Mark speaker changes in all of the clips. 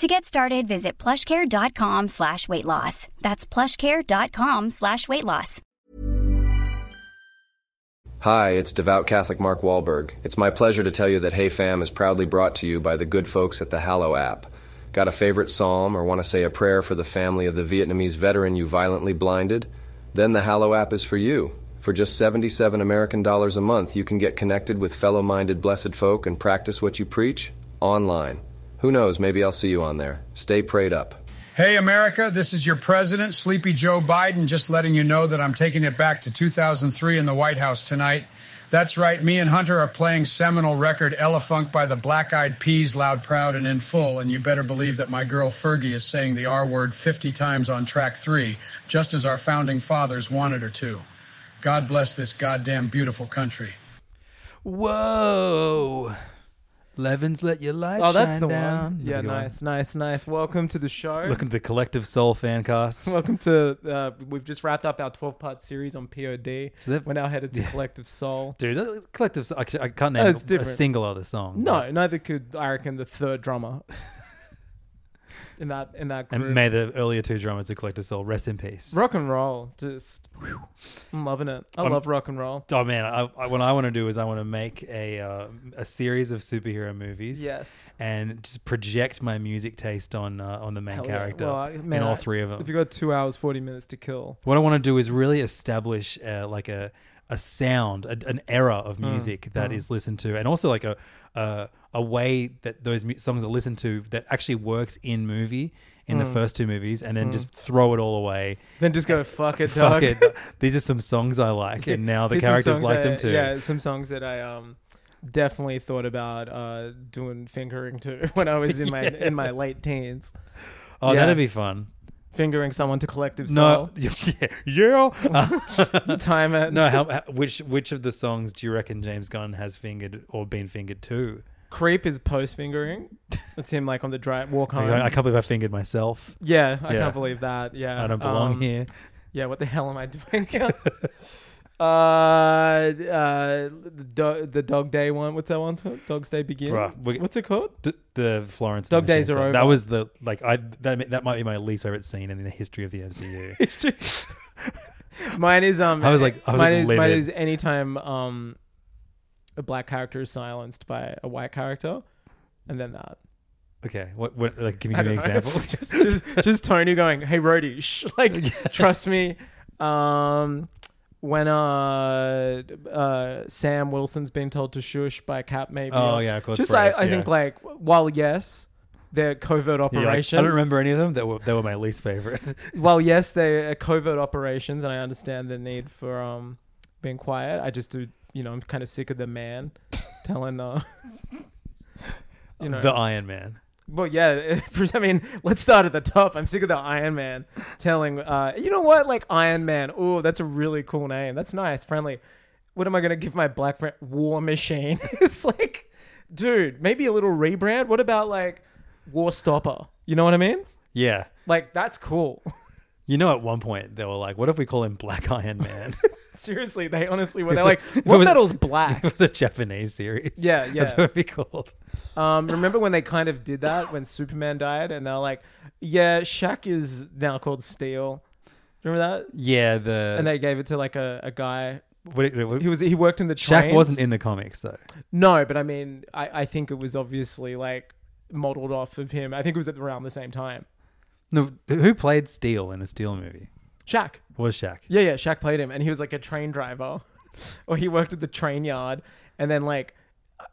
Speaker 1: To get started, visit plushcare.com slash weight loss. That's plushcare.com slash weight loss.
Speaker 2: Hi, it's devout Catholic Mark Wahlberg. It's my pleasure to tell you that Hey Fam is proudly brought to you by the good folks at the Hallow app. Got a favorite psalm or want to say a prayer for the family of the Vietnamese veteran you violently blinded? Then the Hallow app is for you. For just 77 American dollars a month, you can get connected with fellow minded blessed folk and practice what you preach online. Who knows, maybe I'll see you on there. Stay prayed up.
Speaker 3: Hey, America, this is your president, Sleepy Joe Biden, just letting you know that I'm taking it back to 2003 in the White House tonight. That's right, me and Hunter are playing seminal record Elefunk by the Black Eyed Peas, loud, proud, and in full. And you better believe that my girl Fergie is saying the R word 50 times on track three, just as our founding fathers wanted her to. God bless this goddamn beautiful country.
Speaker 4: Whoa. Levin's let your light
Speaker 5: Oh, that's
Speaker 4: shine
Speaker 5: the
Speaker 4: down.
Speaker 5: one. Yeah,
Speaker 4: Another good one.
Speaker 5: nice, nice, nice. Welcome to the show.
Speaker 4: Look at the collective soul fan costs.
Speaker 5: Welcome to. Uh, we've just wrapped up our twelve-part series on POD.
Speaker 4: So that-
Speaker 5: We're now headed to
Speaker 4: Yeah.
Speaker 5: Collective Soul.
Speaker 4: Dude, that- collective soul. I c- I can't name
Speaker 5: That's
Speaker 4: a
Speaker 5: different.
Speaker 4: single other song.
Speaker 5: No, neither could I reckon the third drummer. in that in that group.
Speaker 4: And may the earlier two drummers of Collective Soul rest in peace.
Speaker 5: rock and roll, just whew, I'm loving it. I
Speaker 4: I'm-
Speaker 5: love rock and roll.
Speaker 4: Oh man, I, I, what I want to do is I want to make a uh, a series of superhero movies.
Speaker 5: Yes.
Speaker 4: and just project my music taste on uh, on the main
Speaker 5: Hell yeah.
Speaker 4: character
Speaker 5: Well, I- man,
Speaker 4: in all
Speaker 5: I-
Speaker 4: three of them.
Speaker 5: If you got two hours forty minutes to kill,
Speaker 4: what I want to do is really establish uh, like a a sound, a, an era of
Speaker 5: Hmm.
Speaker 4: music that is listened to, and also like a a, a way that those mu- songs are listened to that actually works in movie in the
Speaker 5: Hmm.
Speaker 4: first two movies, and then just throw it all away.
Speaker 5: then just go fuck it,
Speaker 4: Fuck
Speaker 5: dog.
Speaker 4: it. These are some songs I like, and now the
Speaker 5: Here's some
Speaker 4: characters
Speaker 5: songs
Speaker 4: like
Speaker 5: I-
Speaker 4: them too.
Speaker 5: Yeah, some songs that I um definitely thought about uh doing fingering to when I was in my in my late teens.
Speaker 4: oh,
Speaker 5: yeah.
Speaker 4: that'd be fun.
Speaker 5: Fingering someone to collective
Speaker 4: No,
Speaker 5: soul.
Speaker 4: yeah, yeah. Uh,
Speaker 5: Time it.
Speaker 4: no, how, how- which which of the songs do you reckon James Gunn has fingered or been fingered to?
Speaker 5: Creep is post fingering. It's him like on the drive walk home.
Speaker 4: He's like, I can't believe I fingered myself.
Speaker 5: yeah, I
Speaker 4: Yeah.
Speaker 5: can't believe that. Yeah.
Speaker 4: I don't belong
Speaker 5: Um,
Speaker 4: here.
Speaker 5: Yeah, what the hell am I doing? here? uh, uh, the, do- the dog day one. What's that one? called? Dog's day begin.
Speaker 4: Bruh, we-
Speaker 5: What's it called?
Speaker 4: D- the Florence
Speaker 5: Dog
Speaker 4: and the
Speaker 5: days
Speaker 4: Machine
Speaker 5: are
Speaker 4: song. That
Speaker 5: over.
Speaker 4: was the like I that that might be my least favorite scene in the history of the MCU.
Speaker 5: It's true. mine is um.
Speaker 4: I was like- I was
Speaker 5: mine
Speaker 4: like
Speaker 5: is mine
Speaker 4: livid.
Speaker 5: is anytime um, a black character is silenced by a white character, and then that.
Speaker 4: okay, what, what like give me,
Speaker 5: I
Speaker 4: give me an
Speaker 5: don't know.
Speaker 4: example?
Speaker 5: just, just, just Tony going, "Hey, Rody, shh. like trust me." Um, when uh, uh, Sam Wilson's been told to shush by Cap, maybe.
Speaker 4: Oh, yeah, of course,
Speaker 5: Just
Speaker 4: brave,
Speaker 5: I, I
Speaker 4: yeah.
Speaker 5: think like while yes, they're covert
Speaker 4: You're like,
Speaker 5: operations.
Speaker 4: I don't remember any of them. They were they were my least favorite.
Speaker 5: While yes, they are covert operations, and I understand the need for um being quiet. I just do, you know, I'm kind of sick of the man telling uh. You know,
Speaker 4: the Iron Man.
Speaker 5: Well, yeah. I mean, let's start at the top. I'm sick of the Iron Man telling, uh, you know what? Like Iron Man. Oh, that's a really cool name. That's nice, friendly. What am I gonna give my black friend? War Machine. it's like, dude, maybe a little rebrand. What about like War Stopper? You know what I mean?
Speaker 4: Yeah.
Speaker 5: Like that's cool.
Speaker 4: You know, at one point they were like, "What if we call him Black Iron Man?"
Speaker 5: Seriously, they honestly were. They're like,
Speaker 4: If it
Speaker 5: what
Speaker 4: was-
Speaker 5: metal's black?
Speaker 4: it was a Japanese series.
Speaker 5: Yeah, yeah.
Speaker 4: That's what it'd be called.
Speaker 5: Um, remember when they kind of did that when Superman died, and they're like, yeah, Shaq is now called Steel. Remember that?
Speaker 4: Yeah, the
Speaker 5: and they gave it to like a, a guy.
Speaker 4: what, what,
Speaker 5: He was he worked in the
Speaker 4: Shaq
Speaker 5: trains.
Speaker 4: wasn't in the comics though.
Speaker 5: No, but I mean, I, I think it was obviously like modeled off of him. I think it was at around the same time.
Speaker 4: No, who played Steel in the Steel movie?
Speaker 5: Shaq.
Speaker 4: Was Shaq?
Speaker 5: Yeah, yeah, Shaq played him, and he was like a train driver, or he worked at the train yard, and then like.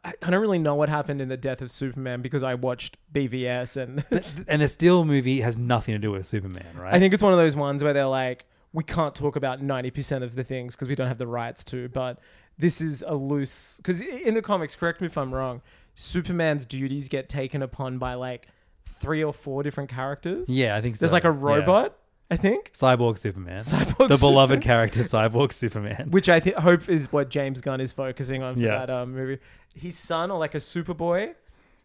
Speaker 5: I I don't really know what happened in the death of Superman because I watched BVS and
Speaker 4: And the Steel movie has nothing to do with Superman, right?
Speaker 5: I think it's one of those ones where they're like, we can't talk about 90% of the things because we don't have the rights to, but this is a loose. Because in the comics, correct me if I'm wrong, Superman's duties get taken upon by like three or four different characters.
Speaker 4: yeah, I think so.
Speaker 5: There's like a
Speaker 4: Yeah.
Speaker 5: robot, I think,
Speaker 4: Cyborg Superman.
Speaker 5: Cyborg
Speaker 4: the
Speaker 5: Superman.
Speaker 4: beloved character, Cyborg Superman.
Speaker 5: which I th- hope is what James Gunn is focusing on for
Speaker 4: Yeah.
Speaker 5: that um, movie. His son, or like a Superboy,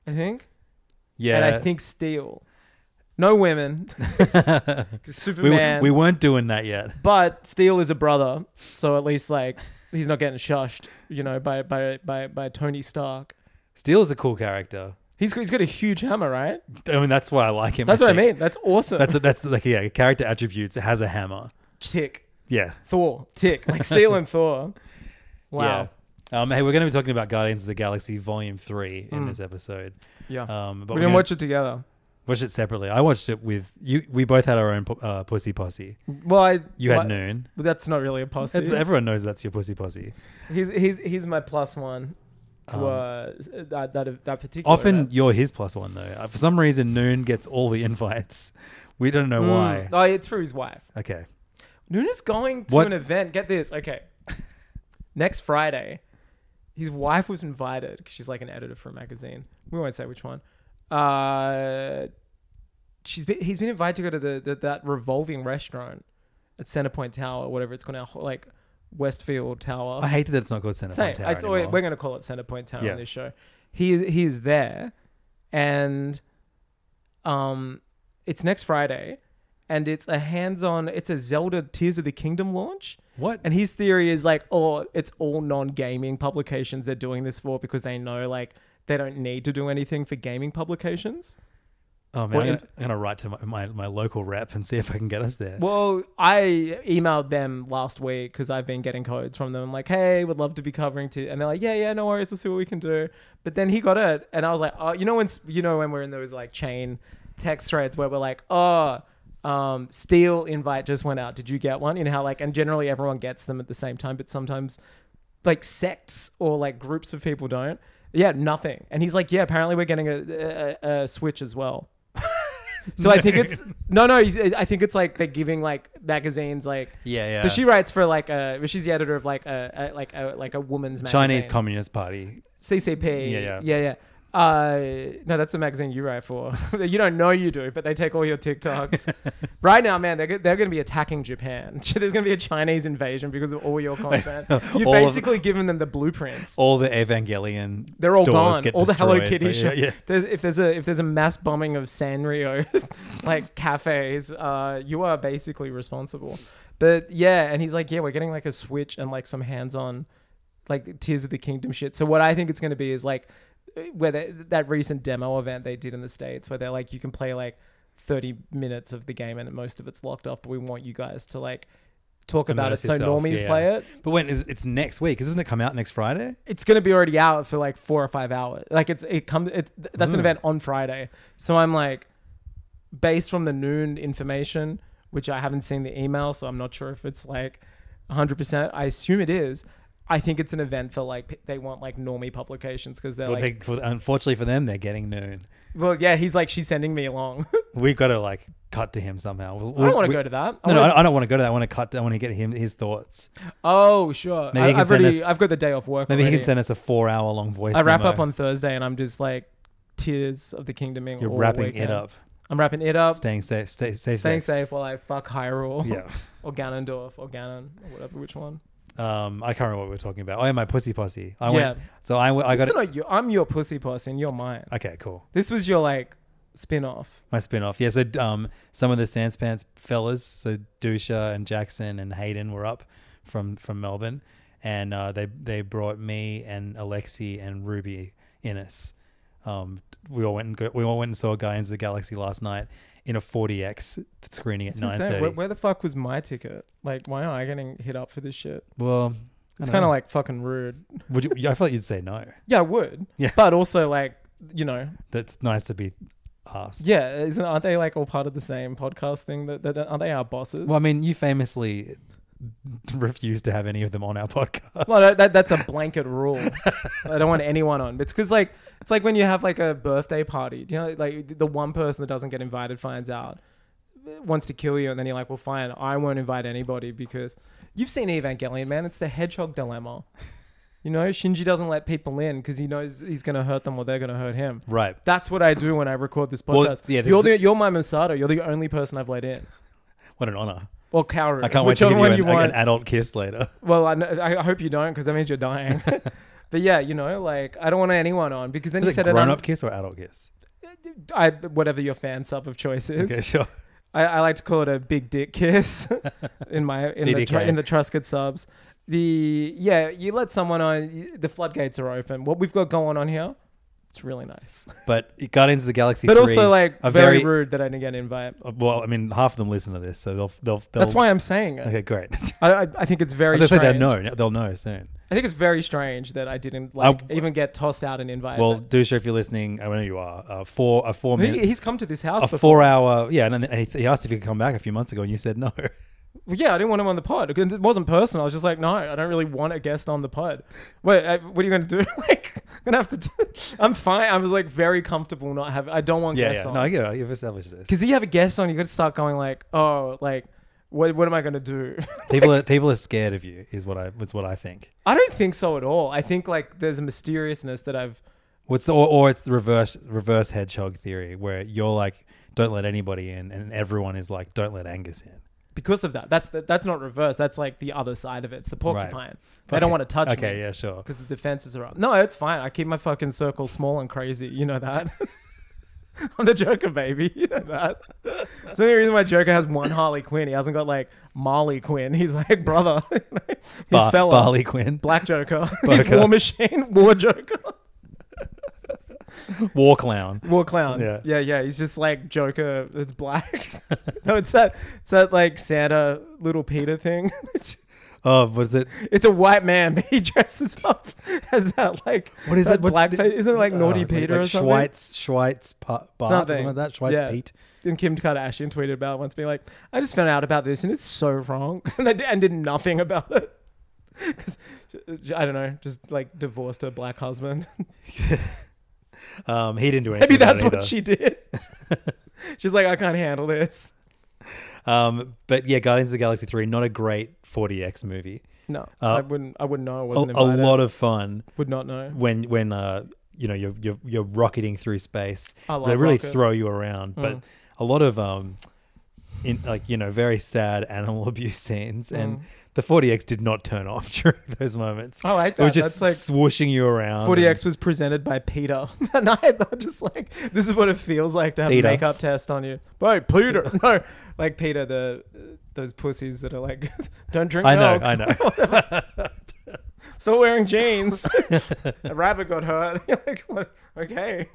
Speaker 5: I think.
Speaker 4: yeah,
Speaker 5: And I think Steel. No women. 'Cause
Speaker 4: we,
Speaker 5: Superman.
Speaker 4: we weren't doing that yet.
Speaker 5: But Steele is a brother, so at least like he's not getting shushed, you know, by by by, by Tony Stark.
Speaker 4: Steel is a cool character.
Speaker 5: He's he's got a huge hammer, right?
Speaker 4: I mean, that's why I like him.
Speaker 5: That's what I
Speaker 4: think.
Speaker 5: mean. That's awesome.
Speaker 4: That's that's like yeah, character attributes. It has a hammer.
Speaker 5: tick.
Speaker 4: Yeah.
Speaker 5: Thor, tick. Like Steele and Thor. Wow.
Speaker 4: Yeah. Um, hey, we're going to be talking about Guardians of the Galaxy Volume Three in this episode.
Speaker 5: Yeah.
Speaker 4: Um, but
Speaker 5: Hmm.
Speaker 4: we're
Speaker 5: we didn't
Speaker 4: gonna
Speaker 5: watch it together.
Speaker 4: watch it separately. I watched it with you. We both had our own pu- uh, pussy posse.
Speaker 5: Well, I,
Speaker 4: You had
Speaker 5: what-
Speaker 4: noon.
Speaker 5: Well, That's not really a posse.
Speaker 4: That's, everyone knows that's your pussy posse.
Speaker 5: he's he's he's my plus one to
Speaker 4: Um,
Speaker 5: uh, that that that particular.
Speaker 4: Often
Speaker 5: event.
Speaker 4: you're his plus one though. Uh, For some reason, Noon gets all the invites. We don't know why.
Speaker 5: Oh, it's through his wife.
Speaker 4: Okay.
Speaker 5: Nuna's going to
Speaker 4: What-
Speaker 5: an event. Get this. Okay. Next Friday, his wife was invited 'cause she's like an editor for a magazine. We won't say which one. Uh, she's been, he's been invited to go to the, the that revolving restaurant at Centerpoint Tower, whatever it's called now, like Westfield Tower.
Speaker 4: I hate that it's not called Center
Speaker 5: Same.
Speaker 4: Point Tower
Speaker 5: It's always,
Speaker 4: anymore.
Speaker 5: we're going to call it Centerpoint Town
Speaker 4: Yeah.
Speaker 5: on this show. He he is there, and um, it's next Friday, and it's a hands-on. It's a Zelda Tears of the Kingdom launch.
Speaker 4: What?
Speaker 5: And his theory is like, oh, it's all non-gaming publications they're doing this for because they know like they don't need to do anything for gaming publications.
Speaker 4: oh man,
Speaker 5: what
Speaker 4: I'm
Speaker 5: in-
Speaker 4: gonna, I'm gonna write to my, my, my local rep and see if I can get us there.
Speaker 5: Well, I emailed them last week because I've been getting codes from them. like, hey, would love to be covering too. And they're like, yeah, yeah, no worries. We'll see what we can do. But then he got it, and I was like, oh, you know when s- you know when we're in those like chain text threads where we're like, oh, um, steel invite just went out. Did you get one? You know how like, and generally everyone gets them at the same time, but sometimes like sects or like groups of people don't. Yeah, nothing. And he's like, yeah, apparently we're getting a, a, a switch as well. So I think it's no, no. he's- I think it's like they're giving like magazines, like
Speaker 4: Yeah, yeah.
Speaker 5: So she writes for like a, she's the editor of like a, a like a like a woman's magazine.
Speaker 4: Chinese Communist Party.
Speaker 5: CCP.
Speaker 4: Yeah, yeah.
Speaker 5: yeah, yeah. Uh, no, that's the magazine you write for. you don't know you do, but they take all your TikToks. right now, man, they're go- they're going to be attacking Japan. There's going to be a Chinese invasion because of all your content. You've
Speaker 4: All of-
Speaker 5: basically given them the blueprints.
Speaker 4: All the Evangelion.
Speaker 5: They're all
Speaker 4: stores
Speaker 5: gone.
Speaker 4: get
Speaker 5: All the Hello
Speaker 4: destroyed,
Speaker 5: Kitty
Speaker 4: but yeah,
Speaker 5: shops.
Speaker 4: yeah.
Speaker 5: There's, if there's a if there's a mass bombing of Sanrio, like cafes, uh, you are basically responsible. But yeah, and he's like, yeah, we're getting like a Switch and like some hands-on, like Tears of the Kingdom shit. So what I think it's going to be is like, uh, where they, that recent demo event they did in the states, where they're like, you can play like 30 minutes of the game and most of it's locked off, but we want you guys to like talk about
Speaker 4: Immerse
Speaker 5: it so
Speaker 4: yourself,
Speaker 5: normies
Speaker 4: yeah.
Speaker 5: play it
Speaker 4: But when is it's next week? 'cause Doesn't it come out next Friday?
Speaker 5: it's going to be already out for like four or five hours. Like it's it comes it, th- that's
Speaker 4: Hmm.
Speaker 5: an event on Friday. So I'm like, based from the noon information, which I haven't seen the email, so I'm not sure if it's like 100. percent I assume it is. I think it's an event for like p- they want like normie publications because they're
Speaker 4: Well,
Speaker 5: like,
Speaker 4: they, for, unfortunately for them, they're getting noon.
Speaker 5: well, yeah, he's like she's sending me along.
Speaker 4: We've got to like cut to him somehow. We'll-
Speaker 5: I don't want
Speaker 4: we-
Speaker 5: to go to that. I
Speaker 4: No, no, I
Speaker 5: wanna-
Speaker 4: don't- I don't want to go to that. I want to cut. I want to get him his thoughts.
Speaker 5: oh, sure.
Speaker 4: Maybe he
Speaker 5: I,
Speaker 4: can
Speaker 5: I've
Speaker 4: send
Speaker 5: already
Speaker 4: us-
Speaker 5: I've got the day off work.
Speaker 4: Maybe he
Speaker 5: already.
Speaker 4: can send us a four-hour-long voice.
Speaker 5: I wrap
Speaker 4: memo.
Speaker 5: up on Thursday and I'm just like tears of the kingdom.
Speaker 4: You're wrapping it up,
Speaker 5: I'm wrapping it up.
Speaker 4: staying safe, stay safe,
Speaker 5: Staying
Speaker 4: sex.
Speaker 5: safe while I fuck Hyrule.
Speaker 4: Yeah.
Speaker 5: or Ganondorf or Ganon or whatever which one.
Speaker 4: Um, I can't remember what we were talking about. Oh, yeah, my pussy posse. I went.
Speaker 5: Yeah.
Speaker 4: So I, went- I got.
Speaker 5: It's
Speaker 4: It.
Speaker 5: not you. I'm your pussy person. You're mine.
Speaker 4: Okay, cool.
Speaker 5: This was your like spin off.
Speaker 4: My spin-off. Yeah. So um, some of the Sanspants fellas, so Dusha and Jackson and Hayden were up from from Melbourne, and uh, they they brought me and Alexi and Ruby Innes. Um, we all went and go, we all went and saw Guardians of the Galaxy last night in a 40x screening at nine
Speaker 5: Where,
Speaker 4: thirty.
Speaker 5: where the fuck was my ticket? Like, why am I getting hit up for this shit?
Speaker 4: Well, I
Speaker 5: It's
Speaker 4: don't
Speaker 5: kind of
Speaker 4: know.
Speaker 5: like fucking rude.
Speaker 4: Would you, I feel like you'd say no.
Speaker 5: Yeah, I would.
Speaker 4: Yeah.
Speaker 5: But also, like, you know,
Speaker 4: That's nice to be asked.
Speaker 5: Yeah, isn't aren't they like all part of the same podcast thing? That, that aren't they our bosses?
Speaker 4: Well, I mean, you famously refused to have any of them on our podcast.
Speaker 5: Well, that, that, that's a blanket rule. I don't want anyone on. It's because like it's like when you have like a birthday party. Do you know, like the one person that doesn't get invited finds out, uh, wants to kill you, and then you're like, well, fine, I won't invite anybody because you've seen Evangelion, man. It's the hedgehog dilemma. You know, Shinji doesn't let people in because he knows he's going to hurt them or they're going to hurt him.
Speaker 4: Right.
Speaker 5: That's what I do when I record this podcast.
Speaker 4: Well, yeah, this
Speaker 5: you're,
Speaker 4: is-
Speaker 5: the, you're my Masato. You're the only person I've let in.
Speaker 4: What an honor.
Speaker 5: Or Kaoru.
Speaker 4: I can't wait to
Speaker 5: whichever
Speaker 4: give you
Speaker 5: one
Speaker 4: an, like,
Speaker 5: want.
Speaker 4: an adult kiss later.
Speaker 5: Well, I, kn- I hope you don't because that means you're dying. but yeah, you know, like I don't want anyone on because then you
Speaker 4: Is it
Speaker 5: said it.
Speaker 4: grown
Speaker 5: on-
Speaker 4: up kiss or adult kiss?
Speaker 5: I whatever your fan sub of choice is.
Speaker 4: Okay, sure.
Speaker 5: I, I like to call it a big dick kiss in my in the tr-
Speaker 4: DDK.
Speaker 5: in the Truscott subs. The yeah, you let someone on, y- the floodgates are open. What we've got going on here, it's really nice.
Speaker 4: But it got into the Galaxy
Speaker 5: But
Speaker 4: 3.
Speaker 5: also like
Speaker 4: a
Speaker 5: very, rude that I didn't get an invite.
Speaker 4: uh, Well, I mean, half of them listen to this, so they'll. they'll, they'll
Speaker 5: That's why I'm saying it.
Speaker 4: Okay, great.
Speaker 5: I, I, I think it's very.
Speaker 4: As I said,
Speaker 5: strange.
Speaker 4: they'll know. They'll know soon.
Speaker 5: I think it's very strange that I didn't like
Speaker 4: I-
Speaker 5: even get tossed out an invite.
Speaker 4: Well, Dusha, if you're listening, I know you are. Uh, four, a four
Speaker 5: he,
Speaker 4: minute,
Speaker 5: he's come to this house
Speaker 4: a
Speaker 5: before.
Speaker 4: four hour. Yeah, and, then he, he asked if he could come back a few months ago, and you said no.
Speaker 5: Well, yeah, I didn't want him on the pod. It wasn't personal. I was just like, no, I don't really want a guest on the pod. Wait, I, what are you going to do? like, I'm going to have to. do- I'm fine. I was like very comfortable not having. I don't want
Speaker 4: Yeah,
Speaker 5: guests
Speaker 4: yeah.
Speaker 5: on.
Speaker 4: No, yeah, you've established this.
Speaker 5: Because if you have a guest on, you got to start going like, oh, like, what what am I going to do?
Speaker 4: People, are, people are scared of you. Is what I, is what I think.
Speaker 5: I don't think so at all. I think like there's a mysteriousness that I've.
Speaker 4: What's the, or, or it's the reverse reverse hedgehog theory where you're like, don't let anybody in, and everyone is like, don't let Angus in.
Speaker 5: Because of that, that's the, that's not reverse. That's like the other side of it. It's the porcupine. They
Speaker 4: Okay.
Speaker 5: don't want to touch me.
Speaker 4: Okay, yeah, sure.
Speaker 5: because the defenses are up. No, it's fine. I keep my fucking circle small and crazy. You know that. I'm the Joker, baby. You know that. It's the only reason why Joker has one Harley Quinn. He hasn't got like Molly Quinn. He's like brother. He's
Speaker 4: Ba-
Speaker 5: fella.
Speaker 4: Barley Quinn,
Speaker 5: Black Joker. He's
Speaker 4: Barker.
Speaker 5: War Machine. War Joker.
Speaker 4: War Clown.
Speaker 5: War Clown.
Speaker 4: Yeah.
Speaker 5: Yeah, yeah. He's just like Joker. It's black. no, it's that. It's that like Santa Little Peter thing. It's-
Speaker 4: Oh, was it?
Speaker 5: It's a white man, but he dresses up as that like
Speaker 4: What is
Speaker 5: that
Speaker 4: it? What's
Speaker 5: black
Speaker 4: the-
Speaker 5: face? Isn't it like
Speaker 4: Oh,
Speaker 5: Naughty
Speaker 4: like-
Speaker 5: Peter
Speaker 4: like
Speaker 5: or something?
Speaker 4: Schweitz, Schweitz, pa- Bart, something. something
Speaker 5: Something.
Speaker 4: like that. Schweitz,
Speaker 5: Yeah.
Speaker 4: Pete.
Speaker 5: And Kim Kardashian tweeted about it once, being like, "I just found out about this, and it's so wrong," and, I did, and did nothing about it. Because I don't know, just like divorced her black husband.
Speaker 4: Um, he didn't do anything.
Speaker 5: Maybe
Speaker 4: about
Speaker 5: that's
Speaker 4: it
Speaker 5: what
Speaker 4: either.
Speaker 5: she did. She's like, "I can't handle this."
Speaker 4: Um, but yeah, Guardians of the Galaxy Three, not a great 40x movie.
Speaker 5: No,
Speaker 4: Uh,
Speaker 5: I wouldn't. I wouldn't know. I
Speaker 4: A,
Speaker 5: wasn't
Speaker 4: a
Speaker 5: invited.
Speaker 4: lot of fun
Speaker 5: Would not know.
Speaker 4: when when uh you know you're you're, you're rocketing through space.
Speaker 5: I love
Speaker 4: they really
Speaker 5: rocket. Mm.
Speaker 4: throw you around, but a lot of um. In like you know, very sad animal abuse scenes, and the 40x did not turn off during those moments.
Speaker 5: Mm. I like
Speaker 4: It was
Speaker 5: that.
Speaker 4: just
Speaker 5: That's like-
Speaker 4: swooshing you around. and-
Speaker 5: 40X was presented by Peter. and I thought just like, this is what it feels like to have
Speaker 4: Peter.
Speaker 5: a makeup test on you. Bro, Peter. no, like Peter, the uh, those pussies that are like, don't drink
Speaker 4: I know,
Speaker 5: milk.
Speaker 4: I know.
Speaker 5: Still wearing jeans. a rabbit got hurt. You're like, what? Okay.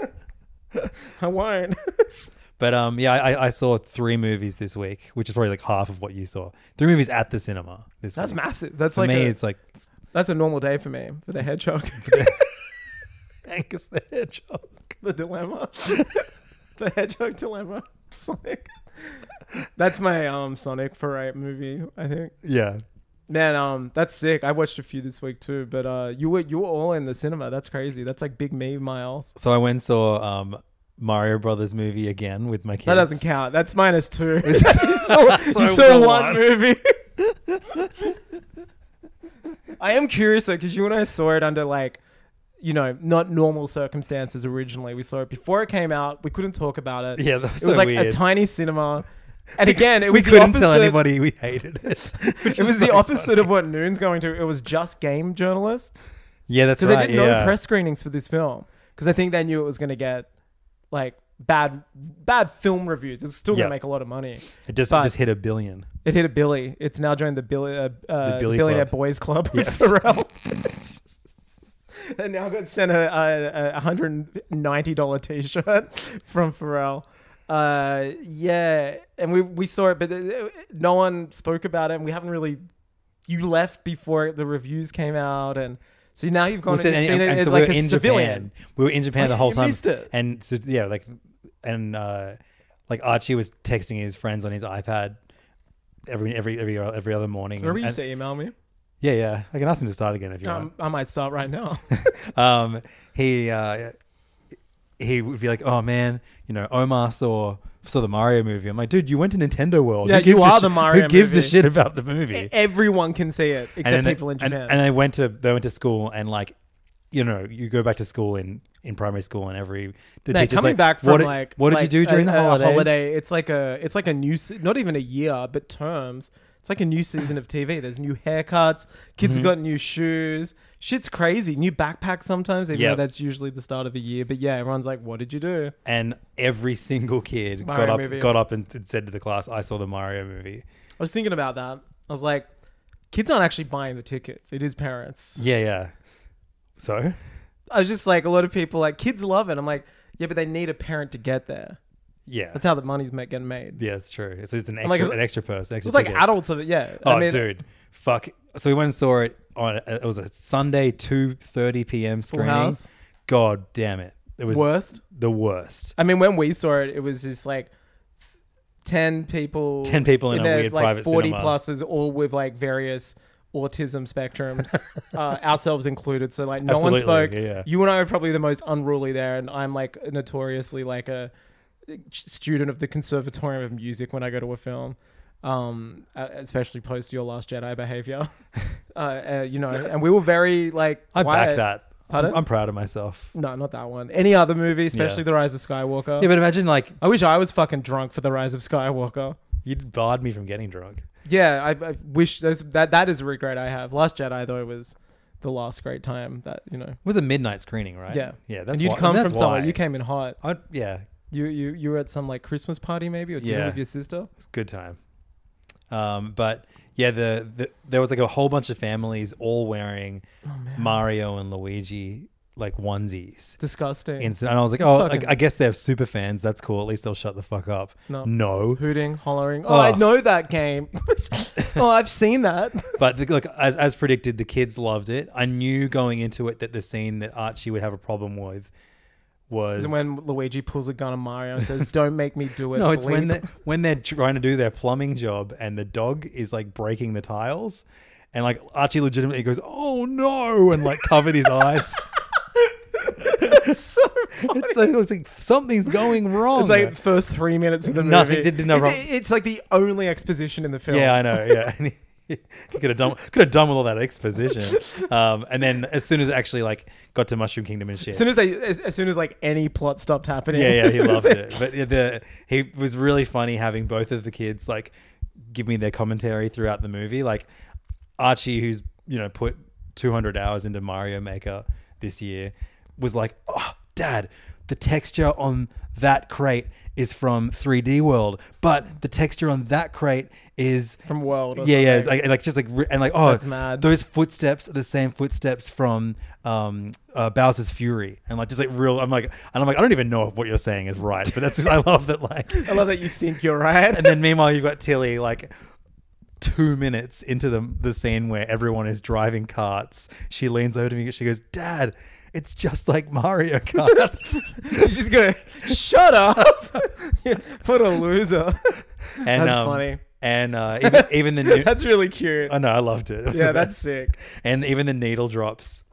Speaker 5: I won't.
Speaker 4: But um, yeah, I, I saw three movies this week, which is probably like half of what you saw. Three movies at the cinema this
Speaker 5: That's
Speaker 4: week.
Speaker 5: massive. That's
Speaker 4: For
Speaker 5: like,
Speaker 4: me,
Speaker 5: a,
Speaker 4: it's like
Speaker 5: that's a normal day for me, for the hedgehog.
Speaker 4: Angus the Hedgehog.
Speaker 5: the dilemma. the hedgehog dilemma. Sonic. That's my um Sonic foray movie, I think.
Speaker 4: Yeah,
Speaker 5: Man, um, that's sick. I watched a few this week too, but uh, you were you were all in the cinema. That's crazy. That's like big me miles.
Speaker 4: so I went and saw um Mario Brothers movie again with my kids.
Speaker 5: That doesn't count. That's minus two. you saw, you
Speaker 4: So
Speaker 5: saw
Speaker 4: one.
Speaker 5: one movie. I am curious though, because you and I saw it under like, you know, not normal circumstances originally. We saw it before it came out. We couldn't talk about it.
Speaker 4: Yeah, that was
Speaker 5: it was
Speaker 4: so
Speaker 5: like a
Speaker 4: weird.
Speaker 5: tiny cinema. And again, it
Speaker 4: We
Speaker 5: was the
Speaker 4: couldn't tell
Speaker 5: opposite-
Speaker 4: anybody we hated it.
Speaker 5: It was the opposite of what Noon's going to. It was just game journalists.
Speaker 4: Yeah, that's
Speaker 5: because
Speaker 4: right.
Speaker 5: they didn't
Speaker 4: yeah.
Speaker 5: know press screenings for this film because I think they knew it was going to get like bad bad film reviews. It's still
Speaker 4: Yeah.
Speaker 5: going to make a lot of money.
Speaker 4: It just
Speaker 5: but-
Speaker 4: just hit a billion.
Speaker 5: It hit a Billy. It's now joined the Billy uh, uh,
Speaker 4: The Billy
Speaker 5: Billionaire
Speaker 4: Club.
Speaker 5: Boys Club with
Speaker 4: Yes.
Speaker 5: Pharrell. and now got sent a, a, a hundred and ninety dollar t shirt from Pharrell. Uh, yeah, and we we saw it, but uh, no one spoke about it. and We haven't really. You left before the reviews came out, and so now you've gone
Speaker 4: Well,
Speaker 5: and, you've seen it as
Speaker 4: so
Speaker 5: like
Speaker 4: we were
Speaker 5: a
Speaker 4: in Japan.
Speaker 5: civilian.
Speaker 4: We were in Japan the whole
Speaker 5: You
Speaker 4: time.
Speaker 5: missed it.
Speaker 4: And so, yeah, like and uh, like Archie was texting his friends on his iPad every every every every other morning.
Speaker 5: Remember you
Speaker 4: And-
Speaker 5: used to email me?
Speaker 4: yeah, yeah. I can ask him to start again if you want.
Speaker 5: Um, I might start right now.
Speaker 4: um, he uh, he would be like, "Oh man, you know, Omar saw saw the Mario movie." I'm like, "Dude, you went to Nintendo World.
Speaker 5: Yeah,
Speaker 4: Who gives
Speaker 5: you
Speaker 4: a
Speaker 5: are
Speaker 4: shit-
Speaker 5: the Mario
Speaker 4: Who gives
Speaker 5: movie."
Speaker 4: a shit about the movie?"
Speaker 5: Everyone can see it except
Speaker 4: then they-
Speaker 5: people in
Speaker 4: and-
Speaker 5: Japan.
Speaker 4: And, they went to they went to school and like, you know, you go back to school in in primary school and every the
Speaker 5: Mate,
Speaker 4: teacher's
Speaker 5: coming
Speaker 4: like,
Speaker 5: back from
Speaker 4: what did,
Speaker 5: like
Speaker 4: what did you
Speaker 5: like
Speaker 4: do during
Speaker 5: a,
Speaker 4: the holidays?
Speaker 5: A holiday, it's like a it's like a new se- not even a year, but terms. It's like a new season of TV. There's new haircuts.
Speaker 4: Mm-hmm.
Speaker 5: Kids have got new shoes. Shit's crazy. New backpacks sometimes, even
Speaker 4: Yeah.
Speaker 5: though that's usually the start of a year. But yeah, everyone's like, "What did you do?"
Speaker 4: And every single kid
Speaker 5: Mario
Speaker 4: got up
Speaker 5: movie.
Speaker 4: got up and t- said to the class, "I saw the Mario movie."
Speaker 5: I was thinking about that. I was like, "Kids aren't actually buying the tickets. It is parents."
Speaker 4: Yeah, yeah. So
Speaker 5: I was just like, a lot of people like kids love it. I'm like, yeah, but they need a parent to get there.
Speaker 4: yeah,
Speaker 5: That's how the money's ma- getting made.
Speaker 4: yeah, it's true. It's, it's an
Speaker 5: like,
Speaker 4: extra
Speaker 5: it's-
Speaker 4: an extra person. Extra
Speaker 5: It's like
Speaker 4: ticket.
Speaker 5: adults of it, yeah.
Speaker 4: Oh,
Speaker 5: I mean,
Speaker 4: dude, fuck. So we went and saw it on it was a Sunday two thirty p.m. screening.
Speaker 5: House?
Speaker 4: God damn it, it was
Speaker 5: worst.
Speaker 4: the worst.
Speaker 5: I mean, when we saw it, it was just like ten people,
Speaker 4: 10 people in a
Speaker 5: their,
Speaker 4: weird
Speaker 5: like
Speaker 4: private
Speaker 5: forty
Speaker 4: cinema.
Speaker 5: pluses, all with like various autism spectrums, uh, ourselves included. So like, no
Speaker 4: Absolutely,
Speaker 5: one spoke.
Speaker 4: yeah, yeah.
Speaker 5: You and I were probably the most unruly there, and I'm like notoriously like a student of the Conservatorium of Music when I go to a film. Um, uh, especially post your Last Jedi behavior, uh, uh, you know, and we were very like.
Speaker 4: I
Speaker 5: quiet.
Speaker 4: back that.
Speaker 5: Pardon?
Speaker 4: I'm, I'm proud of myself.
Speaker 5: No, not that one. Any other movie, especially The Rise of Skywalker.
Speaker 4: Yeah, but imagine like
Speaker 5: I wish I was fucking drunk for the Rise of Skywalker.
Speaker 4: you'd barred me from getting drunk.
Speaker 5: Yeah, I, I wish those, that that is a regret I have. Last Jedi though was the last great time that you know.
Speaker 4: It was a midnight screening, right?
Speaker 5: Yeah,
Speaker 4: yeah. That's
Speaker 5: and you'd
Speaker 4: why-
Speaker 5: come
Speaker 4: that's
Speaker 5: from somewhere.
Speaker 4: why.
Speaker 5: You came in hot.
Speaker 4: I, yeah, it
Speaker 5: You you you were at some like Christmas party maybe or dinner
Speaker 4: Yeah.
Speaker 5: with your sister.
Speaker 4: was a good time. Um, but yeah, the, the there was like a whole bunch of families all wearing
Speaker 5: Oh,
Speaker 4: Mario and Luigi like onesies.
Speaker 5: Disgusting.
Speaker 4: Instant, and I was like, oh, I,
Speaker 5: fucking-
Speaker 4: I guess they're super fans. That's cool. At least they'll shut the fuck up.
Speaker 5: No.
Speaker 4: no.
Speaker 5: Hooting, hollering. Oh, I
Speaker 4: Ugh.
Speaker 5: know that game. oh, I've seen that.
Speaker 4: But the, look, as, as predicted, the kids loved it. I knew going into it that the scene that Archie would have a problem with was
Speaker 5: And when Luigi pulls a gun on Mario and says, "Don't make me do it."
Speaker 4: no, it's when
Speaker 5: bleep."
Speaker 4: they when they're trying to do their plumbing job and the dog is like breaking the tiles, and like Archie legitimately goes, "Oh no!" and like covered his eyes.
Speaker 5: so
Speaker 4: It's like, it's like something's going wrong.
Speaker 5: It's like the first three minutes of the movie.
Speaker 4: Nothing- did- did no
Speaker 5: It's-
Speaker 4: wrong.
Speaker 5: It's like the only exposition in the film.
Speaker 4: Yeah, I know. Yeah, And he could have done could have done with all that exposition. Um, and then as soon as it actually like got to Mushroom Kingdom and shit,
Speaker 5: As soon as they, as, as soon as like any plot stopped happening.
Speaker 4: yeah, yeah,
Speaker 5: as
Speaker 4: he
Speaker 5: soon as
Speaker 4: loved
Speaker 5: they-
Speaker 4: it. But yeah, the he was really funny having both of the kids like give me their commentary throughout the movie. Like Archie, who's you know put 200 hours into Mario Maker this year, was like, "Oh, Dad, the texture on that crate." Is from 3D World, but the texture on that crate is
Speaker 5: From World or
Speaker 4: yeah, yeah,
Speaker 5: something.
Speaker 4: like, and like just like re- and like oh,
Speaker 5: That's mad.
Speaker 4: those footsteps are the same footsteps from um, uh, Bowser's Fury, and like just like real. I'm like, and I'm like, I don't even know if what you're saying is right, but that's I love that like.
Speaker 5: I love that you think you're right.
Speaker 4: And then meanwhile, you've got Tilly like two minutes into the the scene where everyone is driving carts. She leans over to me, and she goes, "Dad, it's just like Mario Kart."
Speaker 5: You're just gonna shut up. what a loser.
Speaker 4: and,
Speaker 5: That's
Speaker 4: um,
Speaker 5: funny.
Speaker 4: And uh, even, even the new,
Speaker 5: That's really cute.
Speaker 4: I know I loved it. It was
Speaker 5: Yeah,
Speaker 4: the
Speaker 5: that's
Speaker 4: best.
Speaker 5: sick.
Speaker 4: And even the needle drops,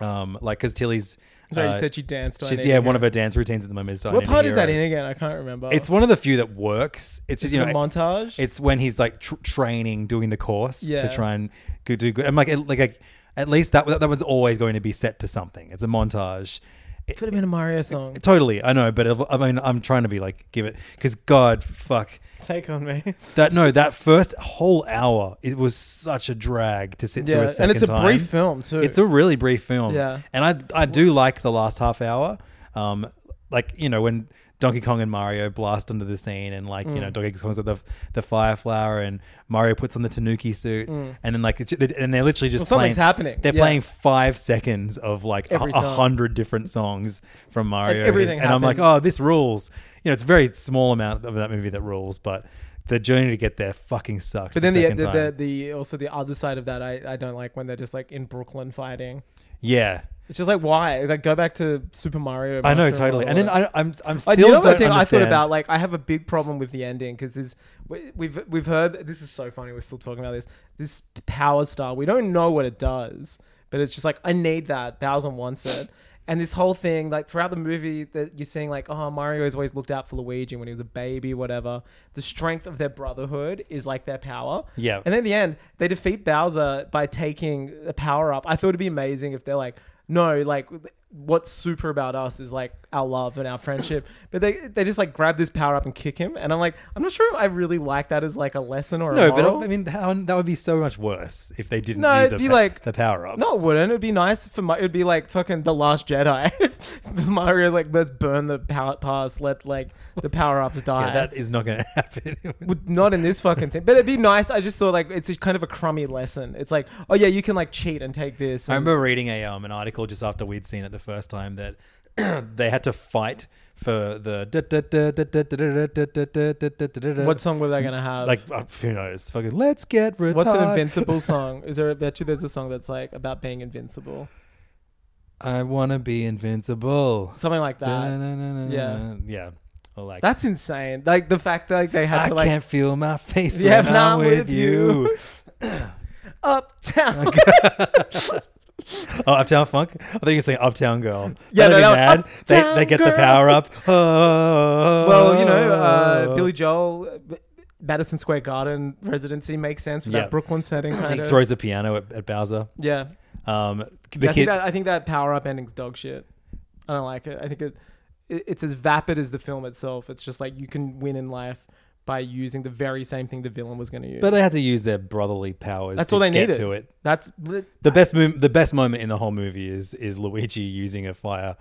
Speaker 4: um, like because Tilly's.
Speaker 5: Sorry,
Speaker 4: uh,
Speaker 5: you said she danced. on
Speaker 4: She's
Speaker 5: it.
Speaker 4: yeah, one of her dance routines at the moment is
Speaker 5: What
Speaker 4: Diana
Speaker 5: part is that
Speaker 4: Hero.
Speaker 5: in again? I can't remember.
Speaker 4: It's one of the few that works. It's just you
Speaker 5: a
Speaker 4: know
Speaker 5: montage.
Speaker 4: It's when he's like tr- training, doing the course
Speaker 5: Yeah.
Speaker 4: to try and go do good. I'm like, it- like, like, at least that that was always going to be set to something. It's a montage.
Speaker 5: could have been a Mario song.
Speaker 4: Totally, I know, but I mean, I'm trying to be like, give it because God, fuck
Speaker 5: Take on me.
Speaker 4: that. No, that first whole hour, it was such a drag to sit through
Speaker 5: Yeah,
Speaker 4: a second
Speaker 5: and it's a
Speaker 4: time.
Speaker 5: brief film too.
Speaker 4: It's a really brief film.
Speaker 5: Yeah.
Speaker 4: And I I do like the last half hour. Um, like, you know, when Donkey Kong and Mario blast onto the scene and like,
Speaker 5: Mm.
Speaker 4: you know, Donkey Kong's at the the fire flower and Mario puts on the Tanuki suit and then like it's, and they're literally just
Speaker 5: Mm. Well, something's
Speaker 4: playing,
Speaker 5: happening.
Speaker 4: They're
Speaker 5: Yeah.
Speaker 4: playing five seconds of like a,
Speaker 5: Every
Speaker 4: a
Speaker 5: song.
Speaker 4: hundred different songs from Mario.
Speaker 5: everything
Speaker 4: and I'm like,
Speaker 5: happens.
Speaker 4: oh, this rules. You know, it's a very small amount of that movie that rules, but the journey to get there fucking sucks.
Speaker 5: But then the
Speaker 4: second
Speaker 5: the, the,
Speaker 4: time.
Speaker 5: the also the other side of that I, I don't like when they're just like in Brooklyn fighting.
Speaker 4: yeah.
Speaker 5: It's just like why? Like go back to Super Mario.
Speaker 4: I know
Speaker 5: Mushroom
Speaker 4: totally,
Speaker 5: or
Speaker 4: and then
Speaker 5: whatever.
Speaker 4: I, I'm I'm
Speaker 5: I-
Speaker 4: still
Speaker 5: you know
Speaker 4: don't
Speaker 5: the thing
Speaker 4: understand.
Speaker 5: I thought about like I have a big problem with the ending because we've we've heard this is so funny we're still talking about this this power star we don't know what it does but it's just like I need that Bowser wants it and this whole thing like throughout the movie that you're seeing like oh Mario has always looked out for Luigi when he was a baby whatever the strength of their brotherhood is like their power
Speaker 4: Yeah.
Speaker 5: and then in the end they defeat Bowser by taking a power up I thought it'd be amazing if they're like no like what's super about us is like our love and our friendship. But they they just like grab this power up and kick him, and I'm like, I'm not sure if I really like that as like a lesson or a
Speaker 4: no,
Speaker 5: moral.
Speaker 4: but I mean that, one- that would be so much worse if they didn't
Speaker 5: No,
Speaker 4: use
Speaker 5: it'd
Speaker 4: a
Speaker 5: be
Speaker 4: pa-
Speaker 5: like-
Speaker 4: the power up.
Speaker 5: no, it wouldn't. It'd be nice for my. It'd be like fucking the Last Jedi. Mario's like, let's burn the power past. Let like the power ups die.
Speaker 4: Yeah, that is not going to happen.
Speaker 5: Would- not in this fucking thing, but it'd be nice. I just thought like it's a kind of a crummy lesson. It's like, oh yeah, you can like cheat and take this.
Speaker 4: I
Speaker 5: and-
Speaker 4: remember reading a um, an article just after we'd seen it the first time that they had to fight for the
Speaker 5: what song were they gonna have?
Speaker 4: like uh, who knows fucking let's get retired.
Speaker 5: what's an invincible song? Is there? I bet you there's a song that's like about being invincible,
Speaker 4: I want to be invincible.
Speaker 5: something like that.
Speaker 4: Yeah, yeah. Or like
Speaker 5: That's insane. Like the fact that like they had
Speaker 4: I
Speaker 5: to like
Speaker 4: can't feel my face
Speaker 5: Yeah,
Speaker 4: when
Speaker 5: not
Speaker 4: I'm with
Speaker 5: with
Speaker 4: you.
Speaker 5: uptown.
Speaker 4: Oh, Uptown Funk? I think you're saying Uptown Girl.
Speaker 5: Yeah,
Speaker 4: That'd
Speaker 5: no,
Speaker 4: be
Speaker 5: no,
Speaker 4: mad. They,
Speaker 5: Uptown
Speaker 4: they get the
Speaker 5: Girl.
Speaker 4: power up. Oh,
Speaker 5: well, you know, uh, Billy Joel, uh, B- Madison Square Garden residency makes sense for
Speaker 4: Yeah.
Speaker 5: that Brooklyn setting
Speaker 4: He
Speaker 5: kind of.
Speaker 4: throws a piano at, at Bowser.
Speaker 5: yeah,
Speaker 4: Um,
Speaker 5: I
Speaker 4: the
Speaker 5: think
Speaker 4: kid,
Speaker 5: that I think that power up ending's dog shit. I don't like it. I think it, it it's as vapid as the film itself. It's just like you can win in life by using the very same thing the villain was going to use.
Speaker 4: but they had to use their brotherly powers.
Speaker 5: that's
Speaker 4: to
Speaker 5: all they
Speaker 4: get
Speaker 5: needed.
Speaker 4: to it.
Speaker 5: That's
Speaker 4: The best mom- the best moment in the whole movie is is Luigi using a fire,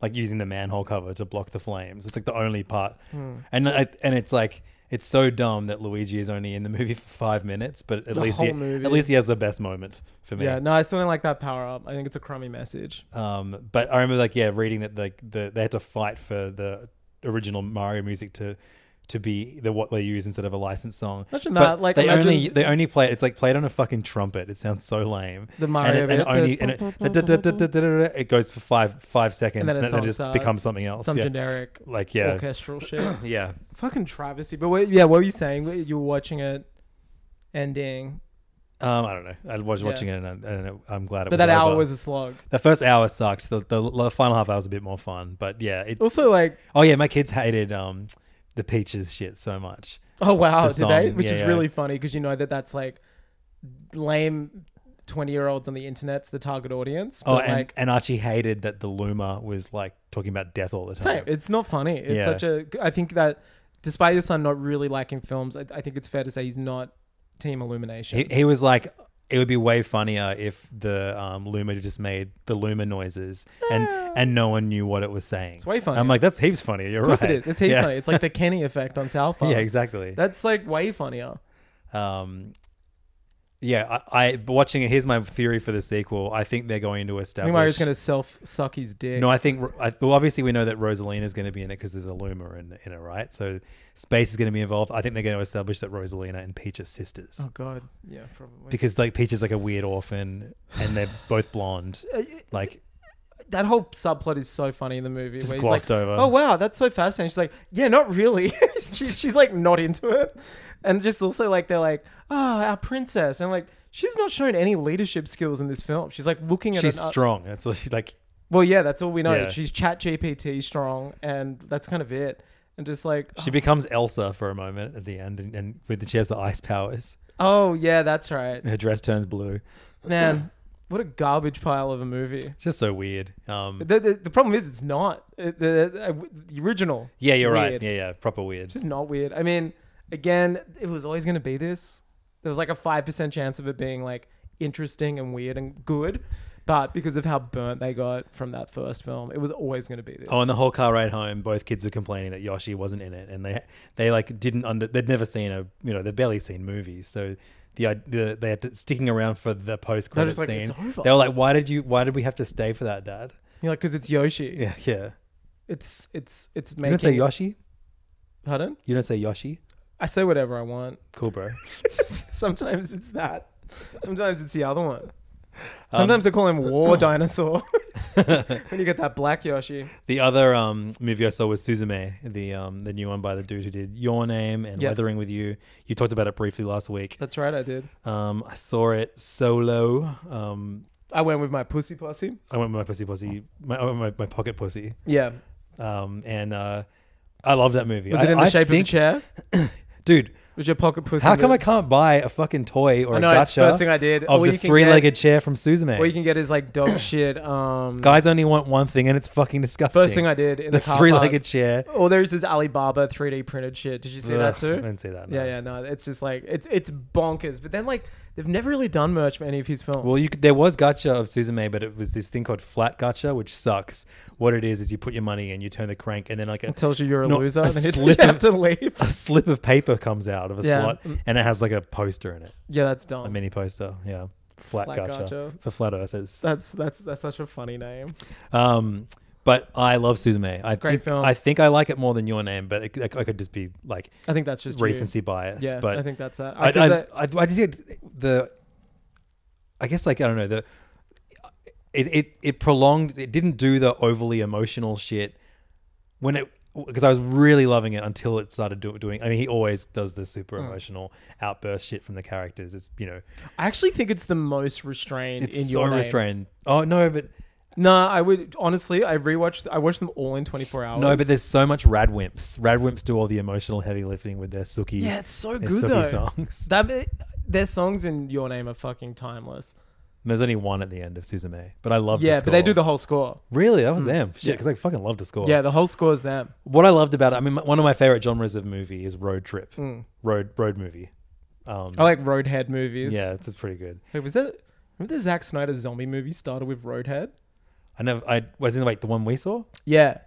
Speaker 4: like using the manhole cover to block the flames. It's like the only part,
Speaker 5: Hmm.
Speaker 4: and I, and it's like it's so dumb that Luigi is only in the movie for five minutes, but at
Speaker 5: The
Speaker 4: least he,
Speaker 5: whole movie.
Speaker 4: at least he has the best moment for me.
Speaker 5: yeah. No, I still don't like that power up. I think it's a crummy message.
Speaker 4: Um, but I remember like yeah, reading that like the, they had to fight for the original Mario music to to be the what they use instead of a licensed song.
Speaker 5: Imagine
Speaker 4: But
Speaker 5: that, like,
Speaker 4: they only
Speaker 5: imagine-
Speaker 4: they only play it. It's like played on a fucking trumpet. It sounds so lame.
Speaker 5: The Mario
Speaker 4: and it, and
Speaker 5: bit,
Speaker 4: only
Speaker 5: the-
Speaker 4: and it, the da- da- da- da- da- da- da- it goes for five five seconds and
Speaker 5: then
Speaker 4: then,
Speaker 5: a
Speaker 4: it
Speaker 5: song
Speaker 4: just
Speaker 5: starts.
Speaker 4: becomes something else.
Speaker 5: Some
Speaker 4: yeah.
Speaker 5: generic
Speaker 4: like yeah,
Speaker 5: orchestral shit.
Speaker 4: yeah.
Speaker 5: Fucking travesty. But what, yeah, what were you saying? You were watching it ending,
Speaker 4: Um, I don't know. I was
Speaker 5: Yeah.
Speaker 4: watching it and I, I don't know. I'm glad it.
Speaker 5: but
Speaker 4: was
Speaker 5: that hour
Speaker 4: over.
Speaker 5: was a slog.
Speaker 4: the first hour sucked. The, the, the final half hour was a bit more fun. But yeah, it,
Speaker 5: Also, like,
Speaker 4: oh yeah, my kids hated um the peaches shit so much.
Speaker 5: oh wow,
Speaker 4: The
Speaker 5: did they?
Speaker 4: song,
Speaker 5: Which
Speaker 4: yeah,
Speaker 5: is
Speaker 4: yeah.
Speaker 5: really funny because you know that that's like lame twenty-year-olds on the internet's the target audience. But
Speaker 4: Oh, and,
Speaker 5: like,
Speaker 4: and Archie hated that the Luma was like talking about death all the time.
Speaker 5: same. It's not funny. It's
Speaker 4: Yeah.
Speaker 5: such a. I think that despite your son not really liking films, I, I think it's fair to say he's not Team Illumination.
Speaker 4: He, he was like, it would be way funnier if the um, Luma just made the Luma noises and and no one knew what it was saying. It's
Speaker 5: Ah. way funnier.
Speaker 4: I'm like, that's heaps funnier. You're
Speaker 5: of course
Speaker 4: right.
Speaker 5: it is. It's he's
Speaker 4: yeah.
Speaker 5: funny. It's like the Kenny effect on South Park.
Speaker 4: Yeah, exactly.
Speaker 5: That's like way funnier.
Speaker 4: Um, yeah, I, I but watching it. Here's my theory for the sequel. I think they're going to
Speaker 5: I
Speaker 4: establish.
Speaker 5: think Mario's gonna self suck his dick.
Speaker 4: No, I think I, well, obviously we know that Rosalina's going to be in it because there's a Luma in, in it, right? So space is going to be involved. I think they're going to establish that Rosalina and Peach are sisters
Speaker 5: Oh God, yeah, probably.
Speaker 4: because like Peach is like a weird orphan and they're both blonde.
Speaker 5: Uh,
Speaker 4: Like
Speaker 5: That whole subplot is so funny in the movie.
Speaker 4: Just
Speaker 5: where he's
Speaker 4: glossed
Speaker 5: like,
Speaker 4: over.
Speaker 5: Oh wow, that's so fascinating. She's like, yeah, not really. she's, she's like not into it, and just also like they're like, oh, our princess, and like she's not shown any leadership skills in this film. She's like looking at
Speaker 4: she's
Speaker 5: an- uh,
Speaker 4: strong. That's all she like.
Speaker 5: Well, yeah, that's all we know.
Speaker 4: Yeah.
Speaker 5: She's Chat GPT strong, and that's kind of it. And just like,
Speaker 4: She becomes Elsa for a moment at the end, and, and with she has the ice powers.
Speaker 5: oh yeah, that's right,
Speaker 4: Her dress turns blue.
Speaker 5: man. What a garbage pile of a movie.
Speaker 4: It's just so weird. Um,
Speaker 5: The, the, the problem is, it's not It- the, uh, the original.
Speaker 4: yeah, you're
Speaker 5: Weird.
Speaker 4: right. Yeah, yeah, proper weird.
Speaker 5: just not weird. I mean, again, it was always going to be this. There was like a five percent chance of it being like interesting and weird and good, but because of how burnt they got from that first film, it was always going to be this.
Speaker 4: Oh, on the whole car ride home, both kids were complaining that Yoshi wasn't in it, and they they like didn't under they'd never seen a you know they've barely seen movies, so the i- the they had to, sticking around for the post credit
Speaker 5: just like,
Speaker 4: scene.
Speaker 5: "It's over."
Speaker 4: They were like, "Why did you? Why did we have to stay for that, Dad?"
Speaker 5: You're like, because it's Yoshi.
Speaker 4: Yeah, yeah.
Speaker 5: It's it's it's
Speaker 4: You
Speaker 5: making.
Speaker 4: don't say Yoshi.
Speaker 5: Pardon?
Speaker 4: You don't say Yoshi.
Speaker 5: I say whatever I want.
Speaker 4: Cool, bro.
Speaker 5: Sometimes
Speaker 4: Um,
Speaker 5: it's that. Sometimes it's the other one. Sometimes they call him War Dinosaur. when you get that black Yoshi.
Speaker 4: The other um, movie I saw was Suzume, the um, the new one by the dude who did Your Name and
Speaker 5: Yep.
Speaker 4: Weathering with You. You talked about it briefly last week.
Speaker 5: That's right, I did.
Speaker 4: Um, I saw it solo. Um,
Speaker 5: I went with my pussy posse.
Speaker 4: I went with my pussy pussy, my oh, my, my pocket pussy,
Speaker 5: Yeah.
Speaker 4: um, and uh, I love that movie.
Speaker 5: Was
Speaker 4: I-
Speaker 5: it in the
Speaker 4: I
Speaker 5: shape
Speaker 4: think-
Speaker 5: of a chair?
Speaker 4: dude?
Speaker 5: Was your pocket pussy?
Speaker 4: How come I
Speaker 5: the-
Speaker 4: can't buy a fucking toy or
Speaker 5: I know,
Speaker 4: a
Speaker 5: it's the
Speaker 4: gacha
Speaker 5: first thing I did.
Speaker 4: of
Speaker 5: Or
Speaker 4: the
Speaker 5: you can
Speaker 4: three-legged
Speaker 5: get-
Speaker 4: chair from Suzume?
Speaker 5: All you can get is like dog shit. Um,
Speaker 4: Guys only want one thing, and it's fucking disgusting.
Speaker 5: First thing I did in the, car park-
Speaker 4: three-legged chair.
Speaker 5: All oh, there is is Alibaba 3D printed shit. Did you see that
Speaker 4: Ugh,
Speaker 5: too?
Speaker 4: I didn't see that, no.
Speaker 5: Yeah, yeah, no. It's just like it's it's bonkers. But then like they've never really done merch for any of his films.
Speaker 4: Well, you could, there was gacha of Suzume, but it was this thing called flat gacha, which sucks. What it is is you put your money in, you turn the crank, and then like a,
Speaker 5: it tells you you're a
Speaker 4: no,
Speaker 5: loser.
Speaker 4: A
Speaker 5: and then
Speaker 4: slip
Speaker 5: you have
Speaker 4: of,
Speaker 5: to leave.
Speaker 4: a slip of paper comes out of a
Speaker 5: Yeah. Mm.
Speaker 4: slot, and it has like a poster in it,
Speaker 5: yeah, that's dumb.
Speaker 4: a mini poster. Yeah, flat,
Speaker 5: Flat
Speaker 4: gacha,
Speaker 5: gacha.
Speaker 4: for flat earthers.
Speaker 5: that's that's that's such a funny name.
Speaker 4: Um, but I love Suzume. I
Speaker 5: Great
Speaker 4: think,
Speaker 5: film.
Speaker 4: I think I like it more than your name, but it, I could just be like
Speaker 5: I think that's just you.
Speaker 4: recency bias.
Speaker 5: Yeah,
Speaker 4: but
Speaker 5: I think that's that.
Speaker 4: I,
Speaker 5: Because
Speaker 4: I,
Speaker 5: that-
Speaker 4: I, I just think the, I guess like I don't know the, it it it prolonged. It didn't do the overly emotional shit when it because I was really loving it until it started do, doing. I mean, he always does the super
Speaker 5: Mm.
Speaker 4: emotional outburst shit from the characters. It's you know
Speaker 5: I actually think it's the most restrained
Speaker 4: it's
Speaker 5: in
Speaker 4: so
Speaker 5: your name.
Speaker 4: restrained. Oh no, but
Speaker 5: Nah, I would honestly. I rewatched. I watched them all in 24 hours.
Speaker 4: no, but there's so much rad wimps. Rad wimps do all the emotional heavy lifting with their suki.
Speaker 5: yeah, it's so
Speaker 4: their
Speaker 5: good
Speaker 4: Sookie
Speaker 5: though.
Speaker 4: songs.
Speaker 5: That their songs in Your Name are fucking timeless.
Speaker 4: There's only one at the end of Suzume, but I love.
Speaker 5: Yeah,
Speaker 4: the
Speaker 5: but they do
Speaker 4: score.
Speaker 5: the whole score.
Speaker 4: really that was them. Shit, because I fucking love the score.
Speaker 5: Mm. Yeah, the whole score is them.
Speaker 4: what I loved about it, I mean, one of my favorite genres of movie is road trip,
Speaker 5: Mm.
Speaker 4: road road movie. Um,
Speaker 5: I like Roadhead movies.
Speaker 4: yeah, that's pretty good.
Speaker 5: Wait, was that? Remember the Zack Snyder zombie movie started with Roadhead?
Speaker 4: I never, I was in like the one we saw.
Speaker 5: Yeah.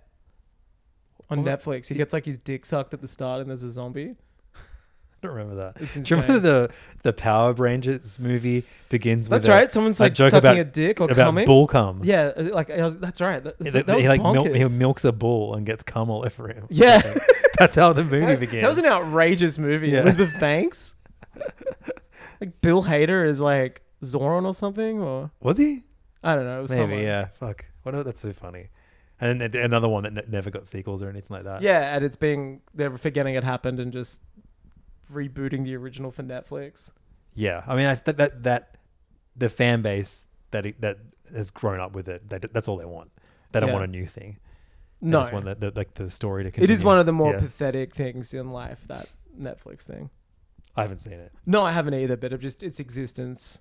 Speaker 5: On Netflix, he gets like his dick sucked at the start, and there's a zombie.
Speaker 4: I don't remember that. Do you
Speaker 5: insane.
Speaker 4: remember the the Power Rangers movie begins?
Speaker 5: That's
Speaker 4: with a-
Speaker 5: right, someone's, like, sucking a dick or
Speaker 4: about
Speaker 5: cumming.
Speaker 4: bull cum.
Speaker 5: Yeah, uh, like I was, that's right. That,
Speaker 4: Mm. He-
Speaker 5: that was
Speaker 4: he like mil-
Speaker 5: bonkers.
Speaker 4: he milks a bull and gets cum all over him.
Speaker 5: yeah,
Speaker 4: that's how the movie begins.
Speaker 5: that was an outrageous movie.
Speaker 4: Yeah.
Speaker 5: Elizabeth Banks, like Bill Hader is like Zoran or something, or
Speaker 4: Was he?
Speaker 5: I don't know. It was
Speaker 4: Maybe.
Speaker 5: someone.
Speaker 4: Yeah. Fuck. What? a- That's so funny. And, and another one that ne- never got sequels or anything like that.
Speaker 5: Yeah, and it's being they're forgetting it happened and just rebooting the original for Netflix.
Speaker 4: Yeah, I mean, I, that that that the fan base that it, that has grown up with it, they, that's all they want. They don't
Speaker 5: Yeah.
Speaker 4: want a new thing. They
Speaker 5: No,
Speaker 4: just want the, the, like the story to
Speaker 5: it
Speaker 4: continue.
Speaker 5: is one of the more
Speaker 4: Yeah.
Speaker 5: pathetic things in life that Netflix thing.
Speaker 4: I haven't seen it.
Speaker 5: No, I haven't either, but it just its existence.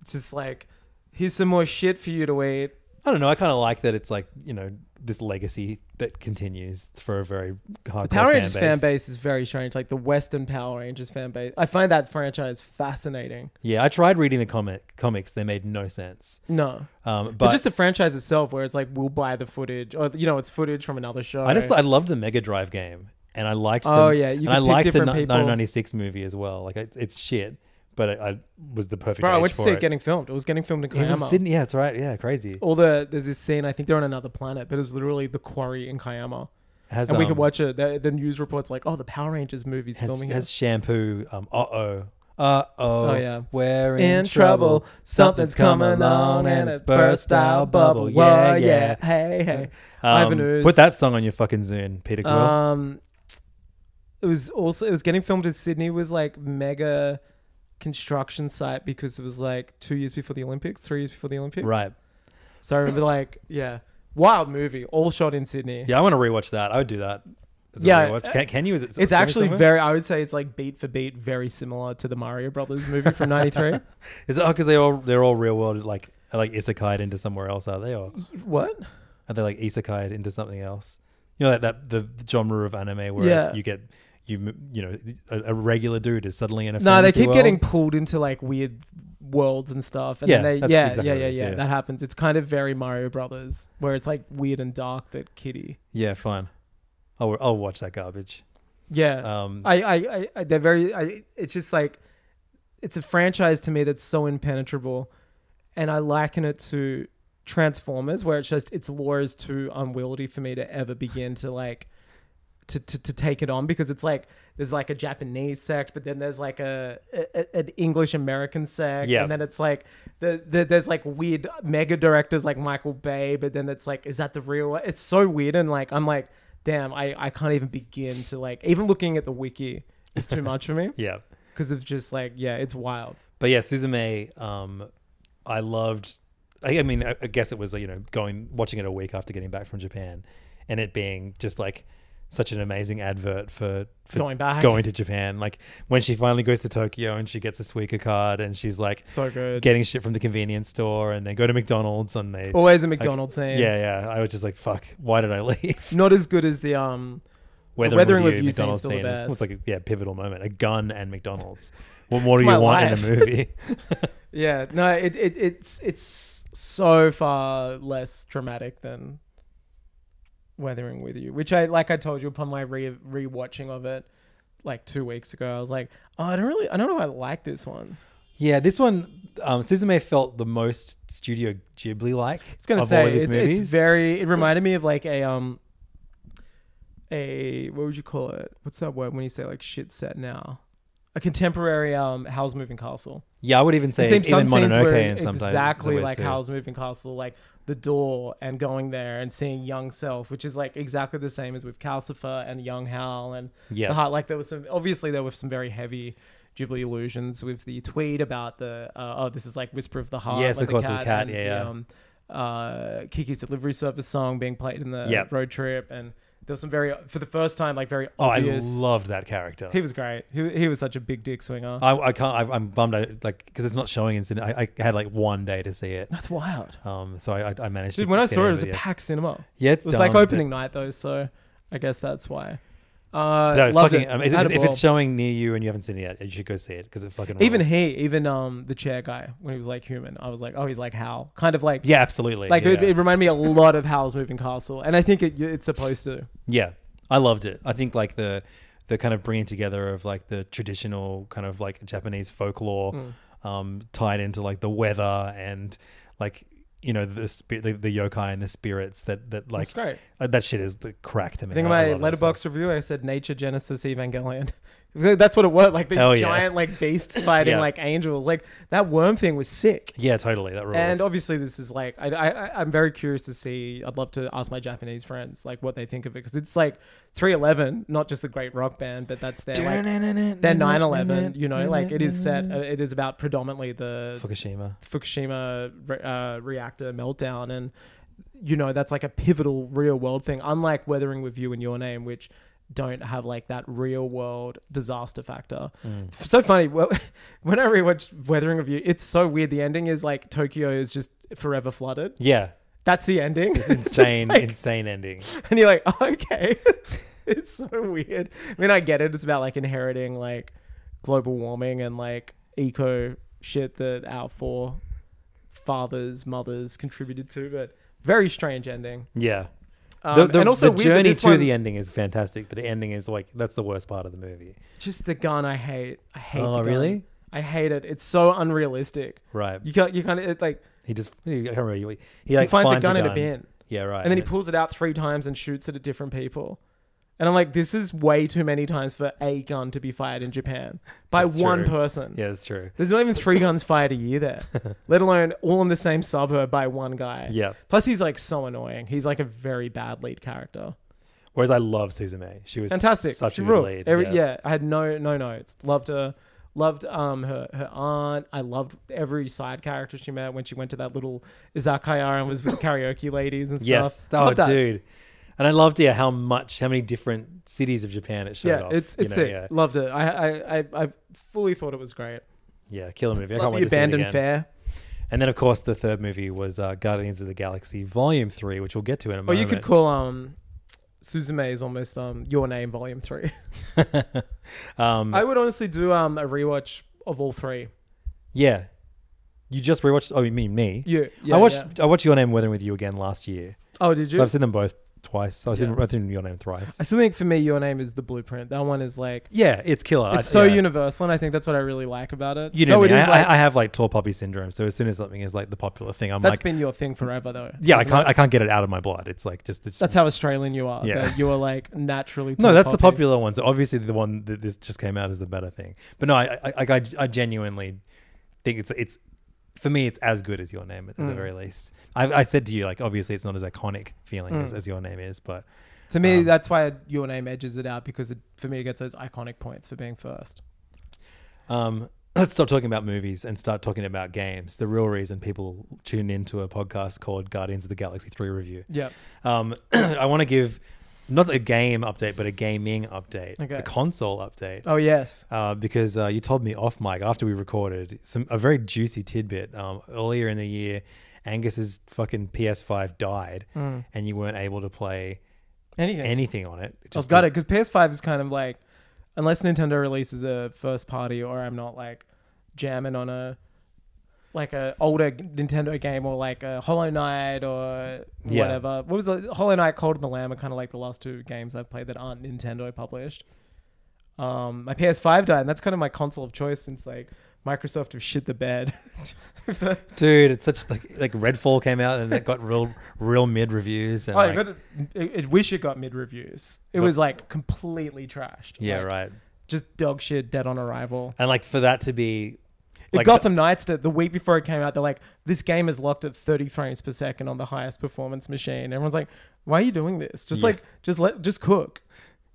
Speaker 5: It's just like here's some more shit for you to eat.
Speaker 4: I don't know. I kind of like that. It's like you know this legacy that continues for a very hardcore
Speaker 5: Power
Speaker 4: fan
Speaker 5: Rangers
Speaker 4: base.
Speaker 5: fan base is very strange, like the Western Power Rangers fan base. I find that franchise fascinating.
Speaker 4: Yeah, I tried reading the comic comics. They made no sense.
Speaker 5: No,
Speaker 4: Um,
Speaker 5: but,
Speaker 4: but
Speaker 5: just the franchise itself, where it's like we'll buy the footage, or you know, it's footage from another show.
Speaker 4: I just I loved the Mega Drive game, and I liked. The,
Speaker 5: Oh, yeah,
Speaker 4: and
Speaker 5: you could
Speaker 4: I
Speaker 5: pick
Speaker 4: liked the
Speaker 5: different
Speaker 4: ni-
Speaker 5: people.
Speaker 4: 1996 movie as well. Like it, it's shit, but I, I was the perfect.
Speaker 5: bro, I
Speaker 4: age
Speaker 5: went to
Speaker 4: for
Speaker 5: see
Speaker 4: it.
Speaker 5: it getting filmed. It was getting filmed in
Speaker 4: It was
Speaker 5: Kiama.
Speaker 4: Sydney. Yeah, that's right. Yeah, crazy.
Speaker 5: all the there's this scene I think they're on another planet, but it's literally the quarry in Kayama,
Speaker 4: Has,
Speaker 5: and we
Speaker 4: um,
Speaker 5: could watch it. The, the news reports like, oh, the Power Rangers movies
Speaker 4: has,
Speaker 5: filming.
Speaker 4: has
Speaker 5: Has,
Speaker 4: shampoo. Um, uh oh. Uh oh.
Speaker 5: Oh, yeah.
Speaker 4: We're in,
Speaker 5: In
Speaker 4: trouble.
Speaker 5: trouble. Something's come along and it's burst our bubble. Whoa, yeah. Hey, hey. Ivan
Speaker 4: Um,
Speaker 5: Ooze.
Speaker 4: put that song on your fucking Zune, Peter Quill.
Speaker 5: um, it was also it was getting filmed in Sydney was like mega construction site because it was like two years before the Olympics, three years before the Olympics.
Speaker 4: right.
Speaker 5: So I remember like yeah, wild movie, all shot in Sydney.
Speaker 4: Yeah, I want to rewatch that. I would do that. As a
Speaker 5: Yeah,
Speaker 4: rewatch.
Speaker 5: uh,
Speaker 4: Can, can you? Is it
Speaker 5: It's
Speaker 4: streaming
Speaker 5: actually
Speaker 4: somewhere?
Speaker 5: very, I would say it's like beat for beat, very similar to the Mario Brothers movie from '93.
Speaker 4: Is it because they all they're all real world like like isekai'd into somewhere else? Are they or
Speaker 5: what?
Speaker 4: are they like isekai'd into something else? You know that that the genre of anime where
Speaker 5: Yeah.
Speaker 4: you get you m- you know a, a regular dude is suddenly in a
Speaker 5: No, they
Speaker 4: fantasy
Speaker 5: keep
Speaker 4: world.
Speaker 5: getting pulled into like weird worlds and stuff. And
Speaker 4: Yeah,
Speaker 5: then they,
Speaker 4: that's
Speaker 5: yeah,
Speaker 4: exactly
Speaker 5: yeah,
Speaker 4: what
Speaker 5: yeah,
Speaker 4: it is,
Speaker 5: yeah,
Speaker 4: yeah.
Speaker 5: That happens. It's kind of very Mario Brothers, where it's like weird and dark but kiddie.
Speaker 4: Yeah, fine. I'll I'll watch that garbage.
Speaker 5: Yeah,
Speaker 4: Um,
Speaker 5: I, I, I, I, they're very. I, it's just like, it's a franchise to me that's so impenetrable, and I liken it to Transformers, where it's just its lore is too unwieldy for me to ever begin to like to, to, to take it on because it's like there's like a Japanese sect, but then there's like a, a- a- an English American sect,
Speaker 4: Yeah.
Speaker 5: and then it's like the, the there's like weird mega directors like Michael Bay, but then it's like is that the real? one? It's so weird, and like I'm like, damn, I I can't even begin to like even looking at the wiki is too much for me
Speaker 4: yeah.
Speaker 5: because of just like yeah, it's wild.
Speaker 4: But yeah, Suzume, um, I loved. I, I mean, I, I guess it was you know going watching it a week after getting back from Japan, and it being just like such an amazing advert for, for
Speaker 5: Going back.
Speaker 4: going to Japan. Like when she finally goes to Tokyo and she gets a Suica card and she's like
Speaker 5: So good.
Speaker 4: getting shit from the convenience store and they go to McDonald's and they
Speaker 5: Always a McDonald's
Speaker 4: like,
Speaker 5: scene.
Speaker 4: Yeah, yeah. I was just like, fuck, why did I leave?
Speaker 5: Not as good as the um
Speaker 4: Weather,
Speaker 5: Weather
Speaker 4: and
Speaker 5: and
Speaker 4: review,
Speaker 5: review scene's
Speaker 4: McDonald's
Speaker 5: still the
Speaker 4: scene. It's,
Speaker 5: best.
Speaker 4: it's like a yeah, pivotal moment. A gun and McDonald's. What more
Speaker 5: It's
Speaker 4: do you
Speaker 5: my
Speaker 4: want in
Speaker 5: life.
Speaker 4: a movie?
Speaker 5: Yeah, no, it, it it's it's so far less dramatic than Weathering with You, which I like. I told you upon my re rewatching of it like two weeks ago, I was like, oh, I don't really, I don't know if I like this one.
Speaker 4: Yeah, this one, um, Suzume felt the most Studio Ghibli like.
Speaker 5: It's gonna
Speaker 4: of
Speaker 5: say
Speaker 4: all of his
Speaker 5: it-
Speaker 4: movies.
Speaker 5: it's very. It reminded me of like a um a what would you call it? What's that word when you say like shit set now? A contemporary um Howl's Moving Castle.
Speaker 4: yeah, I would even say
Speaker 5: Same
Speaker 4: even Mononoke and sometimes
Speaker 5: exactly
Speaker 4: it's
Speaker 5: like
Speaker 4: too.
Speaker 5: Howl's Moving Castle, like the door and going there and seeing young self, which is like exactly the same as with Calcifer and young Howl and
Speaker 4: Yeah.
Speaker 5: the heart. Like there was some obviously there were some very heavy. Ghibli illusions with the tweet about the uh, oh this is like Whisper of the Heart.
Speaker 4: Yes,
Speaker 5: like
Speaker 4: of course, with the cat,
Speaker 5: and
Speaker 4: yeah,
Speaker 5: the,
Speaker 4: yeah.
Speaker 5: Um, uh, Kiki's Delivery Service song being played in the
Speaker 4: Yep.
Speaker 5: road trip, and there was some very for the first time like very
Speaker 4: Oh, I
Speaker 5: obvious.
Speaker 4: loved that character.
Speaker 5: he was great. He, he was such a big dick swinger.
Speaker 4: I, I can't. I, I'm bummed. I, like because it's not showing in cinema. I, I had like one day to see it.
Speaker 5: That's wild.
Speaker 4: Um, so I, I- I managed.
Speaker 5: Dude,
Speaker 4: to
Speaker 5: when I
Speaker 4: get
Speaker 5: saw it,
Speaker 4: in,
Speaker 5: it was
Speaker 4: but
Speaker 5: a packed cinema.
Speaker 4: Yeah, it's
Speaker 5: it was like
Speaker 4: dumb, but-
Speaker 5: opening night though, so I guess that's why. Uh,
Speaker 4: No,
Speaker 5: loved
Speaker 4: fucking.
Speaker 5: it.
Speaker 4: um, is-
Speaker 5: Had
Speaker 4: if,
Speaker 5: a
Speaker 4: if
Speaker 5: ball.
Speaker 4: it's showing near you and you haven't seen it yet, you should go see it because it fucking.
Speaker 5: even
Speaker 4: rules.
Speaker 5: he, even um the chair guy when he was like human, I was like, oh, he's like Hal, kind of like
Speaker 4: Yeah, absolutely.
Speaker 5: like
Speaker 4: yeah,
Speaker 5: it,
Speaker 4: yeah.
Speaker 5: it reminded me a lot of Hal's Moving Castle, and I think it, it's supposed to.
Speaker 4: Yeah, I loved it. I think like the the kind of bringing together of like the traditional kind of like Japanese folklore
Speaker 5: Hmm.
Speaker 4: um, tied into like the weather and like you know the spirit the, the yokai and the spirits that that like
Speaker 5: That's great.
Speaker 4: uh, that shit is the crack to me.
Speaker 5: I think in
Speaker 4: I
Speaker 5: my
Speaker 4: love that
Speaker 5: letterbox
Speaker 4: stuff.
Speaker 5: review, I said Nature Genesis Evangelion. that's what it was. Like these
Speaker 4: Hell yeah.
Speaker 5: giant like beasts fighting
Speaker 4: Yeah.
Speaker 5: like angels. Like that worm thing was sick.
Speaker 4: Yeah, totally. That rules.
Speaker 5: And obviously, this is like I, I I- I'm very curious to see. I'd love to ask my Japanese friends like what they think of it because it's like 311, not just the great rock band, but that's their like their 911. You know, like it is set. uh, It is about predominantly the
Speaker 4: Fukushima.
Speaker 5: Fukushima re- uh, reactor meltdown, and you know that's like a pivotal real world thing. Unlike Weathering with You and Your Name, which don't have like that real world disaster factor.
Speaker 4: Mm.
Speaker 5: So funny. Well, when I rewatched Weathering with You, it's so weird. The ending is like Tokyo is just forever flooded.
Speaker 4: Yeah,
Speaker 5: That's the ending. It's just
Speaker 4: insane,
Speaker 5: like-
Speaker 4: insane ending.
Speaker 5: and you're like, oh, okay. it's so weird. I mean, I get it. It's about like inheriting like global warming and like eco shit that our four fathers, mothers contributed to, but very strange ending.
Speaker 4: Yeah.
Speaker 5: Um,
Speaker 4: the, the,
Speaker 5: and also
Speaker 4: the
Speaker 5: weird that
Speaker 4: journey
Speaker 5: this
Speaker 4: to
Speaker 5: one-
Speaker 4: the ending is fantastic, but the ending is like that's the worst part of the movie.
Speaker 5: Just the gun, I hate. I hate.
Speaker 4: Oh,
Speaker 5: the gun.
Speaker 4: really?
Speaker 5: I hate it. It's so unrealistic.
Speaker 4: Right.
Speaker 5: You can't. You can't. It, like,
Speaker 4: He just I can't remember. He, he like
Speaker 5: finds a gun in a bin.
Speaker 4: Yeah, right.
Speaker 5: and then he pulls it out three times and shoots it at different people. And I'm like, this is way too many times for a gun to be fired in Japan by
Speaker 4: That's
Speaker 5: one
Speaker 4: true.
Speaker 5: person.
Speaker 4: Yeah, that's true.
Speaker 5: There's not even three guns fired a year there, let alone all in the same suburb by one guy.
Speaker 4: Yeah.
Speaker 5: Plus, he's like so annoying. He's like a very bad lead character.
Speaker 4: Whereas I love Susan May. She was
Speaker 5: Fantastic.
Speaker 4: Such
Speaker 5: She
Speaker 4: a
Speaker 5: ruled.
Speaker 4: good lead.
Speaker 5: Every- yeah. I had no no notes. Loved her. Loved um her her aunt. I loved every side character she met when she went to that little izakaya and was with karaoke ladies and stuff.
Speaker 4: Yes. Oh,
Speaker 5: Loved that.
Speaker 4: dude. And I loved yeah how much how many different cities of Japan it showed
Speaker 5: Yeah,
Speaker 4: off.
Speaker 5: it's
Speaker 4: you
Speaker 5: it's
Speaker 4: know,
Speaker 5: it. Loved it. I, I I I fully thought it was great.
Speaker 4: Yeah, yeah, killer movie. I can't
Speaker 5: Love
Speaker 4: wait
Speaker 5: the
Speaker 4: to see it
Speaker 5: abandoned
Speaker 4: again.
Speaker 5: fair.
Speaker 4: And then of course the third movie was uh, Guardians of the Galaxy Volume Three, which we'll get to in a
Speaker 5: Or
Speaker 4: moment.
Speaker 5: Oh, you could call um Suzume is almost um your name volume three.
Speaker 4: um,
Speaker 5: I would honestly do um a rewatch of all three.
Speaker 4: yeah. You just rewatched. Oh, you mean me?
Speaker 5: You- yeah,
Speaker 4: I watched. I watched Your Name Weathering with You again last year.
Speaker 5: Oh, did you?
Speaker 4: So I've seen them both twice. I was in, I was in your name thrice.
Speaker 5: I still think for me, your name is the blueprint. That one is like
Speaker 4: Yeah, it's killer.
Speaker 5: it's
Speaker 4: I-
Speaker 5: so
Speaker 4: yeah.
Speaker 5: universal, and I think that's what I really like about it.
Speaker 4: You know,
Speaker 5: Though
Speaker 4: me.
Speaker 5: it is
Speaker 4: I,
Speaker 5: like,
Speaker 4: I have like tall puppy syndrome. So as soon as something is like the popular thing, I'm
Speaker 5: that's
Speaker 4: like,
Speaker 5: been your thing forever, though.
Speaker 4: yeah, I can't, I can't get it out of my blood. It's like just this.
Speaker 5: That's how Australian you are.
Speaker 4: Yeah.
Speaker 5: that you are like naturally.
Speaker 4: no,
Speaker 5: tall
Speaker 4: that's the
Speaker 5: poppy.
Speaker 4: popular one. So obviously the one that this just came out is the better thing. But no, I, I, I, I genuinely think it's, it's, for me, it's as good as your name at
Speaker 5: Mm.
Speaker 4: the very least. I, I said to you, like, obviously, it's not as iconic feeling
Speaker 5: Mm.
Speaker 4: as, as your name is, but
Speaker 5: To
Speaker 4: Um,
Speaker 5: me, that's why your name edges it out because it, for me, it gets those iconic points for being first.
Speaker 4: Um, let's stop talking about movies and start talking about games. The real reason people tune into a podcast called Guardians of the Galaxy 3 Review.
Speaker 5: Yep.
Speaker 4: Um, I want to give not a game update, but a gaming update,
Speaker 5: Okay.
Speaker 4: a console update.
Speaker 5: Oh yes.
Speaker 4: Uh, because uh, you told me off mic after we recorded some a very juicy tidbit um, earlier in the year. Angus's fucking PS5 died,
Speaker 5: Hmm.
Speaker 4: and you weren't able to play
Speaker 5: Anything.
Speaker 4: anything on it. It
Speaker 5: I've
Speaker 4: just was-
Speaker 5: got it because PS5 is kind of like, unless Nintendo releases a first party or I'm not like jamming on a like a older Nintendo game or like a Hollow Knight or
Speaker 4: Yeah.
Speaker 5: whatever. What was the Hollow Knight, Cold and the Lamb are kind of like the last two games I've played that aren't Nintendo published. Um, my PS5 died, and that's kind of my console of choice since like Microsoft have shit the bed. With the-
Speaker 4: dude. It's such like like Redfall came out and it got real real mid reviews. And
Speaker 5: oh,
Speaker 4: like-
Speaker 5: it got, it, it wish it got mid reviews. It
Speaker 4: But-
Speaker 5: was like completely trashed.
Speaker 4: Yeah,
Speaker 5: Like,
Speaker 4: right.
Speaker 5: Just dog shit, dead on arrival.
Speaker 4: And like for that to be
Speaker 5: It
Speaker 4: like
Speaker 5: Gotham Knights did the week before it came out. They're like, this game is locked at 30 frames per second on the highest performance machine. Everyone's like, why are you doing this? Just
Speaker 4: Yeah.
Speaker 5: like, just let, just cook.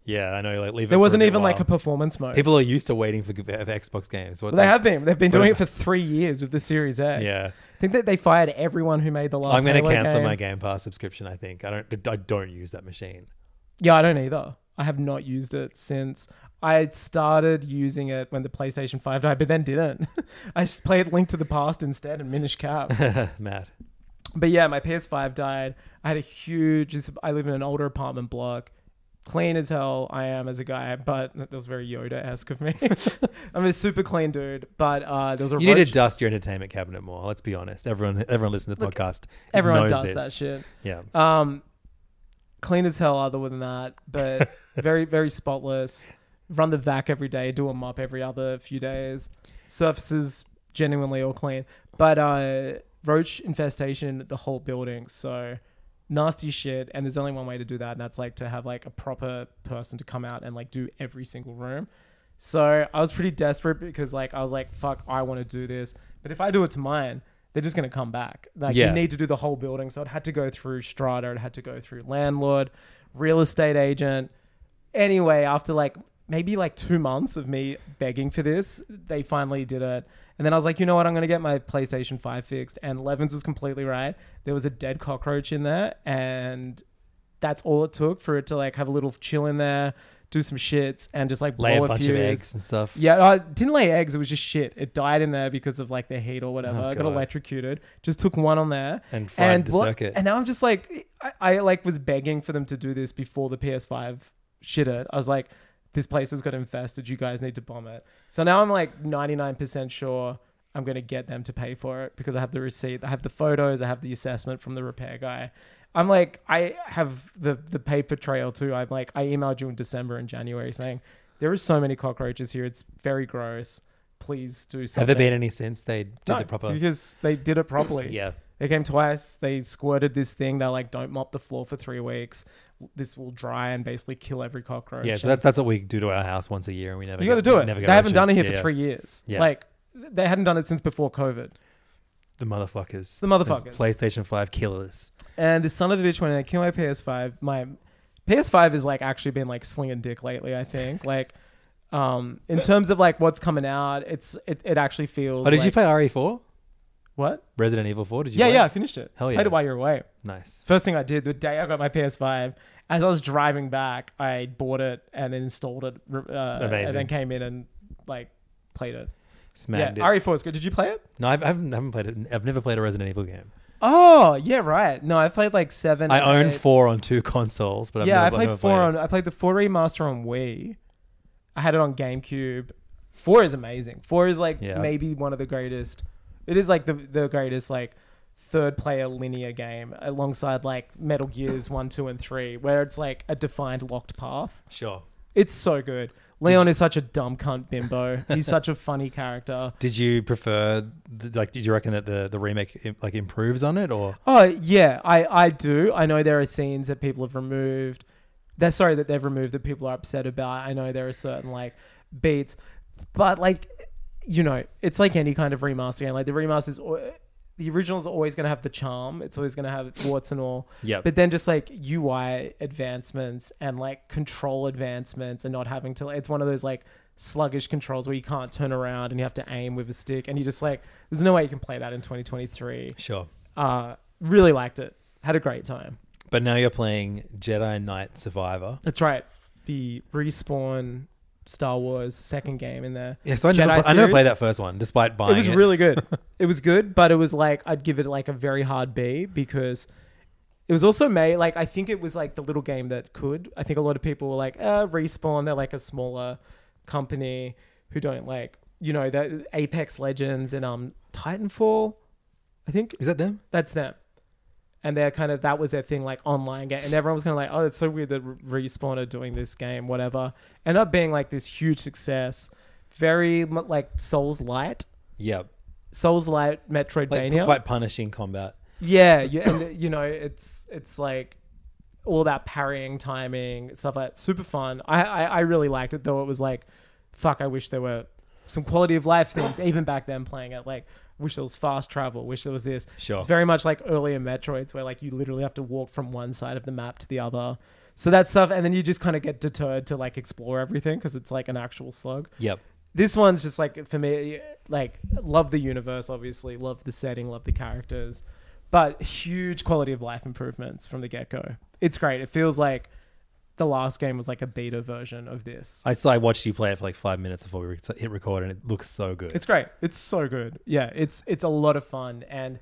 Speaker 4: yeah, I know. Like leave.
Speaker 5: There
Speaker 4: it for
Speaker 5: wasn't
Speaker 4: a bit
Speaker 5: even like a
Speaker 4: while.
Speaker 5: performance mode.
Speaker 4: people are used to waiting for, for Xbox games. What
Speaker 5: But they have been. They've been
Speaker 4: But-
Speaker 5: doing it for three years with the Series X.
Speaker 4: Yeah.
Speaker 5: I think that they fired everyone who made the last.
Speaker 4: I'm going to
Speaker 5: Halo
Speaker 4: cancel
Speaker 5: game.
Speaker 4: my Game Pass subscription. I think I don't. I don't use that machine.
Speaker 5: Yeah, I don't either. I have not used it since I had started using it when the PlayStation 5 died, but then didn't. I just played Link to the Past instead and Minish Cap.
Speaker 4: Mad.
Speaker 5: But yeah, my PS5 died. I had a huge. I live in an older apartment block. Clean as hell I am as a guy, but that was very Yoda esque of me. I'm a super clean dude, but uh, there was a
Speaker 4: You need
Speaker 5: roach-
Speaker 4: to dust your entertainment cabinet more. Let's be honest. Everyone, everyone listening to the podcast.
Speaker 5: everyone
Speaker 4: knows
Speaker 5: does
Speaker 4: this.
Speaker 5: that shit.
Speaker 4: Yeah.
Speaker 5: Um, clean as hell other than that, but very very spotless. Run the vac every day, do a mop every other few days. Surfaces genuinely all clean, but uh, roach infestation the whole building. So nasty shit and there's only one way to do that and that's like to have like a proper person to come out and like do every single room so i was pretty desperate because like i was like fuck i want to do this but if i do it to mine they're just going to come back like
Speaker 4: Yeah.
Speaker 5: you need to do the whole building so it had to go through strata it had to go through landlord real estate agent anyway after like maybe like two months of me begging for this they finally did it and then i was like you know what i'm going to get my playstation 5 fixed and levins was completely right there was a dead cockroach in there and that's all it took for it to like have a little chill in there do some shits and just like
Speaker 4: Lay
Speaker 5: blow
Speaker 4: a bunch of
Speaker 5: fuse.
Speaker 4: eggs and stuff.
Speaker 5: Yeah, uh, it didn't lay eggs. It was just shit. It died in there because of like the heat or whatever.
Speaker 4: Oh,
Speaker 5: I got
Speaker 4: God.
Speaker 5: electrocuted. Just took one on there
Speaker 4: And fried the
Speaker 5: blo-
Speaker 4: circuit.
Speaker 5: And now I'm just like, I, I like was begging for them to do this before the PS5 shit it. I was like, this place has got infested. You guys need to bomb it. So now I'm like 99% sure I'm gonna get them to pay for it because I have the receipt, I have the photos, I have the assessment from the repair guy. I'm like, I have the the paper trail too. I'm like, I emailed you in December and January saying there are so many cockroaches here. It's very gross. Please do something.
Speaker 4: Have there been any since they did
Speaker 5: No,
Speaker 4: the proper?
Speaker 5: because they did it properly.
Speaker 4: Yeah.
Speaker 5: They came twice. They squirted this thing. They're like, don't mop the floor for three weeks. This will dry and basically kill every cockroach.
Speaker 4: Yeah. So
Speaker 5: And
Speaker 4: that, that's what we do to our house once a year, and we never.
Speaker 5: you
Speaker 4: get-
Speaker 5: got to do it.
Speaker 4: Never
Speaker 5: They
Speaker 4: get
Speaker 5: haven't done it
Speaker 4: roaches.
Speaker 5: here
Speaker 4: Yeah.
Speaker 5: for three years.
Speaker 4: Yeah.
Speaker 5: Like, they hadn't done it since before COVID.
Speaker 4: The motherfuckers.
Speaker 5: The
Speaker 4: Those
Speaker 5: motherfuckers.
Speaker 4: PlayStation Five killers.
Speaker 5: And this son of a bitch went and killed my PS5. My PS5 is like actually been like slinging dick lately, I think. Like, um, in terms of like what's coming out, it's it, it actually feels.
Speaker 4: Oh, did you
Speaker 5: like-
Speaker 4: play RE4?
Speaker 5: What?
Speaker 4: Resident Evil 4? Did you?
Speaker 5: Yeah,
Speaker 4: play?
Speaker 5: yeah, I finished it.
Speaker 4: Hell yeah.
Speaker 5: Played it while you were away.
Speaker 4: Nice.
Speaker 5: First thing I did the day I got my PS5, as I was driving back, I bought it and installed it. r- Uh,
Speaker 4: Amazing.
Speaker 5: And then came in and like played it.
Speaker 4: Smacked
Speaker 5: yeah,
Speaker 4: it.
Speaker 5: RE4 is good. Did you play it?
Speaker 4: No, I've, I haven't, haven't played it. I've never played a Resident Evil game.
Speaker 5: Oh yeah, right. No, I played like seven.
Speaker 4: I own
Speaker 5: eight.
Speaker 4: four on two consoles, but I've never,
Speaker 5: Yeah, I
Speaker 4: I've
Speaker 5: played
Speaker 4: never
Speaker 5: four
Speaker 4: played
Speaker 5: on. I played the four remaster on Wii. I had it on GameCube. Four is amazing. Four is like
Speaker 4: Yeah.
Speaker 5: maybe one of the greatest. It is like the the greatest like third player linear game alongside like Metal Gears 1, 2, and 3, where it's like a defined locked path.
Speaker 4: Sure.
Speaker 5: It's so good. Leon is such a dumb cunt bimbo. He's such a funny character.
Speaker 4: Did you prefer, the, like, did you reckon that the, the remake im- like improves on it or?
Speaker 5: Oh yeah, I I do. I know there are scenes that people have removed. They're sorry that they've removed that people are upset about. I know there are certain like beats, but like you know, it's like any kind of remaster game. Like the remasters, al- the originals are always going to have the charm. It's always going to have warts and all.
Speaker 4: Yep.
Speaker 5: But then just like UI advancements and like control advancements and not having to. It's one of those like sluggish controls where you can't turn around and you have to aim with a stick and you just like there's no way you can play that in 2023
Speaker 4: Sure.
Speaker 5: uh, really liked it. Had a great time.
Speaker 4: But now you're playing Jedi Knight Survivor.
Speaker 5: That's right. The respawn Star Wars second game in there.
Speaker 4: Yeah, so I
Speaker 5: Jedi
Speaker 4: never, pl- I never
Speaker 5: series.
Speaker 4: played that first one, despite buying
Speaker 5: It
Speaker 4: it.
Speaker 5: was really good. it was good, but it was like I'd give it like a very hard B because it was also made like I think it was like the little game that could. I think a lot of people were like, uh, respawn. They're like a smaller company who don't like you know that Apex Legends and um Titanfall. I think
Speaker 4: Is that them?
Speaker 5: That's them. And they're kind of that was their thing, like online game, and everyone was kind of like, "Oh, it's so weird that Respawn are doing this game, whatever." End up being like this huge success, very m- like Souls light,
Speaker 4: Yeah.
Speaker 5: Souls light
Speaker 4: Like,
Speaker 5: Metroidvania.
Speaker 4: quite punishing combat.
Speaker 5: yeah, you, and you know, it's it's like all about parrying, timing, stuff like that. Super fun. I, I I really liked it, though. It was like, fuck, I wish there were some quality of life things even back then playing it. Like, wish there was fast travel. Wish there was this.
Speaker 4: Sure.
Speaker 5: It's very much like earlier Metroids, where like you literally have to walk from one side of the map to the other. So that stuff, and then you just kind of get deterred to like explore everything because it's like an actual slug
Speaker 4: Yep.
Speaker 5: this one's just like for me like love the universe obviously love the setting love the characters but huge quality of life improvements from the get-go it's great it feels like the last game was like a beta version of this
Speaker 4: I, so I watched you play it for like five minutes before we re- hit record, and it looks so good.
Speaker 5: it's great it's so good yeah it's it's a lot of fun and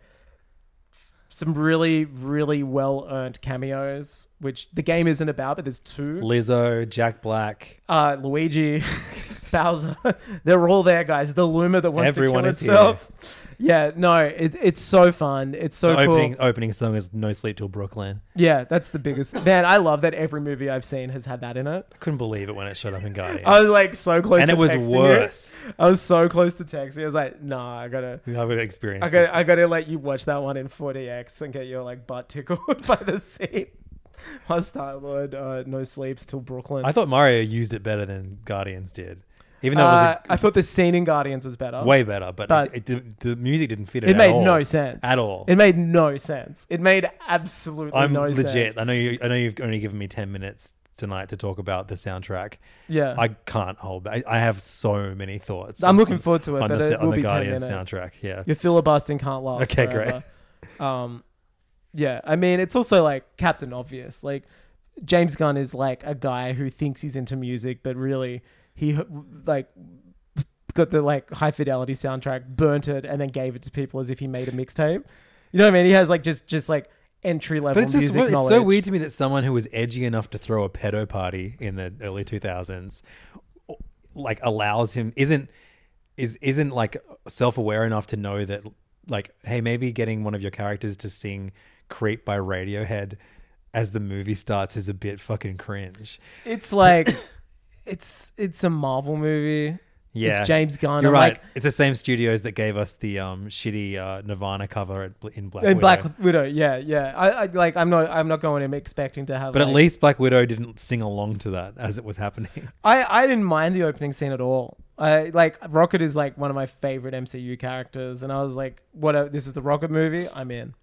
Speaker 5: some really really well earned cameos which the game isn't about but there's two
Speaker 4: Lizzo, Jack Black,
Speaker 5: uh, Luigi, Bowser, they're all there, guys. The Luma that wants
Speaker 4: Everyone
Speaker 5: to kill
Speaker 4: is
Speaker 5: itself. Yeah, no, it, it's so fun. It's so
Speaker 4: the
Speaker 5: cool.
Speaker 4: opening uh, opening song is "No Sleep Till Brooklyn."
Speaker 5: Yeah, that's the biggest. Man, I love that every movie I've seen has had that in it.
Speaker 4: I couldn't believe it when it showed up in Guardians.
Speaker 5: I was like oh, so close
Speaker 4: and
Speaker 5: to
Speaker 4: it was
Speaker 5: texting you.
Speaker 4: worse.
Speaker 5: I was so close to texting. I was like, nah, I gotta.
Speaker 4: I would experience.
Speaker 5: I gotta, I gotta let you watch that one in 40x and get your like butt tickled by the seat. My Star Lord, uh, no sleeps till Brooklyn.
Speaker 4: I thought Mario used it better than Guardians did, even though
Speaker 5: Uh,
Speaker 4: it
Speaker 5: I
Speaker 4: was
Speaker 5: thought the scene in Guardians was better.
Speaker 4: a, way better. But,
Speaker 5: Uh, but-
Speaker 4: it, it, the, the music didn't fit it.
Speaker 5: It
Speaker 4: at
Speaker 5: made
Speaker 4: all.
Speaker 5: no sense
Speaker 4: at all.
Speaker 5: It made no sense. It made absolutely
Speaker 4: I'm
Speaker 5: no
Speaker 4: legit.
Speaker 5: sense.
Speaker 4: I know you. I know you've only given me ten minutes tonight to talk about the soundtrack.
Speaker 5: Yeah.
Speaker 4: I can't hold back. I I have so many thoughts.
Speaker 5: I'm looking forward to it,
Speaker 4: on
Speaker 5: but
Speaker 4: the,
Speaker 5: it
Speaker 4: se- on
Speaker 5: will
Speaker 4: the
Speaker 5: be 10
Speaker 4: Guardians
Speaker 5: minutes.
Speaker 4: soundtrack. Yeah,
Speaker 5: Your filibustering can't last.
Speaker 4: Okay,
Speaker 5: forever. Um, yeah, I mean, it's also like Captain Obvious. Like James Gunn is like a guy who thinks he's into music, but really he like got the like high fidelity soundtrack, burnt it, and then gave it to people as if he made a mixtape. You know what I mean? He has like just just like entry level.
Speaker 4: But it's
Speaker 5: music
Speaker 4: just, it's so
Speaker 5: knowledge.
Speaker 4: weird to me that someone who was edgy enough to throw a pedo party in the early 2000s like allows him isn't is isn't like self-aware enough to know that like hey maybe getting one of your characters to sing creep by Radiohead as the movie starts is a bit fucking cringe.
Speaker 5: It's like it's it's a Marvel movie.
Speaker 4: Yeah.
Speaker 5: It's James Gunn.
Speaker 4: You're
Speaker 5: I'm
Speaker 4: right.
Speaker 5: Like,
Speaker 4: it's the same studios that gave us the um shitty uh, Nirvana cover at, in Black
Speaker 5: and
Speaker 4: Widow.
Speaker 5: Black Widow, yeah, yeah. I, I like. I'm not. I'm not going in expecting to have.
Speaker 4: but at
Speaker 5: like-
Speaker 4: least Black Widow didn't sing along to that as it was happening.
Speaker 5: I, I didn't mind the opening scene at all. I like Rocket is like one of my favorite MCU characters, and I was like, "What? This is the Rocket movie. I'm in."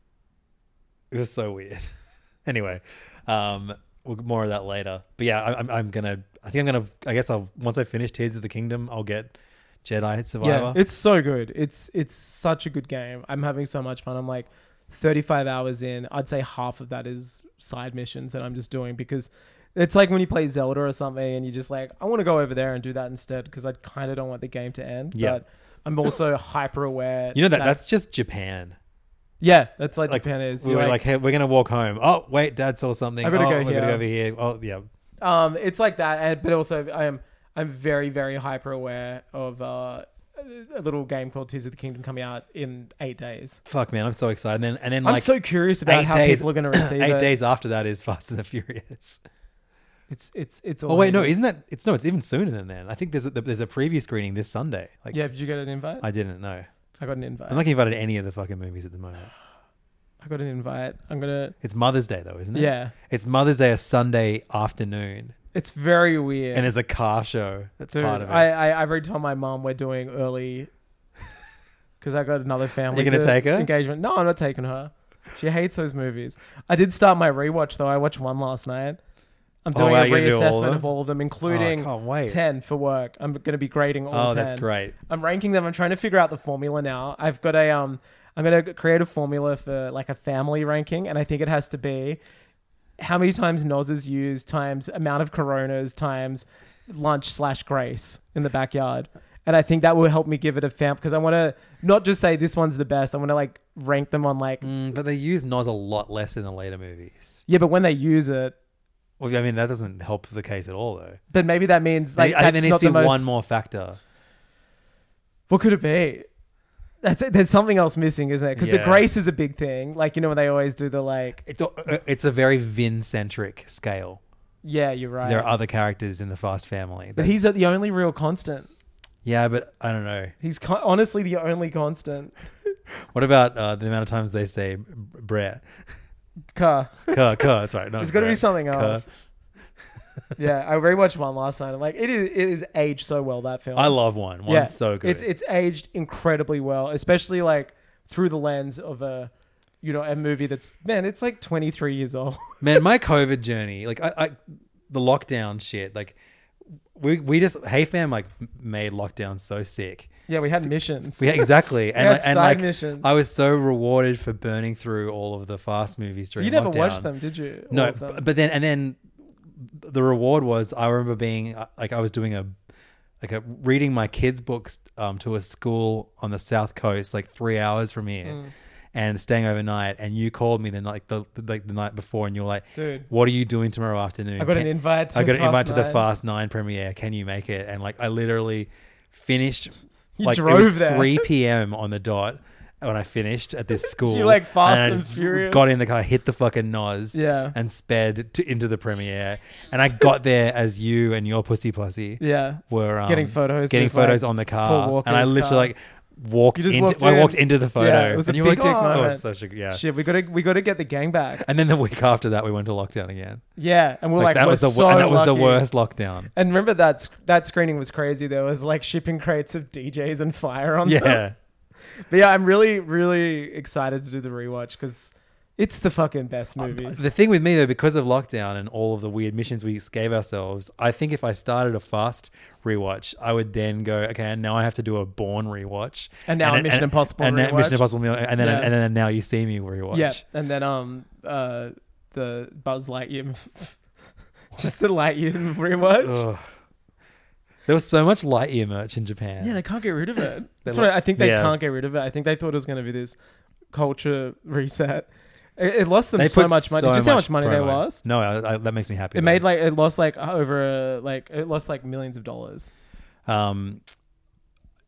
Speaker 4: It was so weird. anyway, um, we'll more of that later. But yeah, I, I'm, I'm gonna. I think I'm gonna. I guess I'll once I finish Tears of the Kingdom, I'll get Jedi Survivor.
Speaker 5: Yeah, it's so good. It's it's such a good game. I'm having so much fun. I'm like 35 hours in. I'd say half of that is side missions that I'm just doing because it's like when you play Zelda or something and you're just like, I want to go over there and do that instead because I kind of don't want the game to end.
Speaker 4: Yeah.
Speaker 5: But I'm also hyper aware.
Speaker 4: you know that, that's just Japan.
Speaker 5: yeah, that's like,
Speaker 4: Like
Speaker 5: Japan is.
Speaker 4: we
Speaker 5: You're
Speaker 4: were like, hey, we're gonna walk home. Oh wait, Dad saw something.
Speaker 5: I gotta
Speaker 4: oh,
Speaker 5: go
Speaker 4: we're gonna
Speaker 5: here.
Speaker 4: go over here. Oh yeah,
Speaker 5: um, it's like that, and, but also I am I'm very very hyper aware of uh, a little game called Tears of the Kingdom coming out in eight days.
Speaker 4: Fuck, man, I'm so excited. And then, and then
Speaker 5: I'm
Speaker 4: like
Speaker 5: so curious about
Speaker 4: eight
Speaker 5: how
Speaker 4: days-
Speaker 5: people are going to receive
Speaker 4: eight
Speaker 5: it.
Speaker 4: days after that is Fast and the Furious.
Speaker 5: It's it's it's.
Speaker 4: Oh wait, no, isn't that? It's no, it's even sooner than then. I think there's a, there's a preview screening this Sunday. Like,
Speaker 5: yeah, did you get an invite? I,
Speaker 4: I didn't know.
Speaker 5: got an invite.
Speaker 4: I'm not invited to any of the fucking movies at the moment.
Speaker 5: I got an invite. I'm gonna.
Speaker 4: It's Mother's Day though, isn't it?
Speaker 5: Yeah,
Speaker 4: It's Mother's Day, a Sunday afternoon,
Speaker 5: it's very weird.
Speaker 4: and there's a car show. That's
Speaker 5: Dude,
Speaker 4: part of it.
Speaker 5: I, I I already told my mom we're doing early because I got another family.
Speaker 4: gonna
Speaker 5: to-
Speaker 4: take her?
Speaker 5: engagement? No, I'm not taking her. She hates those movies. I did start my rewatch though. I watched one last night. I'm
Speaker 4: Oh,
Speaker 5: doing
Speaker 4: wow,
Speaker 5: a
Speaker 4: you're gonna do all of
Speaker 5: reassessment
Speaker 4: them? Oh,
Speaker 5: of all of them, including
Speaker 4: can't wait.
Speaker 5: ten for work. I'm going to be grading all
Speaker 4: oh,
Speaker 5: 10.
Speaker 4: that's great.
Speaker 5: I'm ranking them. I'm trying to figure out the formula now. I've got a um. I'm gonna create a formula for like a family ranking, and I think it has to be how many times Noz is used times amount of Coronas times lunch slash grace in the backyard. And I think that will help me give it a fam because I want to not just say this one's the best. I want to like rank them on like
Speaker 4: Mm, but they use Nos a lot less in the later movies.
Speaker 5: yeah, but when they use it,
Speaker 4: Well, I mean, that doesn't help the case at all, though.
Speaker 5: but maybe that means like
Speaker 4: I think there
Speaker 5: that's
Speaker 4: needs
Speaker 5: not
Speaker 4: to
Speaker 5: the
Speaker 4: be
Speaker 5: most.
Speaker 4: one more factor.
Speaker 5: What could it be? That's it. There's something else missing, isn't it? Because the
Speaker 4: Yeah.
Speaker 5: grace is a big thing. Like you know when they always do the like
Speaker 4: It's a, uh, it's a very Vin centric scale.
Speaker 5: yeah, you're right.
Speaker 4: There are other characters in the Fast Family.
Speaker 5: But
Speaker 4: that-
Speaker 5: he's the only real constant.
Speaker 4: yeah, but I don't know.
Speaker 5: He's con- honestly the only constant.
Speaker 4: What about uh, the amount of times they say Brer?
Speaker 5: Car.
Speaker 4: Kerr, Kerr, that's right. No,
Speaker 5: There's got to be
Speaker 4: Brer.
Speaker 5: something
Speaker 4: Kerr.
Speaker 5: else. yeah, I rewatched one last night. I'm like, it is it is aged so well that film.
Speaker 4: I love one. One's
Speaker 5: yeah,
Speaker 4: so good.
Speaker 5: It's it's aged incredibly well, especially like through the lens of a you know a movie that's man, it's like 23 years old.
Speaker 4: Man, my COVID journey, like I, I the lockdown shit, like we we just hey fam like m- made lockdown so sick.
Speaker 5: yeah, we had missions.
Speaker 4: Yeah, exactly. And
Speaker 5: had
Speaker 4: like- and
Speaker 5: side
Speaker 4: like
Speaker 5: missions.
Speaker 4: I was so rewarded for burning through all of the fast movies
Speaker 5: So
Speaker 4: during
Speaker 5: you never
Speaker 4: lockdown.
Speaker 5: watched them, did you? All
Speaker 4: No,
Speaker 5: of them.
Speaker 4: b- but then and then the reward was I remember being uh, like I was doing a like a reading my kids' books um, to a school on the south coast, like three hours from here.
Speaker 5: Mm.
Speaker 4: And staying overnight, and you called me the night, the, the, like the night before, and you were like,
Speaker 5: Dude.
Speaker 4: what are you doing tomorrow afternoon?
Speaker 5: I got an invite to
Speaker 4: I got an
Speaker 5: Fast
Speaker 4: invite to the
Speaker 5: Nine."
Speaker 4: Fast Nine premiere. Can you make it?" And like, I literally finished.
Speaker 5: You
Speaker 4: like it was
Speaker 5: drove there.
Speaker 4: three p.m. on the dot when I finished at this school.
Speaker 5: like, Fast
Speaker 4: I
Speaker 5: and
Speaker 4: just
Speaker 5: Furious.
Speaker 4: Got in the car, hit the fucking nos,
Speaker 5: Yeah.
Speaker 4: and sped to, into the premiere. And I got there as you and your pussy posse
Speaker 5: yeah.
Speaker 4: were um,
Speaker 5: Getting photos
Speaker 4: getting
Speaker 5: with,
Speaker 4: photos
Speaker 5: like,
Speaker 4: on the
Speaker 5: Paul
Speaker 4: car,
Speaker 5: Walker's
Speaker 4: and I literally
Speaker 5: car.
Speaker 4: like walked
Speaker 5: You just
Speaker 4: into.
Speaker 5: walked
Speaker 4: I walked
Speaker 5: in.
Speaker 4: into the photo.
Speaker 5: Yeah, it was a
Speaker 4: and you were
Speaker 5: big
Speaker 4: like,
Speaker 5: dick
Speaker 4: "Oh," it was
Speaker 5: moment.
Speaker 4: such a- yeah.
Speaker 5: Shit, we gotta we gotta get the gang back.
Speaker 4: And then the week after that, we went to lockdown again.
Speaker 5: Yeah, and we're like,
Speaker 4: that
Speaker 5: we're
Speaker 4: was the
Speaker 5: so
Speaker 4: and that was the
Speaker 5: lucky.
Speaker 4: worst lockdown.
Speaker 5: And remember that sc- that screening was crazy. There was like shipping crates of DJs and fire on them.
Speaker 4: Yeah.
Speaker 5: But yeah, I'm really really excited to do the rewatch because it's the fucking best movie.
Speaker 4: The thing with me though, because of lockdown and all of the weird missions we gave ourselves, I think if I started a fast rewatch, I would then go, okay, and now I have to do a Born rewatch,
Speaker 5: And now a Mission Impossible
Speaker 4: and now
Speaker 5: rewatch.
Speaker 4: Mission Impossible, meal- and then
Speaker 5: Yeah.
Speaker 4: and then now you see me rewatch.
Speaker 5: yeah, and then um uh the Buzz Lightyear, just the Lightyear rewatch.
Speaker 4: Ugh. There was so much Lightyear merch in Japan.
Speaker 5: Yeah, they can't get rid of it. That's
Speaker 4: like-
Speaker 5: what I think they
Speaker 4: Yeah.
Speaker 5: can't get rid of it. I think they thought it was going to be this culture reset. It, it lost them
Speaker 4: They
Speaker 5: so
Speaker 4: put
Speaker 5: much money. Did you see how much money they
Speaker 4: promo.
Speaker 5: lost?
Speaker 4: No, I, I, that makes me happy.
Speaker 5: It
Speaker 4: though.
Speaker 5: made like it lost like over uh, like it lost like millions of dollars.
Speaker 4: um,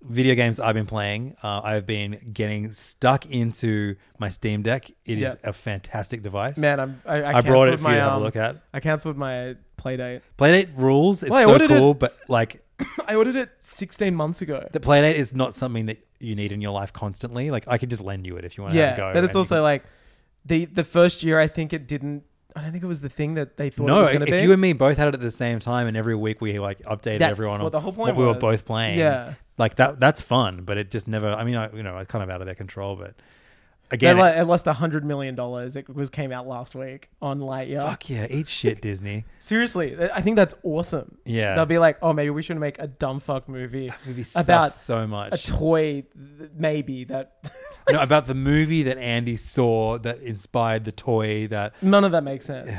Speaker 4: video games I've been playing. Uh, I've been getting stuck into my Steam Deck. It is
Speaker 5: Yep.
Speaker 4: a fantastic device.
Speaker 5: Man, I'm I, I,
Speaker 4: I brought it
Speaker 5: cancelled
Speaker 4: for
Speaker 5: my,
Speaker 4: you to have
Speaker 5: um,
Speaker 4: a look at.
Speaker 5: I cancelled my playdate.
Speaker 4: Playdate rules. It's
Speaker 5: Well, I
Speaker 4: so
Speaker 5: ordered it-
Speaker 4: cool, but like
Speaker 5: I ordered it 16 months ago.
Speaker 4: the Playdate is not something that you need in your life constantly. Like I could just lend you it if you want to
Speaker 5: yeah,
Speaker 4: have a go.
Speaker 5: but it's
Speaker 4: and you
Speaker 5: also
Speaker 4: can-
Speaker 5: like the the first year I think it didn't. I don't think it was the thing that they thought it
Speaker 4: no.
Speaker 5: was going
Speaker 4: If
Speaker 5: to be.
Speaker 4: you and me both had it at the same time, and every week we like updated
Speaker 5: That's
Speaker 4: everyone on
Speaker 5: what the whole point
Speaker 4: we were
Speaker 5: was.
Speaker 4: both playing.
Speaker 5: Yeah.
Speaker 4: like that. That's fun, but it just never. I mean, I, you know, it's kind of out of their control. But
Speaker 5: They
Speaker 4: again,
Speaker 5: lo- it lost 100 million dollars. It was came out last week on Lightyear.
Speaker 4: fuck yeah, eat shit, Disney.
Speaker 5: Seriously, th- I think that's awesome.
Speaker 4: Yeah.
Speaker 5: They'll be like, oh, maybe we should make a dumb fuck movie,
Speaker 4: movie sucks
Speaker 5: about
Speaker 4: so much.
Speaker 5: a toy, th- maybe that
Speaker 4: no, about the movie that Andy saw that inspired the toy that
Speaker 5: none of that makes sense.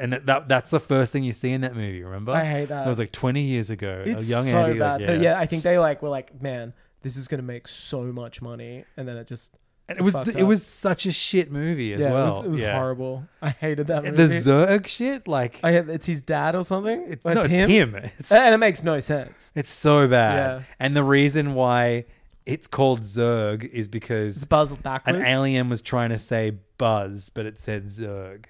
Speaker 4: and that, that that's the first thing you see in that movie. Remember?
Speaker 5: I hate that.
Speaker 4: That was like twenty years ago.
Speaker 5: It's
Speaker 4: a young
Speaker 5: so
Speaker 4: Andy,
Speaker 5: bad.
Speaker 4: like,
Speaker 5: But yeah, I think they like were like, man, this is gonna make so much money, and then it just
Speaker 4: and it was
Speaker 5: fucked
Speaker 4: it
Speaker 5: up.
Speaker 4: was such a shit movie as
Speaker 5: yeah,
Speaker 4: well.
Speaker 5: it was, it was
Speaker 4: Yeah.
Speaker 5: horrible. I hated that movie.
Speaker 4: The Zerg shit, like
Speaker 5: I had, it's his dad or something.
Speaker 4: it's,
Speaker 5: Or
Speaker 4: no, it's him. It's,
Speaker 5: And it makes no sense.
Speaker 4: it's so bad.
Speaker 5: Yeah.
Speaker 4: And the reason why it's called Zerg is because
Speaker 5: It's buzzed backwards.
Speaker 4: an alien was trying to say Buzz, but it said Zerg,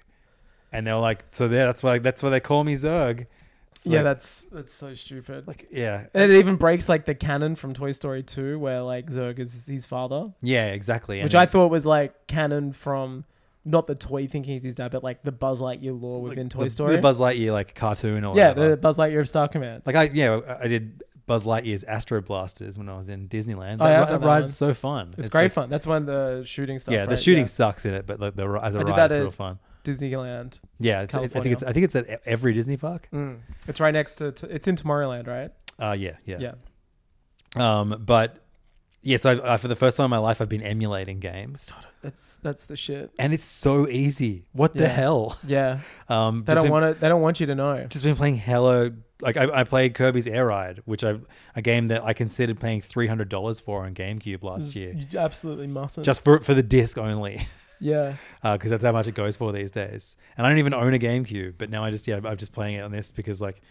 Speaker 4: and they were like, so there, that's why that's why they call me Zerg. It's
Speaker 5: Yeah,
Speaker 4: like-
Speaker 5: that's that's so stupid.
Speaker 4: like yeah,
Speaker 5: and it even breaks like the canon from Toy Story 2 where like Zurg is his father,
Speaker 4: yeah, exactly. And
Speaker 5: which
Speaker 4: then-
Speaker 5: I thought was like canon from not the toy thinking he's his dad, but like the Buzz Lightyear lore within Toy
Speaker 4: the,
Speaker 5: Story.
Speaker 4: the Buzz Lightyear like cartoon or
Speaker 5: yeah,
Speaker 4: whatever.
Speaker 5: the Buzz Lightyear of Star Command.
Speaker 4: Like I yeah, I- I did Buzz Lightyear's Astro Blasters when I was in Disneyland.
Speaker 5: Oh,
Speaker 4: that,
Speaker 5: yeah,
Speaker 4: ri-
Speaker 5: I've done
Speaker 4: that
Speaker 5: that
Speaker 4: ride's so fun.
Speaker 5: It's, great
Speaker 4: like-
Speaker 5: fun. That's when the shooting stuff.
Speaker 4: Yeah, the
Speaker 5: right?
Speaker 4: shooting sucks in it, but like the ri- as a
Speaker 5: I did
Speaker 4: ride, it's
Speaker 5: that
Speaker 4: real
Speaker 5: at-
Speaker 4: fun.
Speaker 5: Disneyland.
Speaker 4: Yeah, it's, I think
Speaker 5: California.
Speaker 4: it's I think it's at e- every Disney park.
Speaker 5: It's right next to. to it's in Tomorrowland, right?
Speaker 4: Uh, yeah, yeah,
Speaker 5: Yeah.
Speaker 4: Um, but yeah, so I, I, for the first time in my life, I've been emulating games,
Speaker 5: That's that's the shit.
Speaker 4: and it's so easy. What the
Speaker 5: Yeah.
Speaker 4: hell?
Speaker 5: Yeah,
Speaker 4: Um,
Speaker 5: they
Speaker 4: just
Speaker 5: don't
Speaker 4: been-
Speaker 5: want it. They don't want you to know.
Speaker 4: just been playing hella. Like I, I played Kirby's Air Ride, which I a game that I considered paying three hundred dollars for on GameCube last year,
Speaker 5: You absolutely mustn't.
Speaker 4: just for for the disc only.
Speaker 5: yeah,
Speaker 4: because that's how much it goes for these days. And I don't even own a GameCube, but now I just yeah, I'm just playing it on this because like,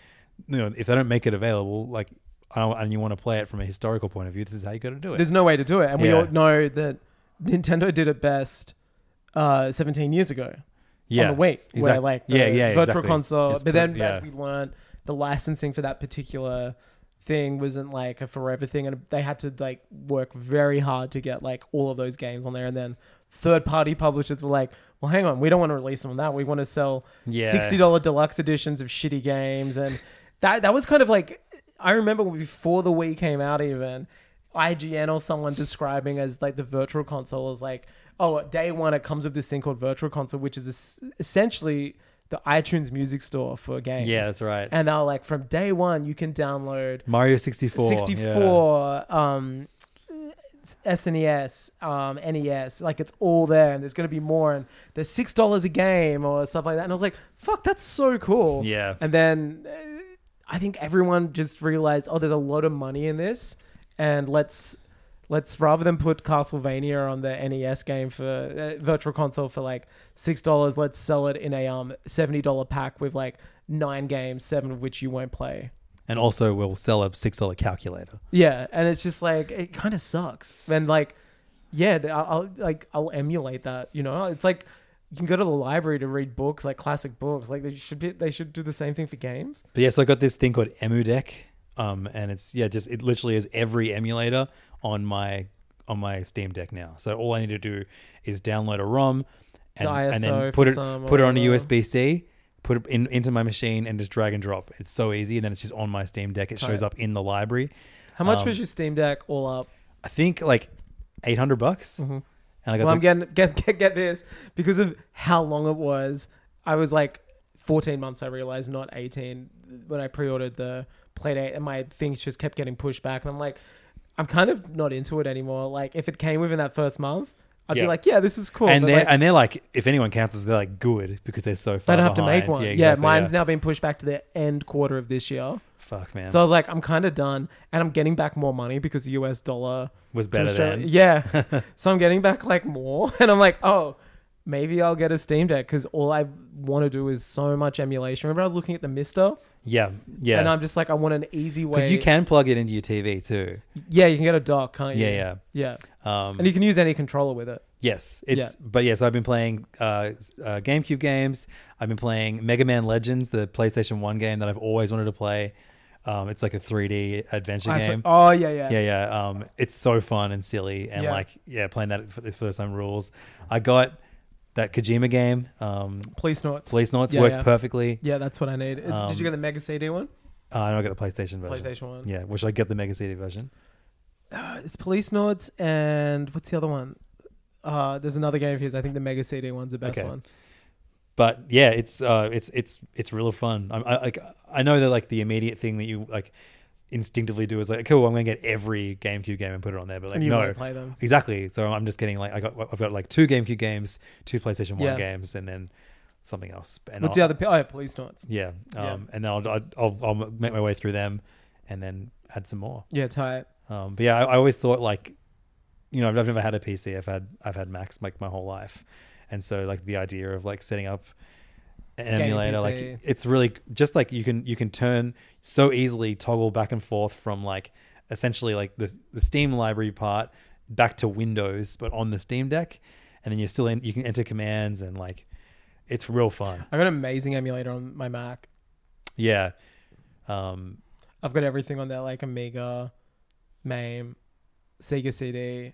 Speaker 4: you know, if they don't make it available, like, I don't, and you want to play it from a historical point of view, this is how you got to do it.
Speaker 5: there's no way to do it, and we
Speaker 4: Yeah.
Speaker 5: all know that Nintendo did it best uh, 17 years ago
Speaker 4: yeah,
Speaker 5: on the Wii, where
Speaker 4: Exact-
Speaker 5: like the
Speaker 4: yeah, yeah,
Speaker 5: virtual
Speaker 4: exactly.
Speaker 5: console.
Speaker 4: It's
Speaker 5: but
Speaker 4: pre-
Speaker 5: then
Speaker 4: yeah.
Speaker 5: as we learned, the licensing for that particular thing wasn't like a forever thing, and they had to like work very hard to get like all of those games on there, and then. Third party publishers were like, well, hang on, we don't want to release them on that. We want to sell
Speaker 4: Yeah.
Speaker 5: $60 deluxe editions of shitty games. And that, that was kind of like, I remember before the Wii came out, even IGN or someone describing as like the virtual console is like, oh, at day one, it comes with this thing called virtual console, which is es- essentially the iTunes music store for games.
Speaker 4: Yeah, that's right.
Speaker 5: And they're like, from day one, you can download
Speaker 4: Mario 64,
Speaker 5: 64 um SNES, um, NES, like it's all there, and there's going to be more, and there's six dollars a game or stuff like that. And I was like, "Fuck, that's so cool!"
Speaker 4: Yeah.
Speaker 5: And then uh, I think everyone just realized, "Oh, there's a lot of money in this, and let's let's rather than put Castlevania on the NES game for uh, Virtual Console for like six dollars, let's sell it in a um seventy dollar pack with like nine games, seven of which you won't play."
Speaker 4: and also we'll sell a six dollar calculator.
Speaker 5: Yeah, and it's just like it kind of sucks. Then like, yeah, th- I'll, I'll like I'll emulate that. You know, it's like you can go to the library to read books, like classic books. Like they should be, they should do the same thing for games.
Speaker 4: But yeah, so I got this thing called Emu Deck, um, and it's yeah, just it literally is every emulator on my on my Steam Deck now. So all I need to do is download a ROM and,
Speaker 5: The
Speaker 4: and
Speaker 5: ISO
Speaker 4: then
Speaker 5: for
Speaker 4: put it
Speaker 5: some or
Speaker 4: put it on a
Speaker 5: whatever.
Speaker 4: USB C, put it in, into my machine, and just drag and drop. It's so easy, and then it's just on my Steam Deck. It shows up in the library.
Speaker 5: How
Speaker 4: Um,
Speaker 5: much was your Steam Deck all up?
Speaker 4: I think like eight hundred bucks, and I got
Speaker 5: Mm-hmm. Well, I'm
Speaker 4: the,
Speaker 5: getting get, get get this because of how long it was. I was like 14 months. I realized not 18 when I pre-ordered the Playdate, and my things just kept getting pushed back. And I'm like, I'm kind of not into it anymore. Like if it came within that first month, I'd
Speaker 4: Yeah.
Speaker 5: be like, yeah, this is cool.
Speaker 4: and
Speaker 5: But,
Speaker 4: they're
Speaker 5: like,
Speaker 4: and they're like if anyone cancels, they're like good because they're so far.
Speaker 5: they don't have
Speaker 4: behind.
Speaker 5: to make one. Yeah,
Speaker 4: exactly,
Speaker 5: mine's now been pushed back to the end quarter of this year.
Speaker 4: Fuck man,
Speaker 5: So I was like, I'm kind of done, and I'm getting back more money because the US dollar
Speaker 4: was
Speaker 5: to
Speaker 4: better
Speaker 5: Australia-
Speaker 4: than
Speaker 5: Yeah, so I'm getting back like more, and I'm like, oh, maybe I'll get a Steam Deck because all I want to do is so much emulation. Remember, I was looking at the Mister,
Speaker 4: yeah yeah.
Speaker 5: and I'm just like, I want an easy way.
Speaker 4: Because you can plug it into your TV too.
Speaker 5: yeah, you can get a dock, can't you?
Speaker 4: Yeah,
Speaker 5: yeah,
Speaker 4: yeah. Um,
Speaker 5: and you can use any controller with it.
Speaker 4: yes, it's but yes, I've been playing uh, uh, GameCube games. I've been playing Mega Man Legends, the PlayStation One game that I've always wanted to play. Um, it's like a 3D adventure
Speaker 5: I saw-
Speaker 4: game.
Speaker 5: oh yeah, yeah,
Speaker 4: yeah, yeah. Um, it's so fun and silly, and
Speaker 5: Yeah.
Speaker 4: like yeah, playing that for the first time rules. I got that Kojima game. Um,
Speaker 5: Police Snorts.
Speaker 4: Police Um, Knights
Speaker 5: Yeah,
Speaker 4: works
Speaker 5: yeah.
Speaker 4: perfectly.
Speaker 5: Yeah, that's what I need. It's, did you get the Mega CD one?
Speaker 4: Uh, I don't get the PlayStation version.
Speaker 5: PlayStation one.
Speaker 4: Yeah, which I get the Mega CD version.
Speaker 5: uh, It's Police Nods and what's the other one? Uh, there's another game of his. I think the Mega CD one's the best
Speaker 4: Okay.
Speaker 5: one.
Speaker 4: but yeah, it's uh, it's it's it's real fun. I, I like I know that like the immediate thing that you like instinctively do is like, cool, I'm gonna get every GameCube game and put it on there, but like
Speaker 5: And you
Speaker 4: no,
Speaker 5: won't play them.
Speaker 4: exactly. So I'm just getting like I got I've got like two GameCube games, two PlayStation One
Speaker 5: Yeah.
Speaker 4: games, and then something else. And
Speaker 5: What's
Speaker 4: I'll-
Speaker 5: the other? Oh, yeah, Police Nods.
Speaker 4: Yeah, um,
Speaker 5: Yeah.
Speaker 4: and then I'll, I'll I'll I'll make my way through them, and then add some more.
Speaker 5: Yeah, tight.
Speaker 4: Um, but yeah, I, I always thought like you know, I've, I've never had a PC. I've had I've had Macs like my whole life, and so like the idea of like setting up an emulator,
Speaker 5: PC.
Speaker 4: like it's really just like you can you can turn so easily toggle back and forth from like essentially like the the Steam library part back to Windows, but on the Steam Deck, and then you're still in. You can enter commands and like it's real fun.
Speaker 5: I've got an amazing emulator on my Mac.
Speaker 4: Yeah. Um,
Speaker 5: I've got everything on there, like Amiga, MAME, Sega CD,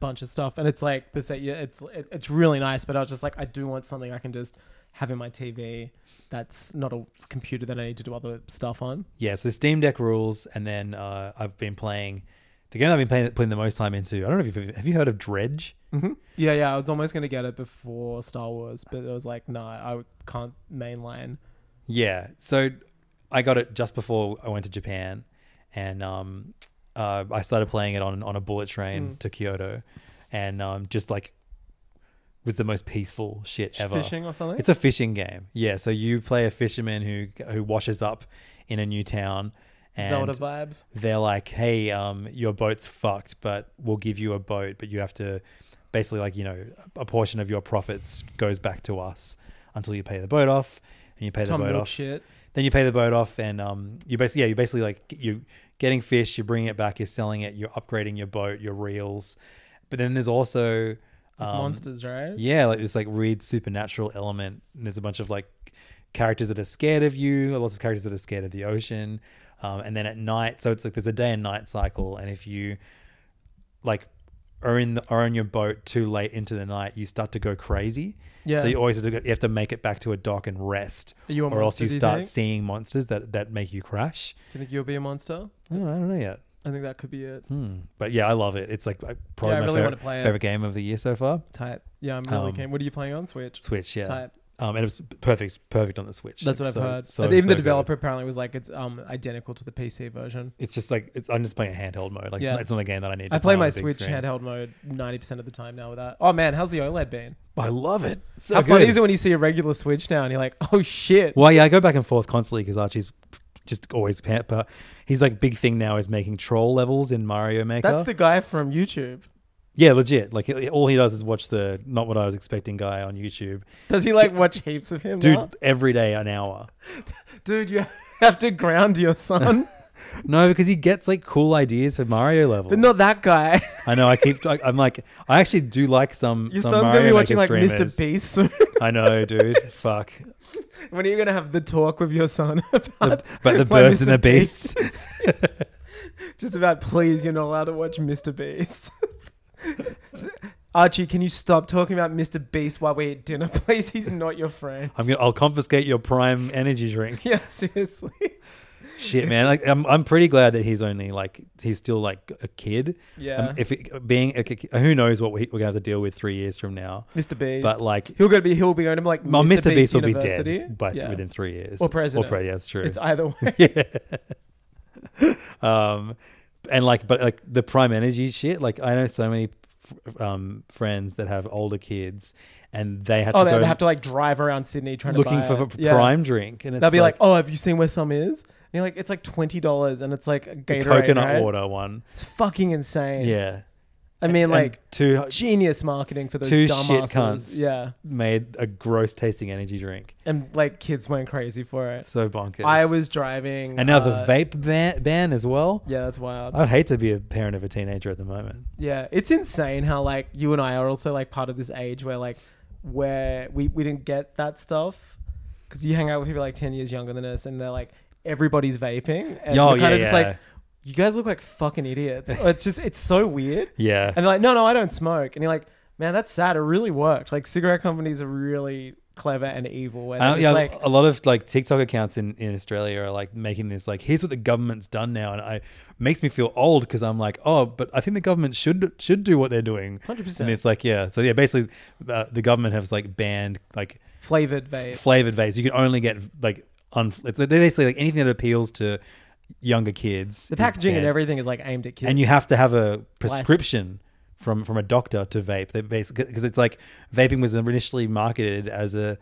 Speaker 5: bunch of stuff, and it's like this. Yeah, it's it, it's really nice, but I was just like, I do want something I can just have in my TV. That's not a computer that I need to do other stuff on.
Speaker 4: yeah, so Steam Deck rules, and then uh, I've been playing the game I've been playing, putting the most time into. I don't know if you've have you heard of Dredge.
Speaker 5: Yeah, yeah. I was almost gonna get it before Star Wars, but I was like, no, I can't mainline.
Speaker 4: Yeah, so I got it just before I went to Japan, and um, uh, I started playing it on on a bullet
Speaker 5: Hmm.
Speaker 4: train to Kyoto, and um, just like was the most peaceful shit ever.
Speaker 5: Fishing or something?
Speaker 4: It's a fishing game. Yeah, so you play a fisherman who who washes up in a new town. And
Speaker 5: Zelda vibes.
Speaker 4: they're like, hey, um, your boat's fucked, but we'll give you a boat, but you have to basically like, you know, a portion of your profits goes back to us until you pay the boat off and you pay the
Speaker 5: Tom
Speaker 4: boat
Speaker 5: Nook
Speaker 4: off.
Speaker 5: shit.
Speaker 4: Then you pay the boat off and um, you basically, yeah, you basically like, you're getting fish, you're bringing it back, you're selling it, you're upgrading your boat, your reels. But then there's also, um,
Speaker 5: Monsters, right?
Speaker 4: yeah, like this like weird supernatural element. And there's a bunch of like characters that are scared of you, lots of characters that are scared of the ocean. Um, and then at night, so it's like there's a day and night cycle, and if you like are in the, are on your boat too late into the night, you start to go crazy.
Speaker 5: Yeah.
Speaker 4: So you always have to, go, you have to make it back to a dock and rest,
Speaker 5: Are you a
Speaker 4: or else
Speaker 5: monster,
Speaker 4: you
Speaker 5: do you
Speaker 4: start
Speaker 5: think?
Speaker 4: seeing monsters that that make you crash.
Speaker 5: Do you think you'll be a monster?
Speaker 4: I don't, know- I don't know yet,
Speaker 5: I think that could be it.
Speaker 4: Hmm. but yeah, I love it. It's like I- probably
Speaker 5: Yeah, I
Speaker 4: my
Speaker 5: really
Speaker 4: favorite,
Speaker 5: wanna play it.
Speaker 4: favorite game of the year so far.
Speaker 5: Type. Yeah, I'm really
Speaker 4: Um,
Speaker 5: keen. What are you playing on Switch?
Speaker 4: Switch, yeah.
Speaker 5: Type.
Speaker 4: Um, and it was perfect, perfect on the Switch.
Speaker 5: That's what
Speaker 4: So-
Speaker 5: I've heard.
Speaker 4: so-
Speaker 5: Even
Speaker 4: so
Speaker 5: the
Speaker 4: good.
Speaker 5: developer apparently was like, it's um identical to the PC version.
Speaker 4: It's just like it's, I'm just playing a handheld mode. Like
Speaker 5: Yeah.
Speaker 4: it's not a game that I need. To
Speaker 5: I play
Speaker 4: on
Speaker 5: my
Speaker 4: a big
Speaker 5: Switch
Speaker 4: screen.
Speaker 5: handheld mode 90% of the time now with that. Oh man, how's the OLED been?
Speaker 4: I love it. It's So
Speaker 5: How fun
Speaker 4: good.
Speaker 5: is it when you see a regular Switch now and you're like, oh shit.
Speaker 4: Well, yeah, I go back and forth constantly because Archie's just always pamper. He's like big thing now is making troll levels in Mario Maker.
Speaker 5: That's the guy from YouTube.
Speaker 4: yeah, legit. Like it- all he does is watch the not what I was expecting guy on YouTube.
Speaker 5: Does he like watch heaps of him?
Speaker 4: Dude,
Speaker 5: now?
Speaker 4: every day an hour.
Speaker 5: dude, you have to ground your son,
Speaker 4: No, because he gets like cool ideas for Mario levels.
Speaker 5: but not that guy.
Speaker 4: I know. I keep. I, I'm like. I actually do like some.
Speaker 5: Your
Speaker 4: some
Speaker 5: son's
Speaker 4: Mario
Speaker 5: gonna be watching
Speaker 4: Maker
Speaker 5: like
Speaker 4: streamers.
Speaker 5: Mr. Beast soon.
Speaker 4: I know, dude. Fuck.
Speaker 5: when are you gonna have the talk with your son
Speaker 4: But
Speaker 5: about
Speaker 4: the
Speaker 5: why
Speaker 4: birds and
Speaker 5: Mr.
Speaker 4: the beasts.
Speaker 5: Just about, please, you're not allowed to watch Mr. Beast. Archie, can you stop talking about Mr. Beast while we eat dinner, please? He's not your friend.
Speaker 4: I'm gonna. I'll confiscate your prime energy drink.
Speaker 5: Yeah, seriously.
Speaker 4: Shit, man. Like, I'm. I'm pretty glad that he's only like he's still like a kid. Um,
Speaker 5: Yeah.
Speaker 4: if it, being a, ki- who knows what we, we're gonna have to deal with three years from now.
Speaker 5: Mr. Beast.
Speaker 4: But like,
Speaker 5: he'll gonna be he'll be going to like
Speaker 4: well, Mr. Beast, will be
Speaker 5: University.
Speaker 4: dead by
Speaker 5: Yeah.
Speaker 4: within three years.
Speaker 5: Or president.
Speaker 4: Or pre- yeah, that's true.
Speaker 5: It's either way.
Speaker 4: um, and like, but like the prime energy shit. Like, I know so many f- um friends that have older kids, and they had
Speaker 5: Oh,
Speaker 4: to
Speaker 5: they
Speaker 4: go
Speaker 5: have to like drive around Sydney trying
Speaker 4: looking
Speaker 5: to buy
Speaker 4: for,
Speaker 5: it.
Speaker 4: for
Speaker 5: Yeah.
Speaker 4: prime drink, and it's
Speaker 5: They'll be like, "Oh, have you seen where some is?" And you're like, "It's like twenty dollars, and it's like a
Speaker 4: the
Speaker 5: "Oh, Gatorade,
Speaker 4: coconut
Speaker 5: right?
Speaker 4: water one.
Speaker 5: It's fucking insane."
Speaker 4: Yeah.
Speaker 5: I mean,
Speaker 4: And
Speaker 5: like
Speaker 4: two
Speaker 5: genius marketing for those
Speaker 4: two
Speaker 5: dumbasses.
Speaker 4: shit cunts
Speaker 5: Yeah,
Speaker 4: made a gross tasting energy drink.
Speaker 5: and like kids went crazy for it.
Speaker 4: So bonkers.
Speaker 5: I was driving,
Speaker 4: and now
Speaker 5: uh,
Speaker 4: the vape ban, ban as well.
Speaker 5: Yeah, that's wild.
Speaker 4: I'd hate to be a parent of a teenager at the moment.
Speaker 5: yeah, it's insane how like you and I are also like part of this age where like where we we didn't get that stuff because you hang out with people like ten years younger than us, and they're like everybody's vaping, and
Speaker 4: Oh,
Speaker 5: we're kind
Speaker 4: yeah,
Speaker 5: of just
Speaker 4: yeah.
Speaker 5: like. You guys look like fucking idiots. It's just, it's so weird.
Speaker 4: Yeah.
Speaker 5: And they're like, no, no, I don't smoke. And you're like, man, that's sad. It really worked. Like, cigarette companies are really clever and evil. And
Speaker 4: I don't-
Speaker 5: it's
Speaker 4: Uh, yeah,
Speaker 5: like,
Speaker 4: a lot of like TikTok accounts in, in Australia are like making this like here's what the government's done now, and I makes me feel old because I'm like oh, but I think the government should should do what they're doing.
Speaker 5: 100%.
Speaker 4: And it's like yeah, so yeah, basically uh, the government has like banned like
Speaker 5: flavored vape.
Speaker 4: flavored vapes. You can only get like un- they basically like anything that appeals to younger kids.
Speaker 5: The
Speaker 4: is
Speaker 5: packaging and
Speaker 4: banned.
Speaker 5: everything is like aimed at kids.
Speaker 4: and you have to have a prescription from from a doctor to vape. They basically because it's like vaping was initially marketed as a.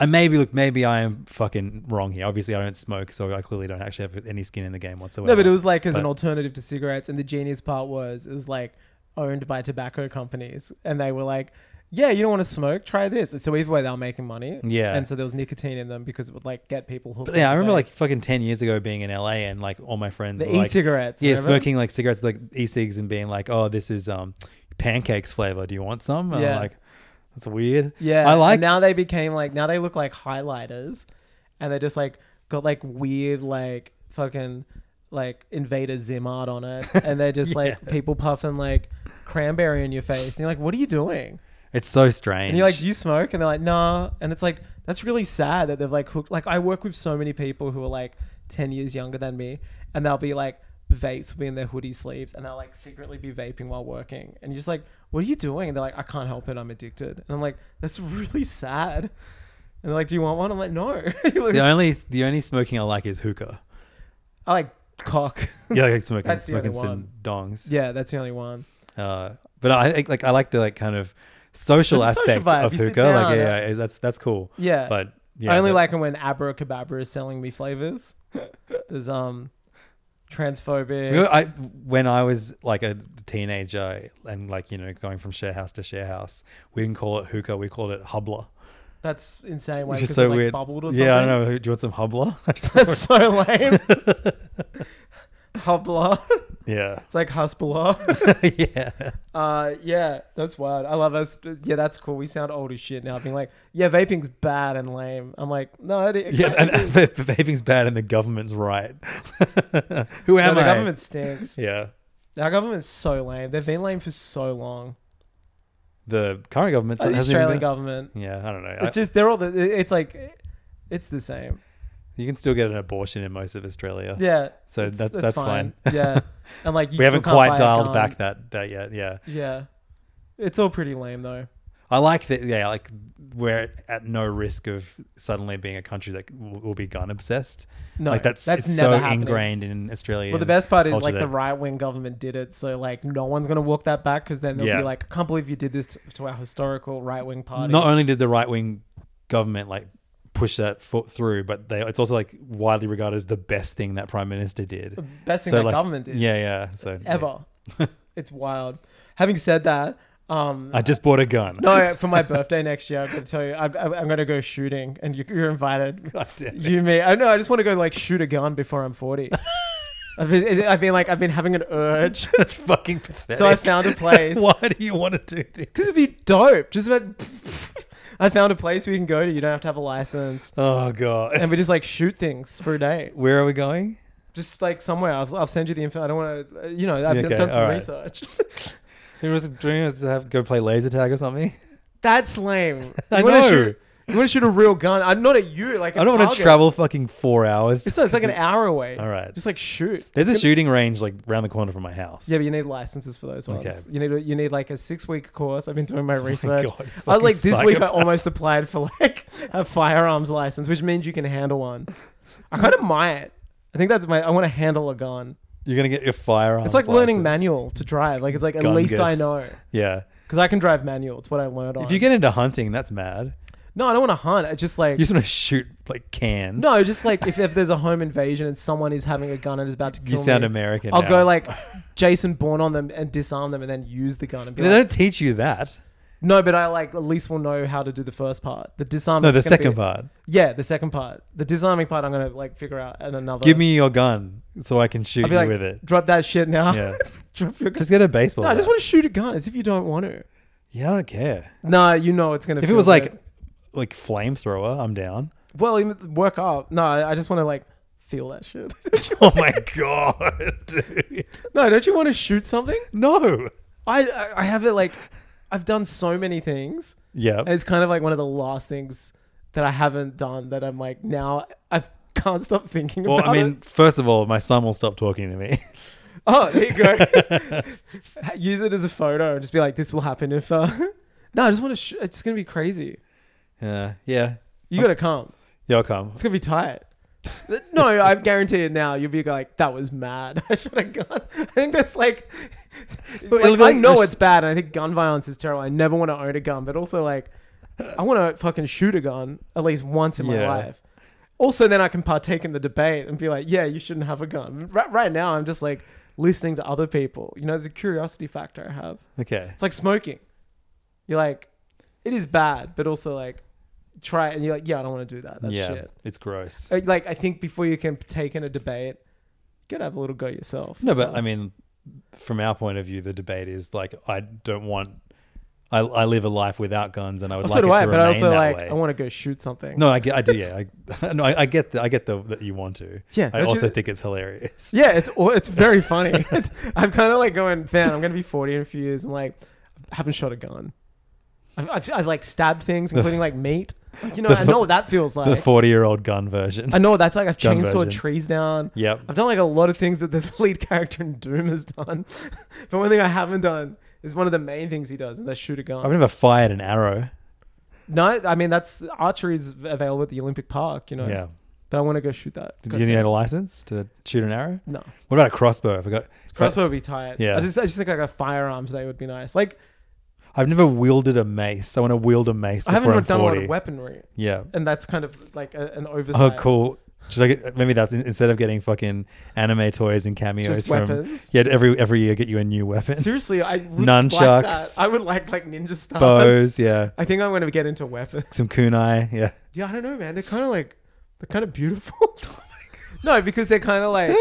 Speaker 4: And maybe look, maybe I am fucking wrong here. Obviously, I don't smoke, so I clearly don't actually have any skin in the game whatsoever.
Speaker 5: no, but it was like as an
Speaker 4: But-
Speaker 5: alternative to cigarettes. And the genius part was, it was like, owned by tobacco companies, and they were like, "Yeah, you don't want to smoke? Try this." And so either way, they were making money.
Speaker 4: Yeah.
Speaker 5: and so there was nicotine in them because it would like get people hooked.
Speaker 4: But yeah, I
Speaker 5: onto
Speaker 4: remember like
Speaker 5: those.
Speaker 4: fucking ten years ago being in LA and like all my friends
Speaker 5: The
Speaker 4: were like-
Speaker 5: e-cigarettes,
Speaker 4: Yeah,
Speaker 5: remember?
Speaker 4: smoking like cigarettes like e-cigs and being like, oh, this is um pancakes flavor. Do you want some? And
Speaker 5: Yeah.
Speaker 4: I'm like, that's weird.
Speaker 5: yeah,
Speaker 4: I
Speaker 5: and
Speaker 4: like.
Speaker 5: now they became like now they look like highlighters, and they just like got like weird like fucking like Invader Zim art on it, and they're just like people puffing like cranberry in your face, and you're like, "What are you doing?"
Speaker 4: it's so strange.
Speaker 5: And you're like, do you smoke? And they're like, nah. And it's like, that's really sad that they've like hooked. Like, I work with so many people who are like 10 years younger than me, and they'll be like, vapes will be in their hoodie sleeves, and they'll like secretly be vaping while working. And you're just like, what are you doing? And they're like, I can't help it. I'm addicted. And I'm like, that's really sad. And they're like, do you want one? I'm like, no.
Speaker 4: the only the only smoking I like is hookah.
Speaker 5: I like cock.
Speaker 4: Yeah, I like smoking
Speaker 5: That's the only
Speaker 4: smoking some
Speaker 5: one.
Speaker 4: dongs.
Speaker 5: yeah, that's the only one.
Speaker 4: Uh, but I think like I like the like kind of social
Speaker 5: There's a social
Speaker 4: aspect
Speaker 5: vibe.
Speaker 4: of
Speaker 5: You sit
Speaker 4: hookah.
Speaker 5: down,
Speaker 4: Like
Speaker 5: uh,
Speaker 4: yeah, yeah, that's that's cool.
Speaker 5: Yeah.
Speaker 4: But yeah,
Speaker 5: I only
Speaker 4: the-
Speaker 5: like 'em when Abracababra is selling me flavors. There's, um, transphobic.
Speaker 4: You know, I when I was like a teenager and like you know going from share house to share house, we didn't call it hookah, we called it hubla,
Speaker 5: That's insane. Why?
Speaker 4: which is
Speaker 5: 'Cause it,
Speaker 4: so
Speaker 5: like,
Speaker 4: weird.
Speaker 5: Bubbled or something.
Speaker 4: yeah, I don't know. Do you want some hubla?
Speaker 5: That's so lame. Hubla.
Speaker 4: yeah,
Speaker 5: It's like Husbala.
Speaker 4: yeah.
Speaker 5: Uh, yeah, that's wild. I love us. Yeah, that's cool. We sound old as shit now. Being like, yeah, vaping's bad and lame. I'm like, no, it, it
Speaker 4: Yeah,
Speaker 5: can't
Speaker 4: and,
Speaker 5: be.
Speaker 4: and the vaping's bad, and the government's right. Who
Speaker 5: No,
Speaker 4: am
Speaker 5: the
Speaker 4: I?
Speaker 5: government stinks.
Speaker 4: Yeah,
Speaker 5: Our government's so lame. They've been lame for so long.
Speaker 4: the current government
Speaker 5: Oh, The
Speaker 4: hasn't even
Speaker 5: Australian
Speaker 4: been-
Speaker 5: government.
Speaker 4: Yeah, I don't know. I-
Speaker 5: It's just they're all. The, it's like, it's the same.
Speaker 4: you can still get an abortion in most of Australia.
Speaker 5: Yeah.
Speaker 4: So
Speaker 5: it's-
Speaker 4: that's-
Speaker 5: it's
Speaker 4: that's fine.
Speaker 5: Yeah, and like you
Speaker 4: we haven't
Speaker 5: still can't buy
Speaker 4: quite
Speaker 5: a
Speaker 4: dialed
Speaker 5: gun.
Speaker 4: back that that yet. Yeah.
Speaker 5: Yeah, it's all pretty lame though.
Speaker 4: I like that. Yeah, like we're at no risk of suddenly being a country that will will be gun obsessed.
Speaker 5: No,
Speaker 4: like that's
Speaker 5: that's
Speaker 4: it's
Speaker 5: never
Speaker 4: so
Speaker 5: happening.
Speaker 4: ingrained in Australia.
Speaker 5: Well, the best part is
Speaker 4: culture
Speaker 5: like the
Speaker 4: that-
Speaker 5: right wing government did it, so like no one's gonna walk that back because then they'll
Speaker 4: Yeah.
Speaker 5: be like, "I can't believe you did this t- to our historical right wing party."
Speaker 4: Not only did the right wing government like push that foot through, but they it's also like widely regarded as the best thing that prime minister did.
Speaker 5: best thing that government did.
Speaker 4: Yeah, yeah. So
Speaker 5: ever. it's wild. Having said that, um,
Speaker 4: I just bought a gun.
Speaker 5: no, for my birthday next year, I'm gonna tell you, I'm, I'm I'm gonna go shooting, and you, you're invited.
Speaker 4: God damn it.
Speaker 5: You me? I know. I just want to go like shoot a gun before I'm 40. I've been, I've been like I've been having an urge,
Speaker 4: That's fucking pathetic.
Speaker 5: so I found a place.
Speaker 4: Why do you want to do this?
Speaker 5: Because it'd be dope. Just about, I found a place we can go to. You don't have to have a license.
Speaker 4: Oh god.
Speaker 5: and we just like shoot things for a day.
Speaker 4: Where are we going?
Speaker 5: Just like somewhere. I'll, I'll send you the info. I don't want to, you know, I've
Speaker 4: Yeah, okay,
Speaker 5: done some
Speaker 4: all right.
Speaker 5: research.
Speaker 4: Who was dreaming was to have go play laser tag or something?
Speaker 5: That's lame. You
Speaker 4: I
Speaker 5: wanna
Speaker 4: know.
Speaker 5: Shoot, you want to shoot a real gun? I'm not at you. Like
Speaker 4: I don't want to
Speaker 5: target.
Speaker 4: travel fucking four hours.
Speaker 5: It's, it's like an hour away.
Speaker 4: All right.
Speaker 5: Just like shoot.
Speaker 4: There's a shooting range like round the corner from my house.
Speaker 5: Yeah, but you need licenses for those ones.
Speaker 4: Okay. Oh
Speaker 5: You need a, you need like a six week course. I've been doing my research.
Speaker 4: God, you
Speaker 5: I was like
Speaker 4: fucking
Speaker 5: this week I
Speaker 4: psychopath.
Speaker 5: almost applied for like a firearms license, which means you can handle one. I kind of might. I think that's my. I want to handle a gun.
Speaker 4: You're gonna get your firearms.
Speaker 5: It's like learning
Speaker 4: license.
Speaker 5: manual to drive. Like it's like at
Speaker 4: Gun
Speaker 5: least I
Speaker 4: gets-
Speaker 5: know
Speaker 4: Yeah.
Speaker 5: because I can drive manual. It's what I learned. On.
Speaker 4: If you get into hunting, that's mad.
Speaker 5: no, I don't want to hunt. I just like
Speaker 4: You just want to shoot like cans.
Speaker 5: no, just like if, if there's a home invasion and someone is having a gun and is about to kill
Speaker 4: You sound
Speaker 5: me,
Speaker 4: American
Speaker 5: I'll
Speaker 4: now.
Speaker 5: go like Jason Bourne on them and disarm them and then use the gun and be
Speaker 4: they
Speaker 5: like,
Speaker 4: don't teach you that.
Speaker 5: no, but I like at least will know how to do the first part. The disarm.
Speaker 4: No, the
Speaker 5: it's gonna
Speaker 4: second
Speaker 5: be-
Speaker 4: part.
Speaker 5: Yeah, the second part. The disarming part. I'm gonna like figure out at another.
Speaker 4: Give me your gun so I can shoot you
Speaker 5: I'll be like,
Speaker 4: with it.
Speaker 5: drop that shit now.
Speaker 4: Yeah.
Speaker 5: drop your gun.
Speaker 4: Just get a baseball.
Speaker 5: no, I just
Speaker 4: bat.
Speaker 5: want to shoot a gun as if you don't want to.
Speaker 4: Yeah, I don't care.
Speaker 5: No, you know it's gonna.
Speaker 4: If it
Speaker 5: feel
Speaker 4: was like
Speaker 5: good.
Speaker 4: like flamethrower, I'm down.
Speaker 5: Well, even work up. No, I I just want to like feel that shit.
Speaker 4: oh my god, dude.
Speaker 5: no, don't you want to shoot something?
Speaker 4: No.
Speaker 5: I I- I have it like I've done so many things,
Speaker 4: Yeah.
Speaker 5: and it's kind of like one of the last things that I haven't done that I'm like now I can't stop thinking
Speaker 4: Well,
Speaker 5: about.
Speaker 4: I mean,
Speaker 5: it.
Speaker 4: first of all, my son will stop talking to me.
Speaker 5: oh, there you go. Use it as a photo and just be like, this will happen if. Uh... No, I just want to. Sh- it's gonna be crazy.
Speaker 4: yeah. Yeah.
Speaker 5: You gotta come.
Speaker 4: You'll come.
Speaker 5: It's gonna be tight. no, I guarantee it now. You'll be like, that was mad. I should have gone. I think that's like,
Speaker 4: But
Speaker 5: like,
Speaker 4: it'll be
Speaker 5: I
Speaker 4: like-
Speaker 5: know it's bad, and I think gun violence is terrible. I never want to own a gun, but also like, I want to fucking shoot a gun at least once in my
Speaker 4: Yeah.
Speaker 5: life. Also, then I can partake in the debate and be like, yeah, you shouldn't have a gun. Right, right now, I'm just like, listening to other people. You know, there's a curiosity factor I have.
Speaker 4: Okay.
Speaker 5: It's like smoking. You're like, it is bad, but also like, try it. And you're like, yeah, I don't want to do that. That's
Speaker 4: yeah.
Speaker 5: shit.
Speaker 4: It's gross.
Speaker 5: Uh, Like, I think before you can take in a debate, you gotta have a little go yourself.
Speaker 4: No, but I mean, from our point of view, the debate is like, I don't want. I, I live a life without guns, and I would
Speaker 5: so
Speaker 4: like
Speaker 5: do
Speaker 4: it to
Speaker 5: I, but
Speaker 4: remain
Speaker 5: I also
Speaker 4: that
Speaker 5: like,
Speaker 4: way.
Speaker 5: I want to go shoot something.
Speaker 4: no, I, get- I do. Yeah, I, no, I, I get. The, I get the that you want to.
Speaker 5: Yeah,
Speaker 4: I
Speaker 5: don't you-
Speaker 4: also think it's hilarious.
Speaker 5: Yeah, it's aw- it's very funny. I'm kind of like going, man, I'm gonna be 40 in a few years, and like, I haven't shot a gun. I've, I've, I've like stabbed things, including like meat. Like, you know,
Speaker 4: The
Speaker 5: I
Speaker 4: fu-
Speaker 5: know what that feels
Speaker 4: The
Speaker 5: like.
Speaker 4: forty-year-old gun version.
Speaker 5: I know what that's like. I've
Speaker 4: Gun
Speaker 5: chainsawed
Speaker 4: version.
Speaker 5: trees down.
Speaker 4: Yep.
Speaker 5: I've done like a lot of things that the lead character in Doom has done. but one thing I haven't done is one of the main things he does, and that's shoot a gun.
Speaker 4: I've never fired an arrow.
Speaker 5: no, I mean that's archery is available at the Olympic Park. You know.
Speaker 4: Yeah.
Speaker 5: But I want to go shoot that.
Speaker 4: Did you need a license to shoot an arrow?
Speaker 5: No.
Speaker 4: What about a crossbow? I forgot.
Speaker 5: Crossbow would be tight.
Speaker 4: Yeah.
Speaker 5: I just I just think like a firearms day would be nice. Like
Speaker 4: I've never wielded a mace. I want to wield a mace.
Speaker 5: I haven't
Speaker 4: before I'm
Speaker 5: done a lot
Speaker 4: 40.
Speaker 5: of weaponry,
Speaker 4: Yeah.
Speaker 5: and that's kind of like a, an
Speaker 4: Oh,
Speaker 5: oversight.
Speaker 4: cool. Should I get maybe that's instead of getting fucking anime toys and cameos
Speaker 5: Just
Speaker 4: from
Speaker 5: weapons?
Speaker 4: yeah every every year get you a new weapon
Speaker 5: Seriously, I would
Speaker 4: Nunchucks.
Speaker 5: Like that. I would like like ninja stars.
Speaker 4: bows yeah
Speaker 5: I think I'm going to get into weapons.
Speaker 4: some kunai yeah
Speaker 5: Yeah, I don't know, man. They're kind of like they're kind of beautiful. no, because they're kind of like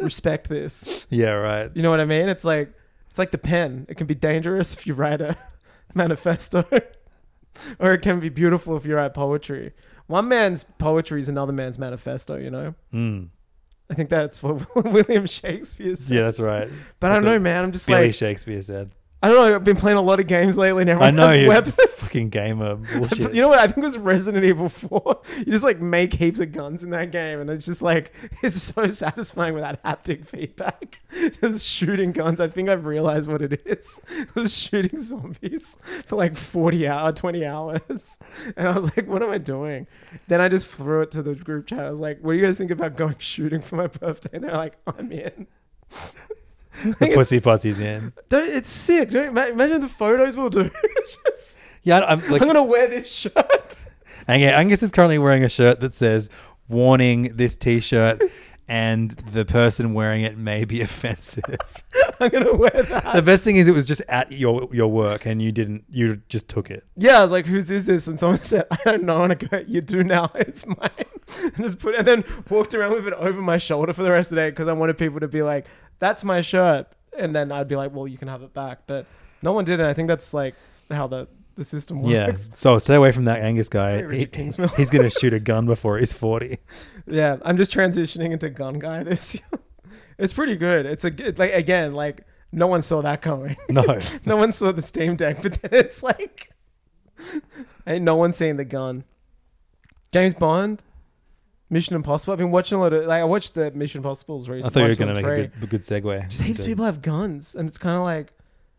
Speaker 5: respect this.
Speaker 4: yeah right
Speaker 5: You know what I mean? It's like it's like the pen. It can be dangerous if you write a manifesto, or it can be beautiful if you write poetry. One man's poetry is another man's manifesto. You know.
Speaker 4: mm.
Speaker 5: I think that's what William Shakespeare said.
Speaker 4: yeah that's right
Speaker 5: But I don't
Speaker 4: That's
Speaker 5: know,
Speaker 4: what
Speaker 5: man. I'm just
Speaker 4: Billy
Speaker 5: like
Speaker 4: Shakespeare said
Speaker 5: I don't know. I've been playing a lot of games lately, and
Speaker 4: I
Speaker 5: everyone
Speaker 4: know
Speaker 5: has
Speaker 4: you
Speaker 5: weapons.
Speaker 4: fucking gamer bullshit
Speaker 5: You know what? I think it was Resident Evil 4. You just like make heaps of guns in that game, and it's just like it's so satisfying without haptic feedback. just shooting guns. I think I've realized what it is. I was shooting zombies for like 40 hour, 20 hours, and I was like, "What am I doing?" Then I just threw it to the group chat. I was like, "What do you guys think about going shooting for my birthday?" And they're like, "I'm in."
Speaker 4: the pussy posse's in
Speaker 5: Don't, it's sick. Don't, ma- imagine the photos we'll do. Just-
Speaker 4: yeah I- I'm like
Speaker 5: I'm gonna wear this shirt.
Speaker 4: Ang- Angus is currently wearing a shirt that says warning this t-shirt and the person wearing it may be offensive
Speaker 5: I'm gonna wear that.
Speaker 4: the best thing is it was just at your your work and you didn't you just took it
Speaker 5: Yeah, I was like, "Whose is this?" And someone said, "I don't know." And I go, "You do now. It's mine." And just put and then walked around with it over my shoulder for the rest of the day because I wanted people to be like, "That's my shirt," and then I'd be like, "Well, you can have it back." But no one did, and I think that's like how the the system
Speaker 4: Yeah.
Speaker 5: works.
Speaker 4: So stay away from that Angus guy. He-
Speaker 5: Richard Kingsmill.
Speaker 4: he's going to shoot a gun before he's 40.
Speaker 5: Yeah, I'm just transitioning into gun guy this year. It's pretty good. It's a good like again like no one saw that coming.
Speaker 4: No.
Speaker 5: no one saw the Steam Deck, but then it's like ain't no one seeing the gun. James Bond, Mission Impossible. I've been watching a lot of like I watched the Mission Impossibles
Speaker 4: I
Speaker 5: recently.
Speaker 4: thought you were
Speaker 5: watched
Speaker 4: going to
Speaker 5: all
Speaker 4: make a
Speaker 5: three.
Speaker 4: good, a good segue.
Speaker 5: Just heaps of people have guns, and it's kind of like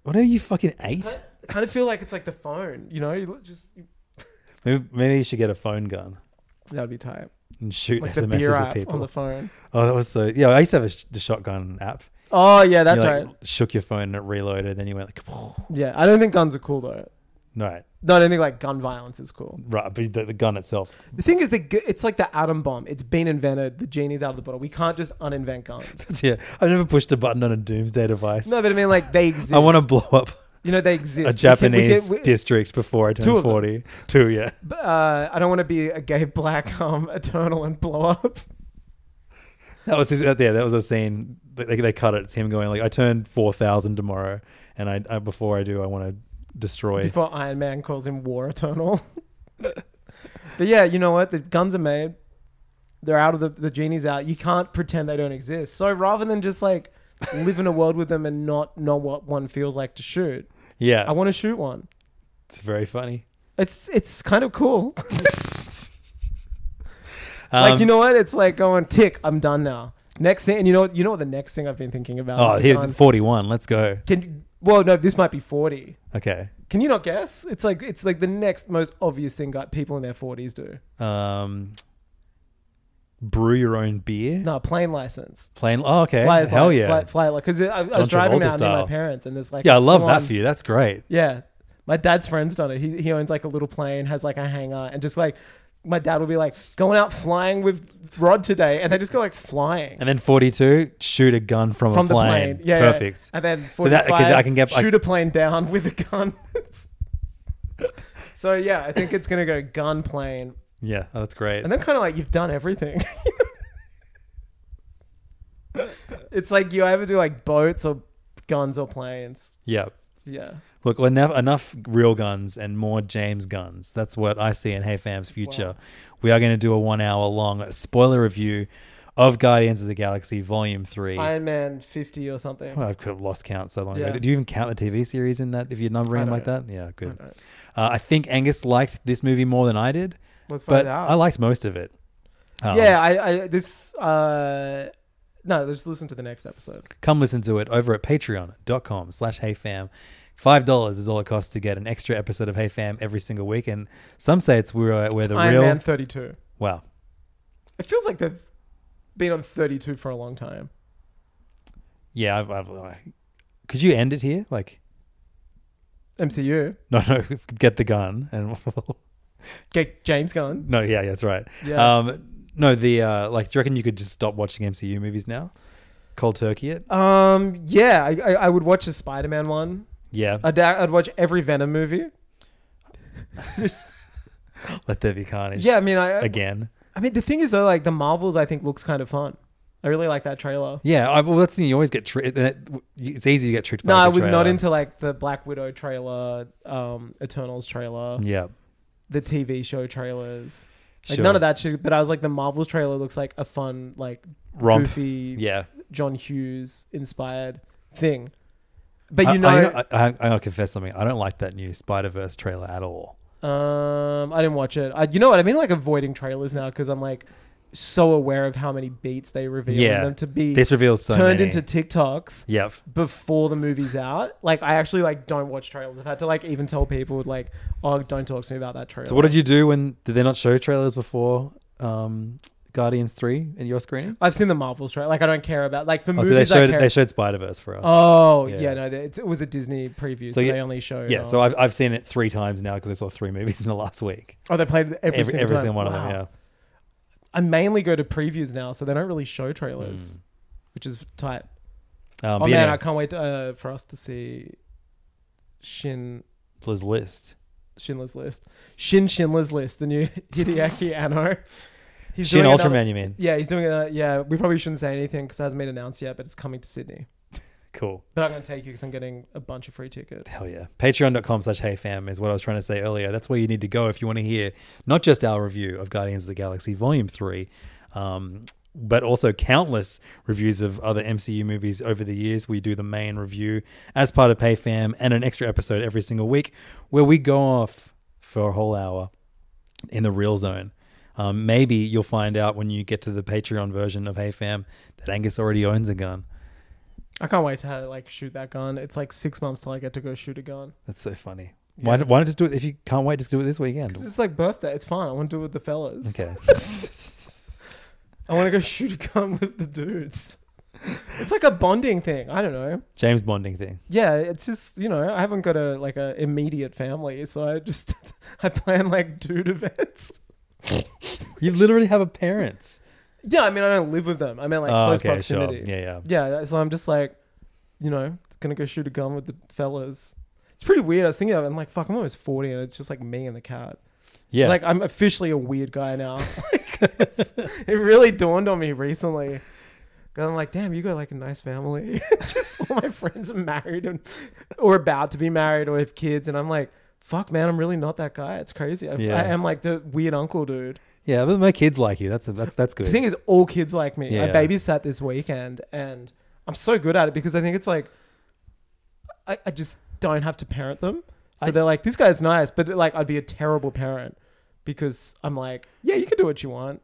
Speaker 4: What are you fucking eight?
Speaker 5: I kind of feel like it's like the phone. You know, you look- just
Speaker 4: Maybe, maybe you should get a phone gun
Speaker 5: that'd be tight.
Speaker 4: and shoot
Speaker 5: Like the beer
Speaker 4: SMSs at
Speaker 5: app on
Speaker 4: people.
Speaker 5: the phone.
Speaker 4: oh, that was so. Yeah, I used to have a sh- the shotgun app.
Speaker 5: Oh yeah, that's
Speaker 4: you,
Speaker 5: right.
Speaker 4: like, Shook your phone and it reloaded. then you went like,
Speaker 5: Yeah, I don't think guns are cool though.
Speaker 4: right,
Speaker 5: No, I don't think like gun violence is cool.
Speaker 4: right. But the, the gun itself,
Speaker 5: The thing is, the g- it's like the atom bomb. It's been invented. The genie's out of the bottle. We can't just uninvent guns.
Speaker 4: yeah. I never pushed a button on a doomsday device.
Speaker 5: no, but I mean, like they exist.
Speaker 4: I want to blow up
Speaker 5: you know, they exist.
Speaker 4: a
Speaker 5: We can- we
Speaker 4: Japanese
Speaker 5: can- we-
Speaker 4: district before I
Speaker 5: Two
Speaker 4: turn
Speaker 5: of them.
Speaker 4: 40. Two, yeah.
Speaker 5: uh, I don't want to be a gay black um eternal and blow up.
Speaker 4: That was his, that, yeah. That was a scene. that They, they cut it. It's him going like, "I turned four thousand tomorrow, and I, I before I do, I want to destroy."
Speaker 5: Before Iron Man calls him War Eternal. but yeah, you know what? The guns are made. They're out of the the genie's out. You can't pretend they don't exist. So rather than just like live in a world with them and not know what one feels like to shoot,
Speaker 4: yeah,
Speaker 5: I want to shoot one.
Speaker 4: it's very funny.
Speaker 5: It's it's kind of cool.
Speaker 4: Um,
Speaker 5: like you know what? It's like going tick. I'm done now. Next thing, and you know, you know what the next thing I've been thinking about.
Speaker 4: Oh,
Speaker 5: I've
Speaker 4: here,
Speaker 5: done-
Speaker 4: forty-one. Let's go.
Speaker 5: can well no, this might be forty.
Speaker 4: Okay.
Speaker 5: Can you not guess? It's like it's like the next most obvious thing that people in their forties do.
Speaker 4: Um, brew your own beer.
Speaker 5: No, plane license.
Speaker 4: Plain. Oh, okay.
Speaker 5: Flyers
Speaker 4: Hell
Speaker 5: like,
Speaker 4: yeah.
Speaker 5: fly, fly like because I, I was
Speaker 4: John
Speaker 5: driving
Speaker 4: Travolta
Speaker 5: down near my
Speaker 4: style.
Speaker 5: parents and there's like
Speaker 4: yeah, I
Speaker 5: a
Speaker 4: love
Speaker 5: full-on-
Speaker 4: that for you. That's great.
Speaker 5: Yeah, my dad's friend's done it. He he owns like a little plane, has like a hangar, and just like my dad would be like going out flying with Rod today, and they just go like flying
Speaker 4: And then 42, shoot a gun from,
Speaker 5: from
Speaker 4: a plane.
Speaker 5: the plane. Yeah, yeah.
Speaker 4: Perfect.
Speaker 5: And then
Speaker 4: So that- okay,
Speaker 5: 45,
Speaker 4: I can get- I-
Speaker 5: shoot a plane down with a gun. so yeah, I think it's gonna go gun plane,
Speaker 4: yeah, oh, that's great.
Speaker 5: and then kind of like you've done everything. it's like you either do like boats or guns or planes.
Speaker 4: yeah.
Speaker 5: Yeah,
Speaker 4: Look, enough, enough real guns and more James guns. That's what I see in Hey Fam's future. We are going to do a one hour long spoiler review of Guardians of the Galaxy Volume 3.
Speaker 5: Iron Man fifty or something.
Speaker 4: Well, I could have lost count so long
Speaker 5: Yeah.
Speaker 4: ago. Did you even count the TV series in that if you're numbering them like
Speaker 5: don't know.
Speaker 4: that? Yeah, good. uh, I think Angus liked this movie more than I did,
Speaker 5: Let's
Speaker 4: but
Speaker 5: find out.
Speaker 4: I liked most of it. Um,
Speaker 5: yeah, I, I this uh no, just listen to the next episode.
Speaker 4: come listen to it over at patreon.com slash heyfam. Five dollars is all it costs to get an extra episode of Hey Fam every single week, and some say it's we're, we're the
Speaker 5: Iron
Speaker 4: real
Speaker 5: Man thirty two.
Speaker 4: wow.
Speaker 5: It feels like they've been on thirty two for a long time.
Speaker 4: Yeah, I've, I've, I- could you end it here? Like,
Speaker 5: MCU.
Speaker 4: no, no, get the gun and we'll
Speaker 5: Get James Gunn.
Speaker 4: No, yeah, that's right.
Speaker 5: Yeah.
Speaker 4: Um, no, the uh, like, do you reckon you could just stop watching MCU movies now? Cold turkey it?
Speaker 5: Um, yeah, I, I, I would watch a Spider Man one.
Speaker 4: yeah.
Speaker 5: I'd, I'd watch every Venom movie. Just
Speaker 4: Let there be carnage.
Speaker 5: yeah, I mean, I I-
Speaker 4: Again.
Speaker 5: I mean, the thing is though, like the Marvels, I think looks kind of fun. I really like that trailer.
Speaker 4: Yeah. I, well, that's the thing. You always get tricked. It's easy to get tricked.
Speaker 5: No,
Speaker 4: by
Speaker 5: I
Speaker 4: the
Speaker 5: was not
Speaker 4: trailer.
Speaker 5: into like the Black Widow trailer, um, Eternals trailer,
Speaker 4: Yeah.
Speaker 5: the TV show trailers. Like
Speaker 4: Sure.
Speaker 5: none of that shit. But I was like, the Marvels trailer looks like a fun, like
Speaker 4: Romp.
Speaker 5: goofy,
Speaker 4: Yeah.
Speaker 5: John Hughes inspired thing. But
Speaker 4: I-
Speaker 5: you know,
Speaker 4: I, I, I, I'll confess something. I don't like that new Spider Verse trailer at all.
Speaker 5: Um, I didn't watch it. I, you know what? I mean, like avoiding trailers now because I'm like so aware of how many beats they reveal
Speaker 4: Yeah.
Speaker 5: them to be.
Speaker 4: This reveals so
Speaker 5: turned
Speaker 4: many.
Speaker 5: into TikToks
Speaker 4: Yep.
Speaker 5: before the movie's out. Like, I actually like don't watch trailers. I've had to like even tell people like, oh, don't talk to me about that trailer.
Speaker 4: So, what did you do when did they not show trailers before um, Guardians Three in your screening?
Speaker 5: I've seen the Marvels trailer. Like, I don't care about like for
Speaker 4: Oh,
Speaker 5: movies.
Speaker 4: so they
Speaker 5: I
Speaker 4: showed
Speaker 5: care-
Speaker 4: they showed Spider Verse for us.
Speaker 5: oh yeah,
Speaker 4: Yeah.
Speaker 5: no, they- it, it was a Disney preview, so,
Speaker 4: So you-
Speaker 5: they only show.
Speaker 4: Yeah, so I've, I've seen it three times now because I saw three movies in the last week.
Speaker 5: oh, they played every
Speaker 4: Every,
Speaker 5: single
Speaker 4: every
Speaker 5: time.
Speaker 4: single one
Speaker 5: Wow.
Speaker 4: of them, Um,
Speaker 5: I mainly go to previews now, so they don't really show trailers,
Speaker 4: Hmm.
Speaker 5: which is tight.
Speaker 4: yeah. Um,
Speaker 5: oh
Speaker 4: but
Speaker 5: man,
Speaker 4: yeah,
Speaker 5: I can't wait uh, for us to see Shin
Speaker 4: Liz List.
Speaker 5: Schindler's List. Shin Schindler's List, the new Hideaki Anno. He's
Speaker 4: Shin
Speaker 5: doing
Speaker 4: Ultraman,
Speaker 5: another-
Speaker 4: you mean?
Speaker 5: Yeah, he's doing another. Yeah, we probably shouldn't say anything because it hasn't been announced yet, but it's coming to Sydney.
Speaker 4: Cool.
Speaker 5: But I'm going to take you because I'm getting a bunch of free tickets.
Speaker 4: Hell yeah. Patreon.com slash HeyFam is what I was trying to say earlier. That's where you need to go if you want to hear not just our review of Guardians of the Galaxy Volume 3, um, but also countless reviews of other MCU movies over the years. We do the main review as part of HeyFam and an extra episode every single week where we go off for a whole hour in the real zone. Um, maybe you'll find out when you get to the Patreon version of Hey Fam that Angus already owns a gun.
Speaker 5: I can't wait to like shoot that gun. It's like six months till I get to go shoot a gun.
Speaker 4: That's so funny. Why, why not just do it if you can't wait? Just do it this weekend.
Speaker 5: It's like birthday. It's fine. I want to do it with the fellas.
Speaker 4: Okay.
Speaker 5: I want to go shoot a gun with the dudes. It's like a bonding thing. I don't know.
Speaker 4: James Bonding thing.
Speaker 5: yeah, it's just you know I haven't got a like a immediate family, so I just I plan like dude events.
Speaker 4: You literally have a parents.
Speaker 5: Yeah, I mean I don't live with them. I mean like
Speaker 4: Oh,
Speaker 5: close
Speaker 4: okay, sure.
Speaker 5: proximity.
Speaker 4: Yeah, yeah.
Speaker 5: yeah. So I'm just like, you know, gonna go shoot a gun with the fellas. It's pretty weird. I was thinking, of it, I'm like, fuck, I'm almost forty, and it's just like me and the cat.
Speaker 4: Yeah.
Speaker 5: Like I'm officially a weird guy now. Like, it's- it really dawned on me recently. 'Cause I'm like, damn, you got like a nice family. Just all my friends are married and or about to be married or have kids, and I'm like, fuck, man, I'm really not that guy. It's crazy. I,
Speaker 4: Yeah.
Speaker 5: I am like the weird uncle dude.
Speaker 4: yeah, but my kids like you. That's that's that's good.
Speaker 5: The thing is, all kids like me. I
Speaker 4: Yeah.
Speaker 5: babysat this weekend, and I'm so good at it because I think it's like, I, I just don't have to parent them. So
Speaker 4: I-
Speaker 5: they're like, this guy's nice, but like, I'd be a terrible parent because I'm like, yeah, you can do what you want,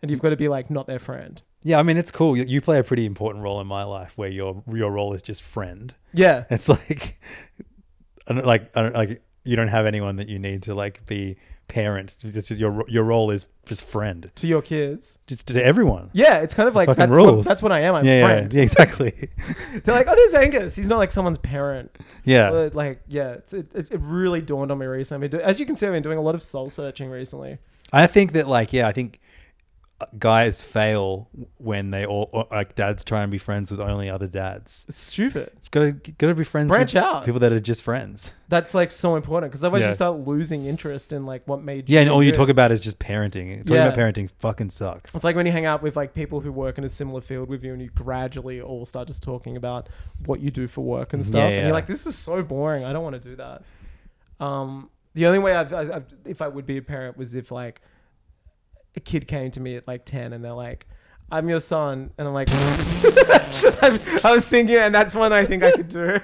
Speaker 5: and you've got to be like not their friend.
Speaker 4: yeah, I mean it's cool. You, you play a pretty important role in my life where your your role is just friend.
Speaker 5: Yeah,
Speaker 4: It's like I don't like I don't like you don't have anyone that you need to like be parent. This is your your role is just friend,
Speaker 5: to your kids.
Speaker 4: just to everyone.
Speaker 5: Yeah, it's kind of like
Speaker 4: Fucking
Speaker 5: that's
Speaker 4: rules.
Speaker 5: What, that's what I am. I'm
Speaker 4: yeah, yeah,
Speaker 5: friend.
Speaker 4: yeah, exactly.
Speaker 5: They're like, oh, there's Angus. He's not like someone's parent.
Speaker 4: yeah,
Speaker 5: But like, yeah, it's, it, it it really dawned on me recently. I've been do- As you can see, I've been doing a lot of soul searching recently.
Speaker 4: I think that like yeah, I think uh, guys fail when they all or, like dads try and be friends with only other dads.
Speaker 5: It's stupid.
Speaker 4: Gotta gotta be friends.
Speaker 5: Branch
Speaker 4: with
Speaker 5: out.
Speaker 4: People that are just friends.
Speaker 5: That's like so important because otherwise
Speaker 4: Yeah.
Speaker 5: you start losing interest in like what made you.
Speaker 4: Yeah, and all you
Speaker 5: good.
Speaker 4: talk about is just parenting. Talking
Speaker 5: Yeah.
Speaker 4: about parenting fucking sucks.
Speaker 5: It's like when you hang out with like people who work in a similar field with you, and you gradually all start just talking about what you do for work and stuff.
Speaker 4: Mm-hmm. Yeah,
Speaker 5: And
Speaker 4: yeah.
Speaker 5: you're like, this is so boring. I don't want to do that. Um, the only way I've, i I've, if I would be a parent was if like a kid came to me at like ten and they're like, "I'm your son," and I'm like, I, I was thinking, and that's one I think I could do.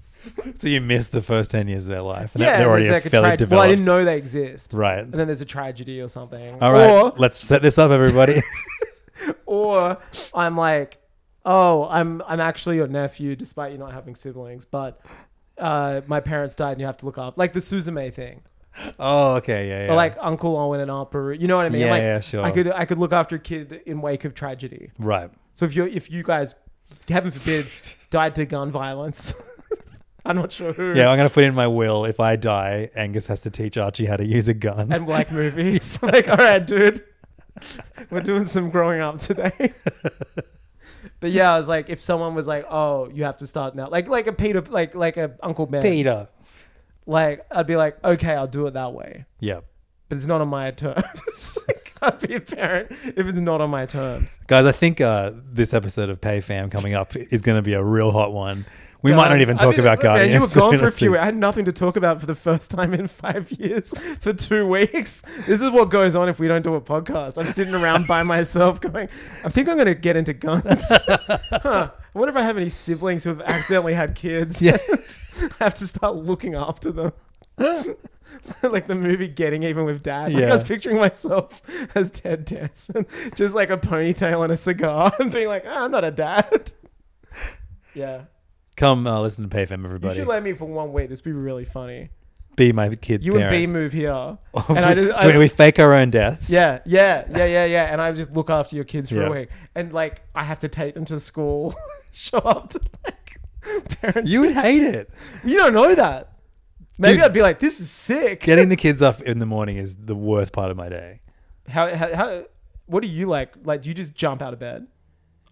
Speaker 4: so you miss the first ten years of their life, and
Speaker 5: yeah,
Speaker 4: they're already
Speaker 5: it's like a
Speaker 4: fairly
Speaker 5: tragedy.
Speaker 4: developed.
Speaker 5: Well, I didn't know they exist.
Speaker 4: Right.
Speaker 5: And then there's a tragedy or something.
Speaker 4: All right,
Speaker 5: Or,
Speaker 4: let's set this up, everybody.
Speaker 5: or I'm like, oh, I'm I'm actually your nephew, despite you not having siblings, but uh, my parents died, and you have to look up like the Suzume thing,
Speaker 4: oh, okay, yeah, yeah.
Speaker 5: or like Uncle Owen and Aunt Peru. You know what I mean?
Speaker 4: Yeah,
Speaker 5: like,
Speaker 4: yeah, sure.
Speaker 5: I could I could look after a kid in wake of tragedy.
Speaker 4: right.
Speaker 5: So if you if you guys, heaven forbid, died to gun violence, I'm not sure who.
Speaker 4: Yeah, I'm gonna put in my will. If I die, Angus has to teach Archie how to use a gun.
Speaker 5: and black movies. like, all right, dude, we're doing some growing up today. but yeah, I was like, if someone was like, oh, you have to start now, like like a Peter, like like a Uncle Ben,
Speaker 4: Peter.
Speaker 5: like I'd be like, okay, I'll do it that way,
Speaker 4: Yeah,
Speaker 5: but it's not on my terms. like, I'd be a parent if it's not on my terms.
Speaker 4: guys, I think uh, this episode of Pay Fam coming up is gonna be a real hot one. We might not even
Speaker 5: I
Speaker 4: talk
Speaker 5: mean,
Speaker 4: about
Speaker 5: look, man,
Speaker 4: Guardians.
Speaker 5: You were gone
Speaker 4: but
Speaker 5: for a
Speaker 4: let's
Speaker 5: few.
Speaker 4: see.
Speaker 5: I had nothing to talk about for the first time in five years for two weeks. This is what goes on if we don't do a podcast. I'm sitting around by myself, going, "I think I'm going to get into guns." huh. I wonder if I have any siblings who have accidentally had kids.
Speaker 4: Yeah.
Speaker 5: I have to start looking after them. like the movie Getting Even with Dad. Like
Speaker 4: Yeah.
Speaker 5: I was picturing myself as Ted Danson, just like a ponytail and a cigar, and being like, "Ah, "I'm not a dad." Yeah.
Speaker 4: Come uh, listen to Pay Fam,
Speaker 5: You
Speaker 4: everybody.
Speaker 5: should let me for one week. This would be really funny.
Speaker 4: be my kids'
Speaker 5: You and B
Speaker 4: parents.
Speaker 5: move here,
Speaker 4: do,
Speaker 5: and I just
Speaker 4: do
Speaker 5: I,
Speaker 4: we fake our own deaths?
Speaker 5: yeah, yeah, yeah, yeah, yeah, and I just look after your kids for
Speaker 4: Yeah.
Speaker 5: a week, and like I have to take them to school, show up to like parents.
Speaker 4: You would hate it.
Speaker 5: you don't know that. Maybe
Speaker 4: Dude.
Speaker 5: I'd be like, this is sick.
Speaker 4: Getting the kids up in the morning is the worst part of my day.
Speaker 5: how, how how what do you like? Like, do you just jump out of bed?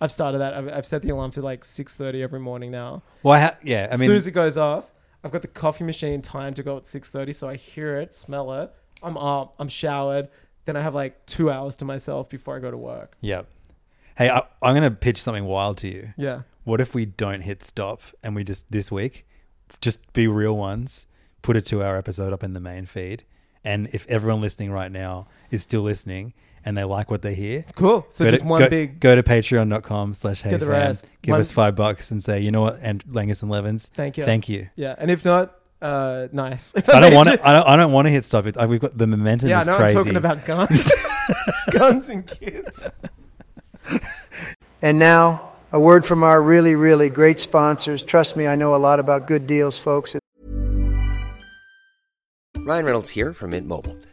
Speaker 5: I've started that. I've, I've set the alarm for like six thirty every morning now.
Speaker 4: Well, I ha- yeah, I
Speaker 5: As
Speaker 4: mean,
Speaker 5: soon as it goes off, I've got the coffee machine timed to go at six thirty, so I hear it, smell it. I'm up, I'm showered. Then I have like two hours to myself before I go to work.
Speaker 4: yeah. Hey, I, I'm going to pitch something wild to you.
Speaker 5: Yeah.
Speaker 4: What if we don't hit stop and we just this week just be real ones, put a two hour episode up in the main feed, and if everyone listening right now is still listening and they like what they hear,
Speaker 5: Cool. So
Speaker 4: go
Speaker 5: just
Speaker 4: to,
Speaker 5: one
Speaker 4: go,
Speaker 5: big.
Speaker 4: go to patreon.com slash hey
Speaker 5: the
Speaker 4: fam,
Speaker 5: rest.
Speaker 4: give
Speaker 5: One-
Speaker 4: us five bucks and say, you know what, and Langus and Levins,
Speaker 5: Thank you.
Speaker 4: Thank you.
Speaker 5: Yeah, and if not, uh, nice. If
Speaker 4: I don't
Speaker 5: made
Speaker 4: want
Speaker 5: it-
Speaker 4: to. I don't, I don't want to hit stop. It. I, we've got the momentum
Speaker 5: Yeah, I
Speaker 4: is
Speaker 5: know
Speaker 4: crazy.
Speaker 5: I'm talking about guns, guns and kids.
Speaker 6: And now, a word from our really, really great sponsors. Trust me, I know a lot about Uh, good deals, folks.
Speaker 7: Ryan Reynolds here from Mint Mobile.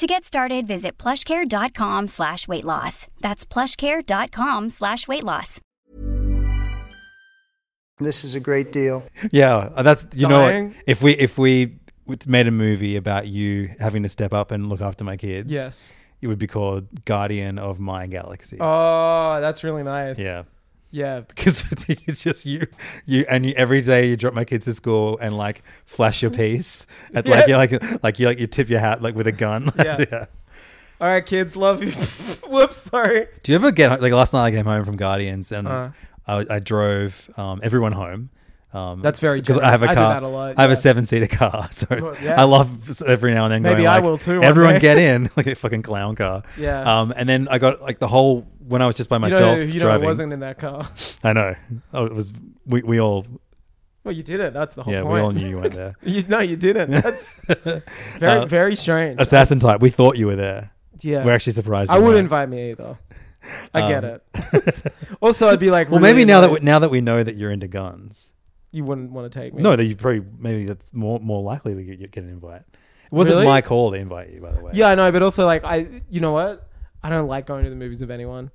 Speaker 1: To get started, visit plushcare.com slash weight loss. That's plushcare.com slash weight loss.
Speaker 8: This is a great deal.
Speaker 4: Yeah, that's you know
Speaker 8: Dying.
Speaker 4: what, if we if we made a movie about you having to step up and look after my kids,
Speaker 5: Yes.
Speaker 4: it would be called Guardian of My Galaxy.
Speaker 5: Oh, that's really nice.
Speaker 4: Yeah.
Speaker 5: Yeah.
Speaker 4: Because it's just you, you, and you. Every day you drop my kids to school and like flash your piece at like
Speaker 5: Yeah.
Speaker 4: you like like you like you tip your hat like with a gun.
Speaker 5: Yeah. All right, kids, love you. Whoops, sorry.
Speaker 4: Do you ever get like last night? I came home from Guardians and
Speaker 5: Uh.
Speaker 4: I, I drove um, everyone home. Um,
Speaker 5: That's very
Speaker 4: because I have a car.
Speaker 5: generous. I do that a lot,
Speaker 4: I have
Speaker 5: yeah.
Speaker 4: a seven-seater car, so
Speaker 5: Well,
Speaker 4: it's-
Speaker 5: yeah.
Speaker 4: I love every now and then.
Speaker 5: Maybe
Speaker 4: going,
Speaker 5: I
Speaker 4: like,
Speaker 5: will too one
Speaker 4: Everyone
Speaker 5: day."
Speaker 4: get in like a fucking clown car.
Speaker 5: Yeah.
Speaker 4: Um, and then I got like the whole when I was just by
Speaker 5: You know-
Speaker 4: myself
Speaker 5: you know I
Speaker 4: driving.
Speaker 5: wasn't in that car.
Speaker 4: I know. Oh, it was. We we all.
Speaker 5: Well, you did it. That's the whole
Speaker 4: Yeah,
Speaker 5: point.
Speaker 4: we all knew you weren't there.
Speaker 5: you, no, you didn't. That's very,
Speaker 4: Uh,
Speaker 5: very strange.
Speaker 4: Assassin type. We thought you were there.
Speaker 5: Yeah.
Speaker 4: We're actually surprised.
Speaker 5: I
Speaker 4: you
Speaker 5: wouldn't
Speaker 4: weren't.
Speaker 5: invite me either. I get
Speaker 4: Um,
Speaker 5: it. also, I'd be like,
Speaker 4: well,
Speaker 5: really
Speaker 4: maybe now that
Speaker 5: annoyed.
Speaker 4: we, now that we know that you're into guns,
Speaker 5: you wouldn't want to take me.
Speaker 4: no, that you probably maybe that's more more likely to get, get an invite. It wasn't
Speaker 5: Really?
Speaker 4: my call to invite you, by the way.
Speaker 5: Yeah, I know, but also like I, you know what? I don't like going to the movies with anyone.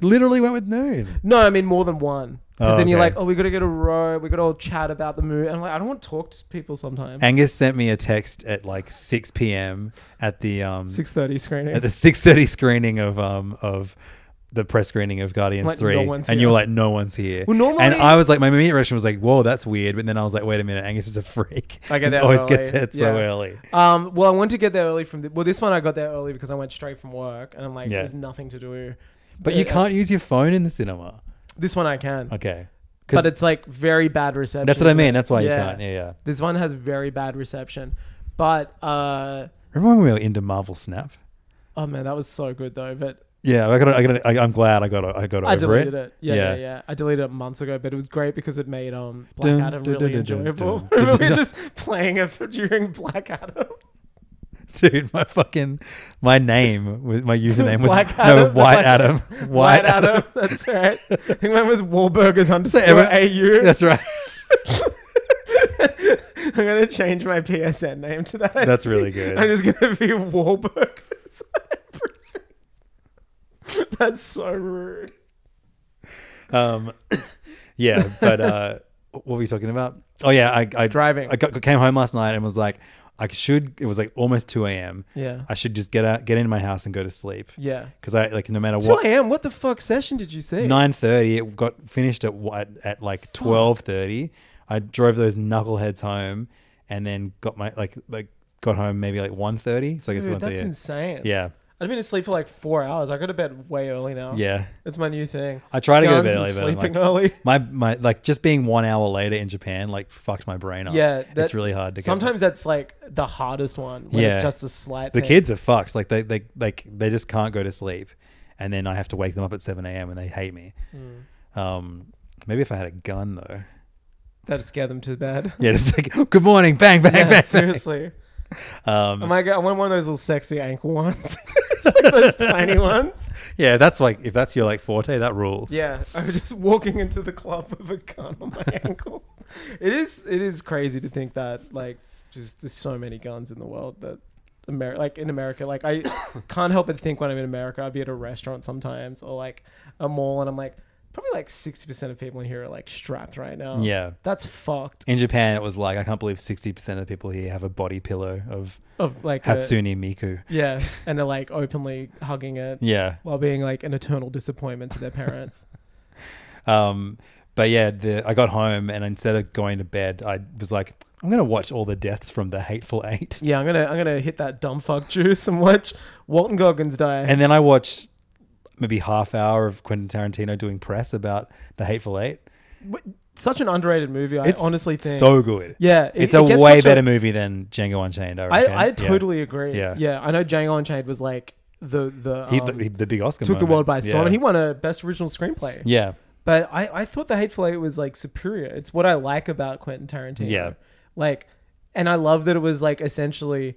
Speaker 4: Literally went with noon.
Speaker 5: No, I mean more than one. Because
Speaker 4: Oh,
Speaker 5: then you're
Speaker 4: okay.
Speaker 5: like, oh, we gotta get a row. We gotta all chat about the movie. And I'm like, I don't want to talk to people sometimes.
Speaker 4: Angus sent me a text at like 6 p.m. at the um
Speaker 5: 6:30 screening.
Speaker 4: at the 6:30 screening of um of the press screening of Guardians
Speaker 5: Like, no
Speaker 4: Three,
Speaker 5: one's
Speaker 4: and you
Speaker 5: here.
Speaker 4: were like, "No one's here."
Speaker 5: Well, normally-
Speaker 4: and I was like, my immediate reaction was like, "Whoa, that's weird," but then I was like, "Wait a minute, Angus is a freak.
Speaker 5: I get
Speaker 4: He
Speaker 5: there.
Speaker 4: always
Speaker 5: early.
Speaker 4: gets there so
Speaker 5: Yeah.
Speaker 4: early."
Speaker 5: Um, well, I wanted to get there early from. The, well, this one I got there early because I went straight from work, and I'm like,
Speaker 4: Yeah.
Speaker 5: there's nothing to do.
Speaker 4: But you
Speaker 5: Uh,
Speaker 4: can't use your phone in the cinema.
Speaker 5: This one I can.
Speaker 4: Okay, 'Cause-
Speaker 5: But it's like very bad reception.
Speaker 4: That's what I
Speaker 5: isn't
Speaker 4: mean.
Speaker 5: it?
Speaker 4: That's why you can't. Yeah, yeah.
Speaker 5: This one has very bad reception. But uh,
Speaker 4: Remember when we were into Marvel Snap?
Speaker 5: oh man, that was so good though. But
Speaker 4: Yeah, I got. I got. I, I'm glad I got. I got over
Speaker 5: I deleted it.
Speaker 4: it.
Speaker 5: Yeah, yeah, yeah, I deleted it months ago, but it was great because it made um Black
Speaker 4: Dun,
Speaker 5: Adam
Speaker 4: dun,
Speaker 5: really
Speaker 4: dun, dun,
Speaker 5: enjoyable.
Speaker 4: dun, dun,
Speaker 5: we were
Speaker 4: dun.
Speaker 5: just playing it during Black Adam.
Speaker 4: dude. My fucking my name was my username was
Speaker 5: Black
Speaker 4: no
Speaker 5: Adam,
Speaker 4: White
Speaker 5: Black-
Speaker 4: Adam. White,
Speaker 5: White
Speaker 4: Adam.
Speaker 5: Adam. That's right. I think mine was Wahlburgers underscore
Speaker 4: everyone-
Speaker 5: AU.
Speaker 4: That's right.
Speaker 5: I'm gonna change my PSN name to that.
Speaker 4: That's really good.
Speaker 5: I'm just gonna be Wahlburgers. That's so rude.
Speaker 4: Um, yeah, but uh, what were we talking about? Oh yeah, I, I
Speaker 5: Driving.
Speaker 4: I got, came home last night and was like, I should. It was like almost two a.m.
Speaker 5: Yeah.
Speaker 4: I should just get out, get into my house and go to sleep.
Speaker 5: Yeah.
Speaker 4: because I like no matter
Speaker 5: 2
Speaker 4: what.
Speaker 5: a.m. What the fuck session did you see?
Speaker 4: Nine thirty. It got finished at what at like twelve thirty. I drove those knuckleheads home, and then got my like like got home maybe like one thirty. So I guess
Speaker 5: Dude,
Speaker 4: 1:30.
Speaker 5: that's insane.
Speaker 4: Yeah,
Speaker 5: I've been asleep for like four hours. I go to bed way early now.
Speaker 4: Yeah.
Speaker 5: It's my new thing.
Speaker 4: I try to go to bed
Speaker 5: Guns and
Speaker 4: early, but I'm,
Speaker 5: Sleeping
Speaker 4: like,
Speaker 5: early.
Speaker 4: My my like just being one hour later in Japan like fucked my brain up.
Speaker 5: Yeah.
Speaker 4: oh, it's really hard to get.
Speaker 5: Sometimes that's like the hardest one. When
Speaker 4: yeah,
Speaker 5: It's just a slight
Speaker 4: The
Speaker 5: thing.
Speaker 4: kids are fucked. Like they they like they just can't go to sleep, and then I have to wake them up at seven a.m. and they hate me.
Speaker 5: Hmm.
Speaker 4: Um, maybe if I had a gun though.
Speaker 5: That'd scare them to bed.
Speaker 4: Yeah, just like good morning, bang bang
Speaker 5: Yeah,
Speaker 4: bang. bang."
Speaker 5: Seriously.
Speaker 4: Um,
Speaker 5: Am I, go- I want one of those little sexy ankle ones. like those tiny ones.
Speaker 4: Yeah, that's like if that's your like forte, that rules.
Speaker 5: Yeah, I was just walking into the club with a gun on my ankle. It is it is crazy to think that like just there's so many guns in the world that Amer- like in America, like I can't help but think when I'm in America, I'd be at a restaurant sometimes or like a mall, and I'm like probably like sixty percent of people in here are like strapped right now.
Speaker 4: Yeah.
Speaker 5: that's fucked.
Speaker 4: In Japan, it was like I can't believe sixty percent of the people here have a body pillow of
Speaker 5: Of like a-
Speaker 4: Hatsune Miku.
Speaker 5: Yeah, and they're like openly hugging it.
Speaker 4: Yeah.
Speaker 5: while being like an eternal disappointment to their parents.
Speaker 4: Um, but yeah, the, I got home and instead of going to bed, I was like, I'm gonna watch all the deaths from the Hateful Eight,
Speaker 5: Yeah, I'm gonna I'm gonna hit that dumb fuck juice and watch Walton Goggins die.
Speaker 4: and then I watched maybe half hour of Quentin Tarantino doing press about the Hateful Eight.
Speaker 5: W- such an underrated movie. I
Speaker 4: It's
Speaker 5: honestly think
Speaker 4: so good.
Speaker 5: Yeah, it-
Speaker 4: it's
Speaker 5: it
Speaker 4: a
Speaker 5: gets
Speaker 4: way
Speaker 5: such
Speaker 4: better movie than Django Unchained. I, reckon.
Speaker 5: I, I
Speaker 4: Yeah.
Speaker 5: totally agree.
Speaker 4: Yeah,
Speaker 5: Yeah, yeah. I know Django Unchained was like the the,
Speaker 4: He-
Speaker 5: um,
Speaker 4: the- the big Oscar
Speaker 5: took the world
Speaker 4: moment.
Speaker 5: by storm,
Speaker 4: Yeah.
Speaker 5: and he won a best original screenplay.
Speaker 4: Yeah.
Speaker 5: but I I thought The Hateful Eight was like superior. It's what I like about Quentin Tarantino.
Speaker 4: Yeah.
Speaker 5: like, and I love that it was like essentially.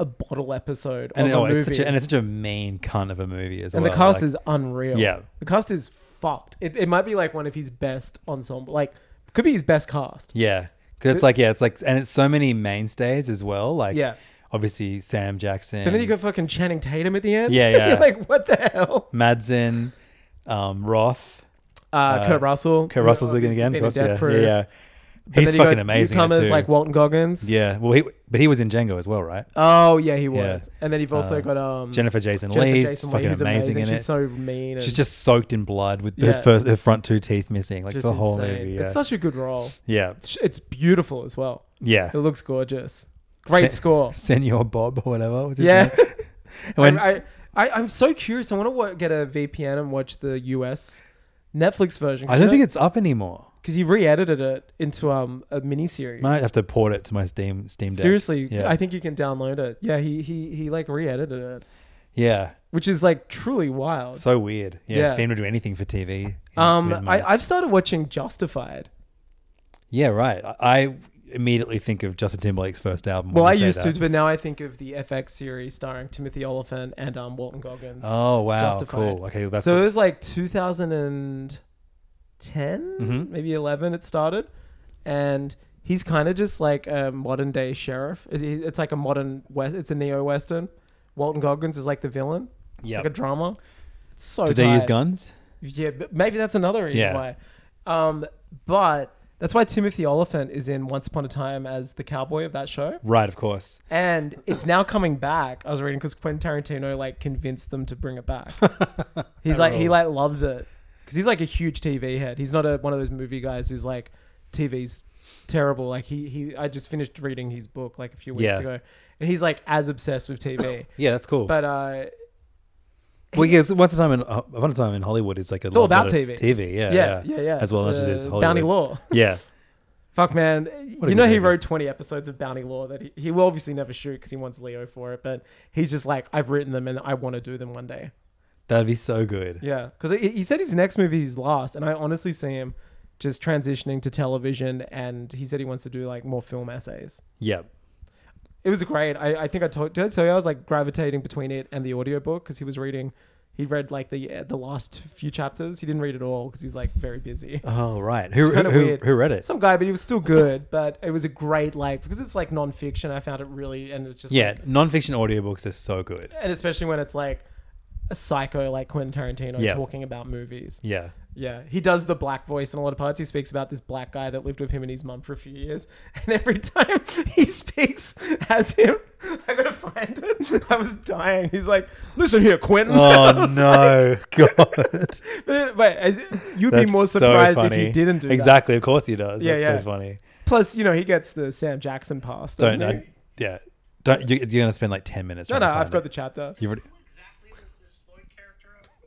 Speaker 5: a bottle episode
Speaker 4: and
Speaker 5: of
Speaker 4: oh,
Speaker 5: a movie.
Speaker 4: it's such a, and it's such a mean cunt of a movie as
Speaker 5: and
Speaker 4: well.
Speaker 5: the cast
Speaker 4: like-
Speaker 5: is unreal.
Speaker 4: Yeah,
Speaker 5: the cast is fucked. It, it might be like one of his best ensemble. Like could be his best cast.
Speaker 4: yeah. Because it's like yeah, it's like and it's so many mainstays as well. Like
Speaker 5: Yeah.
Speaker 4: obviously Sam Jackson,
Speaker 5: And then you got fucking Channing Tatum at the end.
Speaker 4: Yeah, yeah.
Speaker 5: You're like what the hell?
Speaker 4: Madsen, um, Roth,
Speaker 5: Uh, Kurt Russell.
Speaker 4: Kurt Russell's again,
Speaker 5: Obviously
Speaker 4: again, of
Speaker 5: been in
Speaker 4: course,
Speaker 5: Death
Speaker 4: yeah, yeah,
Speaker 5: Proof.
Speaker 4: yeah.
Speaker 5: But
Speaker 4: He's
Speaker 5: then you got
Speaker 4: fucking amazing. in it
Speaker 5: newcomers
Speaker 4: too.
Speaker 5: like Walton Goggins.
Speaker 4: Yeah, well, he but he was in Django as well, right?
Speaker 5: Oh yeah, he
Speaker 4: Yeah.
Speaker 5: was. And then you've also
Speaker 4: Uh,
Speaker 5: got um
Speaker 4: Jennifer Jason
Speaker 5: Jennifer
Speaker 4: Leigh,
Speaker 5: Jason Leigh,
Speaker 4: fucking
Speaker 5: who's
Speaker 4: amazing, in
Speaker 5: She's
Speaker 4: it.
Speaker 5: so mean. and
Speaker 4: She's just soaked in blood with
Speaker 5: Yeah.
Speaker 4: her first her front two teeth missing, like
Speaker 5: just
Speaker 4: the whole
Speaker 5: insane.
Speaker 4: movie. Yeah.
Speaker 5: It's such a good role.
Speaker 4: Yeah.
Speaker 5: It's- it's beautiful as well.
Speaker 4: Yeah.
Speaker 5: it looks gorgeous. Great
Speaker 4: Sen-
Speaker 5: score.
Speaker 4: Senor Bob or whatever. What's his
Speaker 5: Yeah.
Speaker 4: name? when
Speaker 5: I, I, I I'm so curious. I want to wa get a VPN and watch the US Netflix version.
Speaker 4: I don't think it's up anymore.
Speaker 5: because you re-edited it into um a miniseries.
Speaker 4: Might have to port it to my Steam Steam Deck.
Speaker 5: Seriously,
Speaker 4: yeah,
Speaker 5: I think you can download it. Yeah, he he he like re-edited it,
Speaker 4: yeah,
Speaker 5: which is like truly wild.
Speaker 4: so weird. Yeah,
Speaker 5: Yeah.
Speaker 4: Finn would do anything for TV. in-
Speaker 5: um,
Speaker 4: with my-
Speaker 5: I I've started watching Justified.
Speaker 4: yeah, right. I, I immediately think of Justin Timberlake's first album.
Speaker 5: Well, I
Speaker 4: when say
Speaker 5: used
Speaker 4: that.
Speaker 5: to, but now I think of the FX series starring Timothy Oliphant and um, Walton Goggins.
Speaker 4: Oh, wow, cool. Okay, that's
Speaker 5: so
Speaker 4: what-
Speaker 5: it was like 2010,
Speaker 4: Mhm.
Speaker 5: maybe 11. It started, and he's kind of just like a modern day sheriff. It- it- It's like a modern west. It's a neo western. Walton Goggins is like the villain. It's
Speaker 4: Yep.
Speaker 5: like a drama. It's so.
Speaker 4: Did they use
Speaker 5: tight.
Speaker 4: guns?
Speaker 5: Yeah, but maybe that's another reason
Speaker 4: Yeah.
Speaker 5: why. Um, but that's why Timothy Oliphant is in Once Upon a Time as the cowboy of that show.
Speaker 4: Right, of course.
Speaker 5: And it's now coming back. I was reading because Quentin Tarantino like convinced them to bring it back. he's like he like loves it because he's like a huge TV head. He's not a, one of those movie guys who's like TV's terrible. Like he he I just finished reading his book like a few weeks
Speaker 4: Yeah.
Speaker 5: ago, and he's like as obsessed with TV.
Speaker 4: Yeah, that's cool.
Speaker 5: But uh,
Speaker 4: Well, yes, once a time in uh, once a time in Hollywood is like a
Speaker 5: It's all
Speaker 4: lot-
Speaker 5: about
Speaker 4: lot of
Speaker 5: TV.
Speaker 4: TV, yeah,
Speaker 5: Yeah, yeah, yeah.
Speaker 4: as well as
Speaker 5: Uh,
Speaker 4: it is Hollywood.
Speaker 5: Bounty Law.
Speaker 4: yeah,
Speaker 5: Fuck man,
Speaker 4: a
Speaker 5: you
Speaker 4: good
Speaker 5: know he
Speaker 4: movie.
Speaker 5: wrote twenty episodes of Bounty Law that he, he will obviously never shoot because he wants Leo for it, but he's just like I've written them and I want to do them one day.
Speaker 4: that'd be so good.
Speaker 5: Yeah, because he he said his next movie is Lost, and I honestly see him just transitioning to television, and he said he wants to do like more film essays.
Speaker 4: Yep.
Speaker 5: It was great. I, I think I told did I tell you I was like gravitating between it and the audiobook because he was reading. He read like the uh, the last few chapters. He didn't read it all because he's like very busy.
Speaker 4: Oh right,
Speaker 5: It's
Speaker 4: who who,
Speaker 5: kinda
Speaker 4: who,
Speaker 5: weird.
Speaker 4: who read it?
Speaker 5: Some guy, but he was still good. But it was a great like because it's like nonfiction. I found it really and it's just
Speaker 4: yeah,
Speaker 5: like-
Speaker 4: nonfiction audiobooks are so good.
Speaker 5: and especially when it's like a psycho like Quentin Tarantino
Speaker 4: Yeah.
Speaker 5: talking about movies.
Speaker 4: Yeah.
Speaker 5: Yeah, he does the black voice in a lot of parts. He speaks about this black guy that lived with him and his mum for a few years, and every time he speaks as him, I gotta find it. I was dying. He's like, "Listen here, Quentin." I
Speaker 4: Oh
Speaker 5: was like-
Speaker 4: no, God!
Speaker 5: but, it- but as, you'd be
Speaker 4: That's
Speaker 5: more
Speaker 4: so
Speaker 5: surprised if
Speaker 4: funny.
Speaker 5: he didn't do that.
Speaker 4: exactly. Of course he does.
Speaker 5: Yeah,
Speaker 4: That's
Speaker 5: yeah.
Speaker 4: so funny.
Speaker 5: Plus, you know, he gets the Sam Jackson pass. Doesn't
Speaker 4: Don't
Speaker 5: he?
Speaker 4: I, yeah. Don't you, you're gonna spend like ten minutes?
Speaker 5: No,
Speaker 4: trying to
Speaker 5: no, I've
Speaker 4: find
Speaker 5: got
Speaker 4: it.
Speaker 5: the chapter.
Speaker 4: You've already,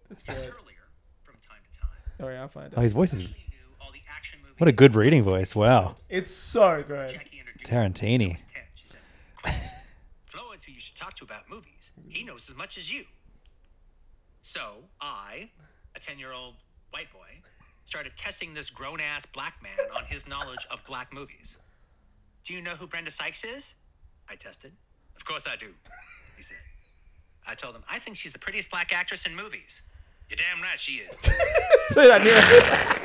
Speaker 5: It's weird. Don't worry, I'll find it.
Speaker 4: oh, his voice is. What a good reading voice! Wow,
Speaker 5: It's so good.
Speaker 4: Tarantini.
Speaker 9: Flo is who you should talk to about movies. He knows as much as you. So I, a 10 year old white boy, started testing this grown ass black man on his knowledge of black movies. Do you know who Brenda Sykes is? I tested. Of course I do, he said. I told him, I think she's the prettiest black actress in movies. You're damn right she is.
Speaker 5: Dude, I knew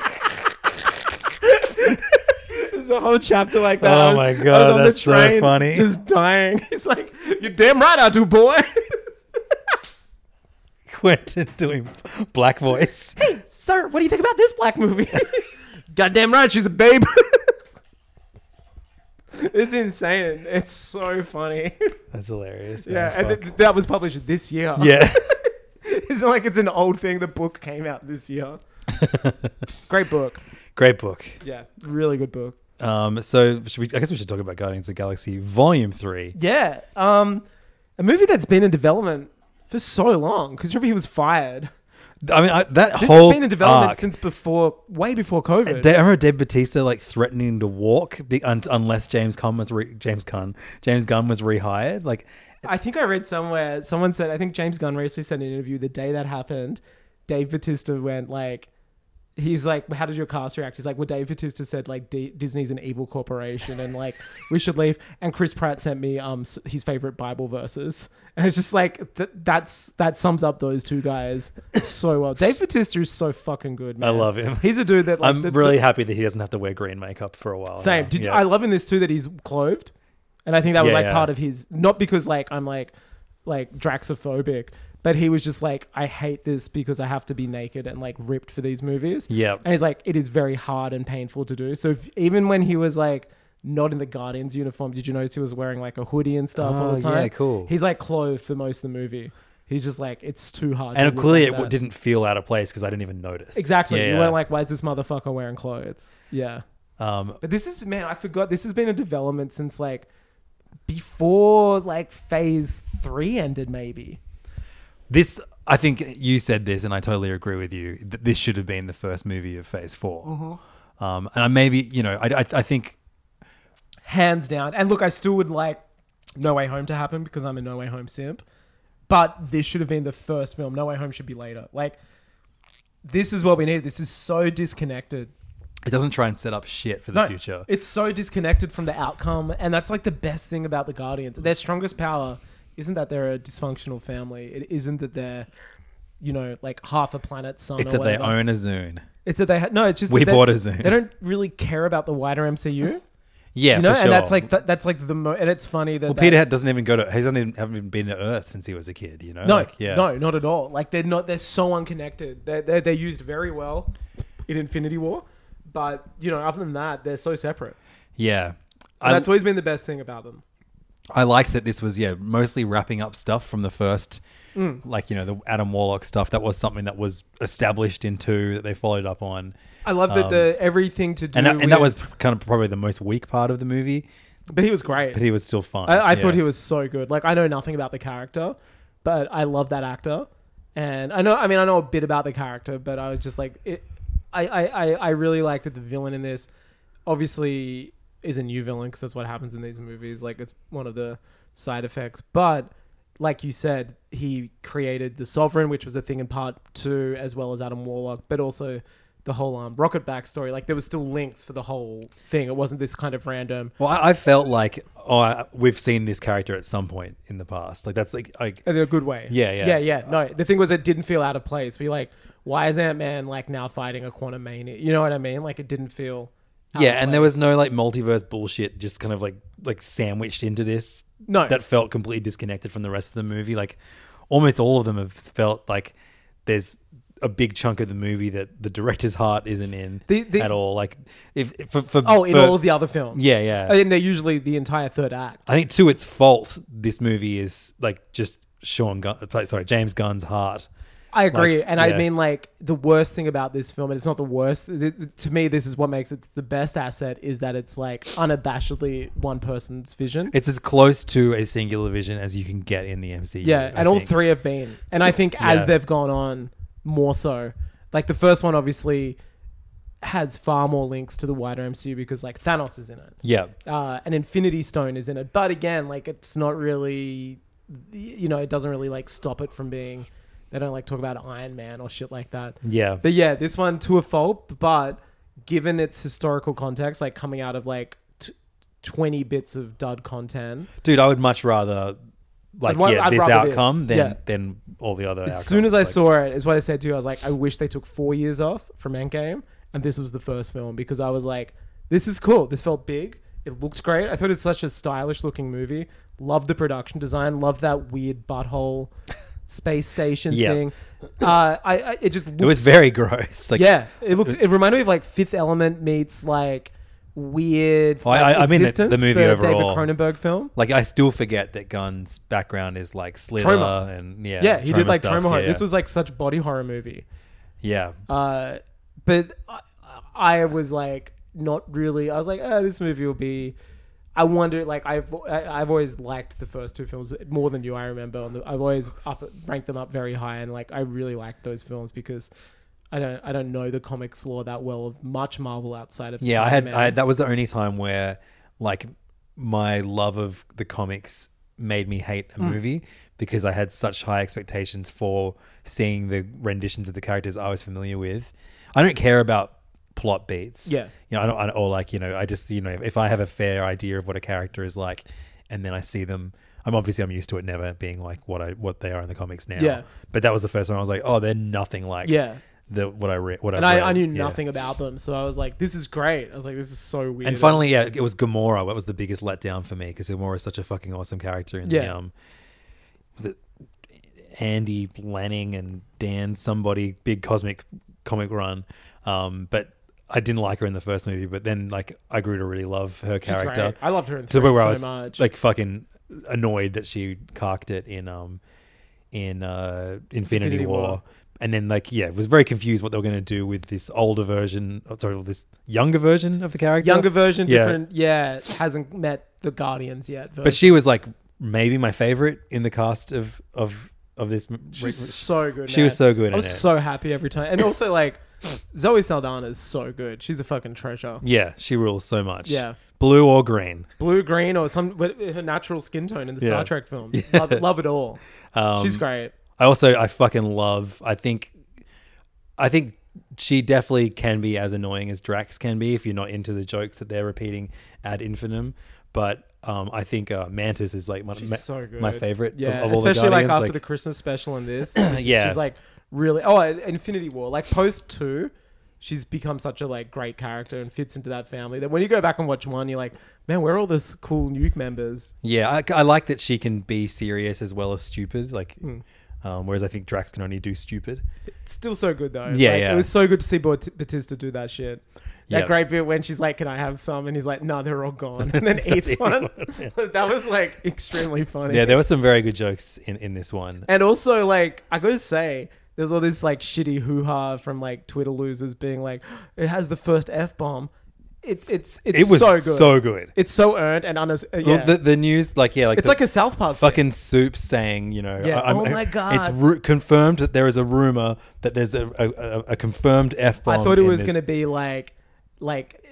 Speaker 5: it. There's a whole chapter like that.
Speaker 4: Oh
Speaker 5: I was-
Speaker 4: my
Speaker 5: I was
Speaker 4: God,
Speaker 5: on the
Speaker 4: that's so
Speaker 5: train
Speaker 4: funny.
Speaker 5: Just dying. He's like, "You're damn right, I do, boy."
Speaker 4: Quentin doing black voice.
Speaker 5: Sir, what do you think about this black movie? Goddamn right, she's a babe. it's insane. It's so funny.
Speaker 4: That's hilarious. man.
Speaker 5: Yeah, and
Speaker 4: Fuck.
Speaker 5: th- that was published this year.
Speaker 4: yeah.
Speaker 5: it's not like it's an old thing. The book came out this year. Great book.
Speaker 4: Great book.
Speaker 5: Yeah, really good book.
Speaker 4: Um, so should we, I guess we should talk about Guardians of the Galaxy Volume Three.
Speaker 5: Yeah. Um, a movie that's been in development for so long because remember he was fired.
Speaker 4: I mean, I, that
Speaker 5: This
Speaker 4: whole
Speaker 5: has been in development
Speaker 4: arc-
Speaker 5: since before, way before COVID.
Speaker 4: Da- I remember Dave Batista like threatening to walk be, un, unless James Gunn was re, James Gunn James Gunn was rehired. Like,
Speaker 5: I think I read somewhere someone said I think James Gunn recently said in an interview the day that happened, Dave Batista went like. he's like, "How did your cast react?" He's like, "Well, Dave Bautista said like D- Disney's an evil corporation and like we should leave." And Chris Pratt sent me um s- his favorite Bible verses, and it's just like th- that's that sums up those two guys so well. Dave Bautista is so fucking good. Man.
Speaker 4: I love him.
Speaker 5: He's a dude that like,
Speaker 4: I'm
Speaker 5: the-
Speaker 4: really
Speaker 5: the-
Speaker 4: happy that he doesn't have to wear green makeup for a while.
Speaker 5: Same.
Speaker 4: now.
Speaker 5: Did,
Speaker 4: Oh, Yeah.
Speaker 5: I love in this too that he's clothed, and I think that was
Speaker 4: Yeah,
Speaker 5: like
Speaker 4: yeah.
Speaker 5: part of his not because like I'm like like Draxophobic, but he was just like I hate this because I have to be naked and like ripped for these movies.
Speaker 4: Yep.
Speaker 5: and he's like it is very hard and painful to do. So if, even when he was like not in the Guardians uniform, did you notice he was wearing like a hoodie and stuff all
Speaker 4: Oh,
Speaker 5: the time?
Speaker 4: yeah, cool.
Speaker 5: He's like clothed for most of the movie. He's just like it's too hard. to
Speaker 4: and
Speaker 5: look
Speaker 4: clearly
Speaker 5: like
Speaker 4: it w-
Speaker 5: that.
Speaker 4: didn't feel out of place because I didn't even notice.
Speaker 5: Exactly.
Speaker 4: Yeah,
Speaker 5: you
Speaker 4: yeah.
Speaker 5: weren't like, why is this motherfucker wearing clothes? Yeah.
Speaker 4: Um,
Speaker 5: but this is, man, I forgot. This has been a development since like before like phase three ended, maybe.
Speaker 4: This, I think you said this, and I totally agree with you. That this should have been the first movie of Phase 4
Speaker 5: Mm-hmm.
Speaker 4: Um, and I maybe, you know, I, I, I think
Speaker 5: Hands down. And look, I still would like No Way Home to happen because I'm a No Way Home simp. But this should have been the first film. No Way Home should be later. Like, this is what we need. This is so disconnected.
Speaker 4: it doesn't try and set up shit for the
Speaker 5: No,
Speaker 4: future.
Speaker 5: It's so disconnected from the outcome, and that's like the best thing about the Guardians. Their strongest power isn't that they're a dysfunctional family. It isn't that they're, you know, like half a planet sun.
Speaker 4: It's
Speaker 5: or
Speaker 4: that they
Speaker 5: whatever.
Speaker 4: own a Zune.
Speaker 5: It's that they ha- no. It's just
Speaker 4: We
Speaker 5: that they-
Speaker 4: bought a Zune.
Speaker 5: They don't really care about the wider MCU.
Speaker 4: Yeah,
Speaker 5: you know,
Speaker 4: for
Speaker 5: and that's
Speaker 4: sure.
Speaker 5: like that, that's like the mo- and it's funny that
Speaker 4: Well, Peter
Speaker 5: that's-
Speaker 4: had- doesn't even go to. He doesn't even haven't even been to Earth since he was a kid. You know.
Speaker 5: No,
Speaker 4: Like, yeah.
Speaker 5: no, not at all. Like they're not. They're so unconnected. They're, they're they're used very well in Infinity War, but you know, other than that, they're so separate.
Speaker 4: Yeah.
Speaker 5: And
Speaker 4: I-
Speaker 5: that's always been the best thing about them.
Speaker 4: I liked that this was yeah mostly wrapping up stuff from the first,
Speaker 5: Mm.
Speaker 4: like you know the Adam Warlock stuff. That was something that was established in two that they followed up on.
Speaker 5: I love that
Speaker 4: Um,
Speaker 5: the everything to do
Speaker 4: and that,
Speaker 5: with-
Speaker 4: and that was kind of probably the most weak part of the movie.
Speaker 5: But he was great.
Speaker 4: But he was still fun.
Speaker 5: I, I
Speaker 4: Yeah.
Speaker 5: thought he was so good. Like I know nothing about the character, but I love that actor, and I know. I mean, I know a bit about the character, but I was just like, it, I, I, I, I really like that the villain in this, obviously, is a new villain because that's what happens in these movies. Like it's one of the side effects, but. Like you said, he created the Sovereign, which was a thing in part two, as well as Adam Warlock, but also the whole um, Rocket backstory. Like there was still links for the whole thing. It wasn't this kind of random.
Speaker 4: Well, I, I felt like oh, I, we've seen this character at some point in the past. Like that's like like
Speaker 5: in a good way.
Speaker 4: Yeah, yeah,
Speaker 5: yeah, yeah. No, the thing was, it didn't feel out of place. Be like, why is Ant Man like now fighting a quantum maniac? You know what I mean? Like, it didn't feel. out
Speaker 4: Yeah,
Speaker 5: of
Speaker 4: and
Speaker 5: place.
Speaker 4: there was no like multiverse bullshit just kind of like like sandwiched into this.
Speaker 5: No.
Speaker 4: That felt completely disconnected from the rest of the movie. Like almost all of them have felt like there's a big chunk of the movie that the director's heart isn't in at all. Like if if- for, for
Speaker 5: oh in
Speaker 4: for-
Speaker 5: all of the Oh, other films.
Speaker 4: Yeah, yeah.
Speaker 5: And they're usually the entire third act.
Speaker 4: I think to its fault, this movie is like just Sean Gunn, sorry, James Gunn's heart.
Speaker 5: I agree,
Speaker 4: Like,
Speaker 5: and
Speaker 4: yeah.
Speaker 5: I mean like the worst thing about this film, and it's not the worst. th- th- to me, this is what makes it the best asset is that it's like unabashedly one person's vision.
Speaker 4: it's as close to a singular vision as you can get in the MCU.
Speaker 5: Yeah,
Speaker 4: I
Speaker 5: and all
Speaker 4: think.
Speaker 5: three have been. And I think as
Speaker 4: Yeah.
Speaker 5: they've gone on, more so. Like the first one obviously has far more links to the wider MCU because like Thanos is in it.
Speaker 4: Yeah.
Speaker 5: Uh, and Infinity Stone is in it. But again, like it's not really, you know, it doesn't really like stop it from being. They don't like talk about Iron Man or shit like that.
Speaker 4: Yeah.
Speaker 5: But yeah, this one to a fault, but given its historical context, like coming out of like t- 20 bits of dud content,
Speaker 4: dude, I would much rather like
Speaker 5: I'd wa-
Speaker 4: yeah
Speaker 5: I'd
Speaker 4: this
Speaker 5: rather this.
Speaker 4: outcome than
Speaker 5: Yeah.
Speaker 4: than all the other.
Speaker 5: As soon as I
Speaker 4: outcomes. Like,
Speaker 5: saw it, is what I said to you. I was like, I wish they took four years off from Endgame, and this was the first film because I was like, this is cool. This felt big. It looked great. I thought it's such a stylish looking movie. Loved the production design. Loved that weird butthole space station
Speaker 4: Yeah.
Speaker 5: thing. Uh, I, I it just looked,
Speaker 4: it was very gross. Like
Speaker 5: yeah, it looked. It reminded me of like Fifth Element meets like weird.
Speaker 4: Oh, I, I, I
Speaker 5: like,
Speaker 4: mean the,
Speaker 5: Existence,
Speaker 4: the movie overall.
Speaker 5: David Cronenberg film.
Speaker 4: Like I still forget that Gunn's background is like Slither
Speaker 5: Trauma.
Speaker 4: and yeah,
Speaker 5: yeah, he did like
Speaker 4: stuff,
Speaker 5: trauma horror.
Speaker 4: yeah.
Speaker 5: This was like such body horror movie.
Speaker 4: Yeah.
Speaker 5: Uh, but I, I was like, not really. I was like, oh, this movie will be. I wonder, like, I've I- I've always liked the first two films more than you. I remember, and I've always up ranked them up very high, and like, I really liked those films because. I don't. I don't know the comics lore that well of much Marvel outside of
Speaker 4: yeah. I had, I
Speaker 5: Spider-Man.
Speaker 4: had that was the only time where like my love of the comics made me hate a
Speaker 5: Mm.
Speaker 4: movie because I had such high expectations for seeing the renditions of the characters I was familiar with. I don't care about plot beats.
Speaker 5: Yeah.
Speaker 4: You know, I don't, I don't, or like, you know, I just, you know, if, if I have a fair idea of what a character is like and then I see them, I'm obviously, I'm used to it never being like what I, what they are in the comics now.
Speaker 5: Yeah.
Speaker 4: But that was the first time I was like, oh, they're nothing like
Speaker 5: Yeah.
Speaker 4: the, what I read, what
Speaker 5: and
Speaker 4: I,
Speaker 5: I,
Speaker 4: read.
Speaker 5: I knew
Speaker 4: Yeah.
Speaker 5: nothing about them, so I was like, "This is great." I was like, "This is so weird."
Speaker 4: And finally, yeah, it was Gamora. That was the biggest letdown for me because Gamora is such a fucking awesome character. And the,
Speaker 5: Yeah.
Speaker 4: um, was it Andy Lanning and Dan somebody big cosmic comic run? Um, but I didn't like her in the first movie. But then, like, I grew to really love her
Speaker 5: She's
Speaker 4: character.
Speaker 5: great. I loved her in
Speaker 4: to the point
Speaker 5: three
Speaker 4: where I
Speaker 5: so
Speaker 4: was
Speaker 5: much.
Speaker 4: like fucking annoyed that she cocked it in um in uh Infinity,
Speaker 5: Infinity
Speaker 4: War.
Speaker 5: War.
Speaker 4: And then, like, yeah, was very confused what they were going to do with this older version, oh, sorry, this younger version of the character.
Speaker 5: younger version,
Speaker 4: Yeah.
Speaker 5: different. Yeah, hasn't met the Guardians yet.
Speaker 4: But she was like maybe my favorite in the cast of of of this. m-
Speaker 5: She's so good.
Speaker 4: She was
Speaker 5: man.
Speaker 4: so good.
Speaker 5: I was
Speaker 4: in it.
Speaker 5: so happy every time, and also like Zoe Saldana is so good. She's a fucking treasure.
Speaker 4: Yeah, she rules so much.
Speaker 5: Yeah.
Speaker 4: blue or green.
Speaker 5: Blue, green, or some what- her natural skin tone in the
Speaker 4: Yeah.
Speaker 5: Star Trek films.
Speaker 4: Yeah.
Speaker 5: Love, love it all.
Speaker 4: Um,
Speaker 5: She's great.
Speaker 4: I also I fucking love. I think, I think she definitely can be as annoying as Drax can be if you're not into the jokes that they're repeating ad infinitum. But um, I think uh, Mantis is like my
Speaker 5: She's
Speaker 4: ma-
Speaker 5: so good.
Speaker 4: my favorite. of-
Speaker 5: Yeah,
Speaker 4: of, all
Speaker 5: especially
Speaker 4: the
Speaker 5: like
Speaker 4: Guardians.
Speaker 5: after the Christmas special and this.
Speaker 4: Yeah.
Speaker 5: she's like really. Oh, and Infinity War, like post two, she's become such a like great character and fits into that family. That when you go back and watch one, you're like, man, where are all this cool Nuke members?
Speaker 4: Yeah, I, I like that she can be serious as well as stupid. Like,
Speaker 5: Hmm.
Speaker 4: um, whereas I think Drax can only do stupid.
Speaker 5: Still so good though.
Speaker 4: Yeah,
Speaker 5: Like,
Speaker 4: yeah.
Speaker 5: It was so good to see Bat- Batista do that shit. That
Speaker 4: Yeah.
Speaker 5: great bit when she's like, "Can I have some?" and he's like, "No, they're all gone," and then
Speaker 4: So
Speaker 5: eats
Speaker 4: they-
Speaker 5: one. that was like extremely funny.
Speaker 4: Yeah, there were some very good jokes in, in this one.
Speaker 5: And also, like, I gotta say, there's all this like shitty hoo ha from like Twitter losers being like, "It has the first f bomb." It, it's it's
Speaker 4: It was
Speaker 5: so good.
Speaker 4: so good.
Speaker 5: It's so earned and honest. Uh,
Speaker 4: Well,
Speaker 5: yeah.
Speaker 4: The, the news, like yeah, like
Speaker 5: It's
Speaker 4: the
Speaker 5: like a South Park thing.
Speaker 4: fucking soup saying, you know,
Speaker 5: Yeah,
Speaker 4: I- I'm-
Speaker 5: oh my God.
Speaker 4: it's ru- confirmed that there is a rumor that there's a a, a, a confirmed f bomb.
Speaker 5: I thought it was gonna be like, like.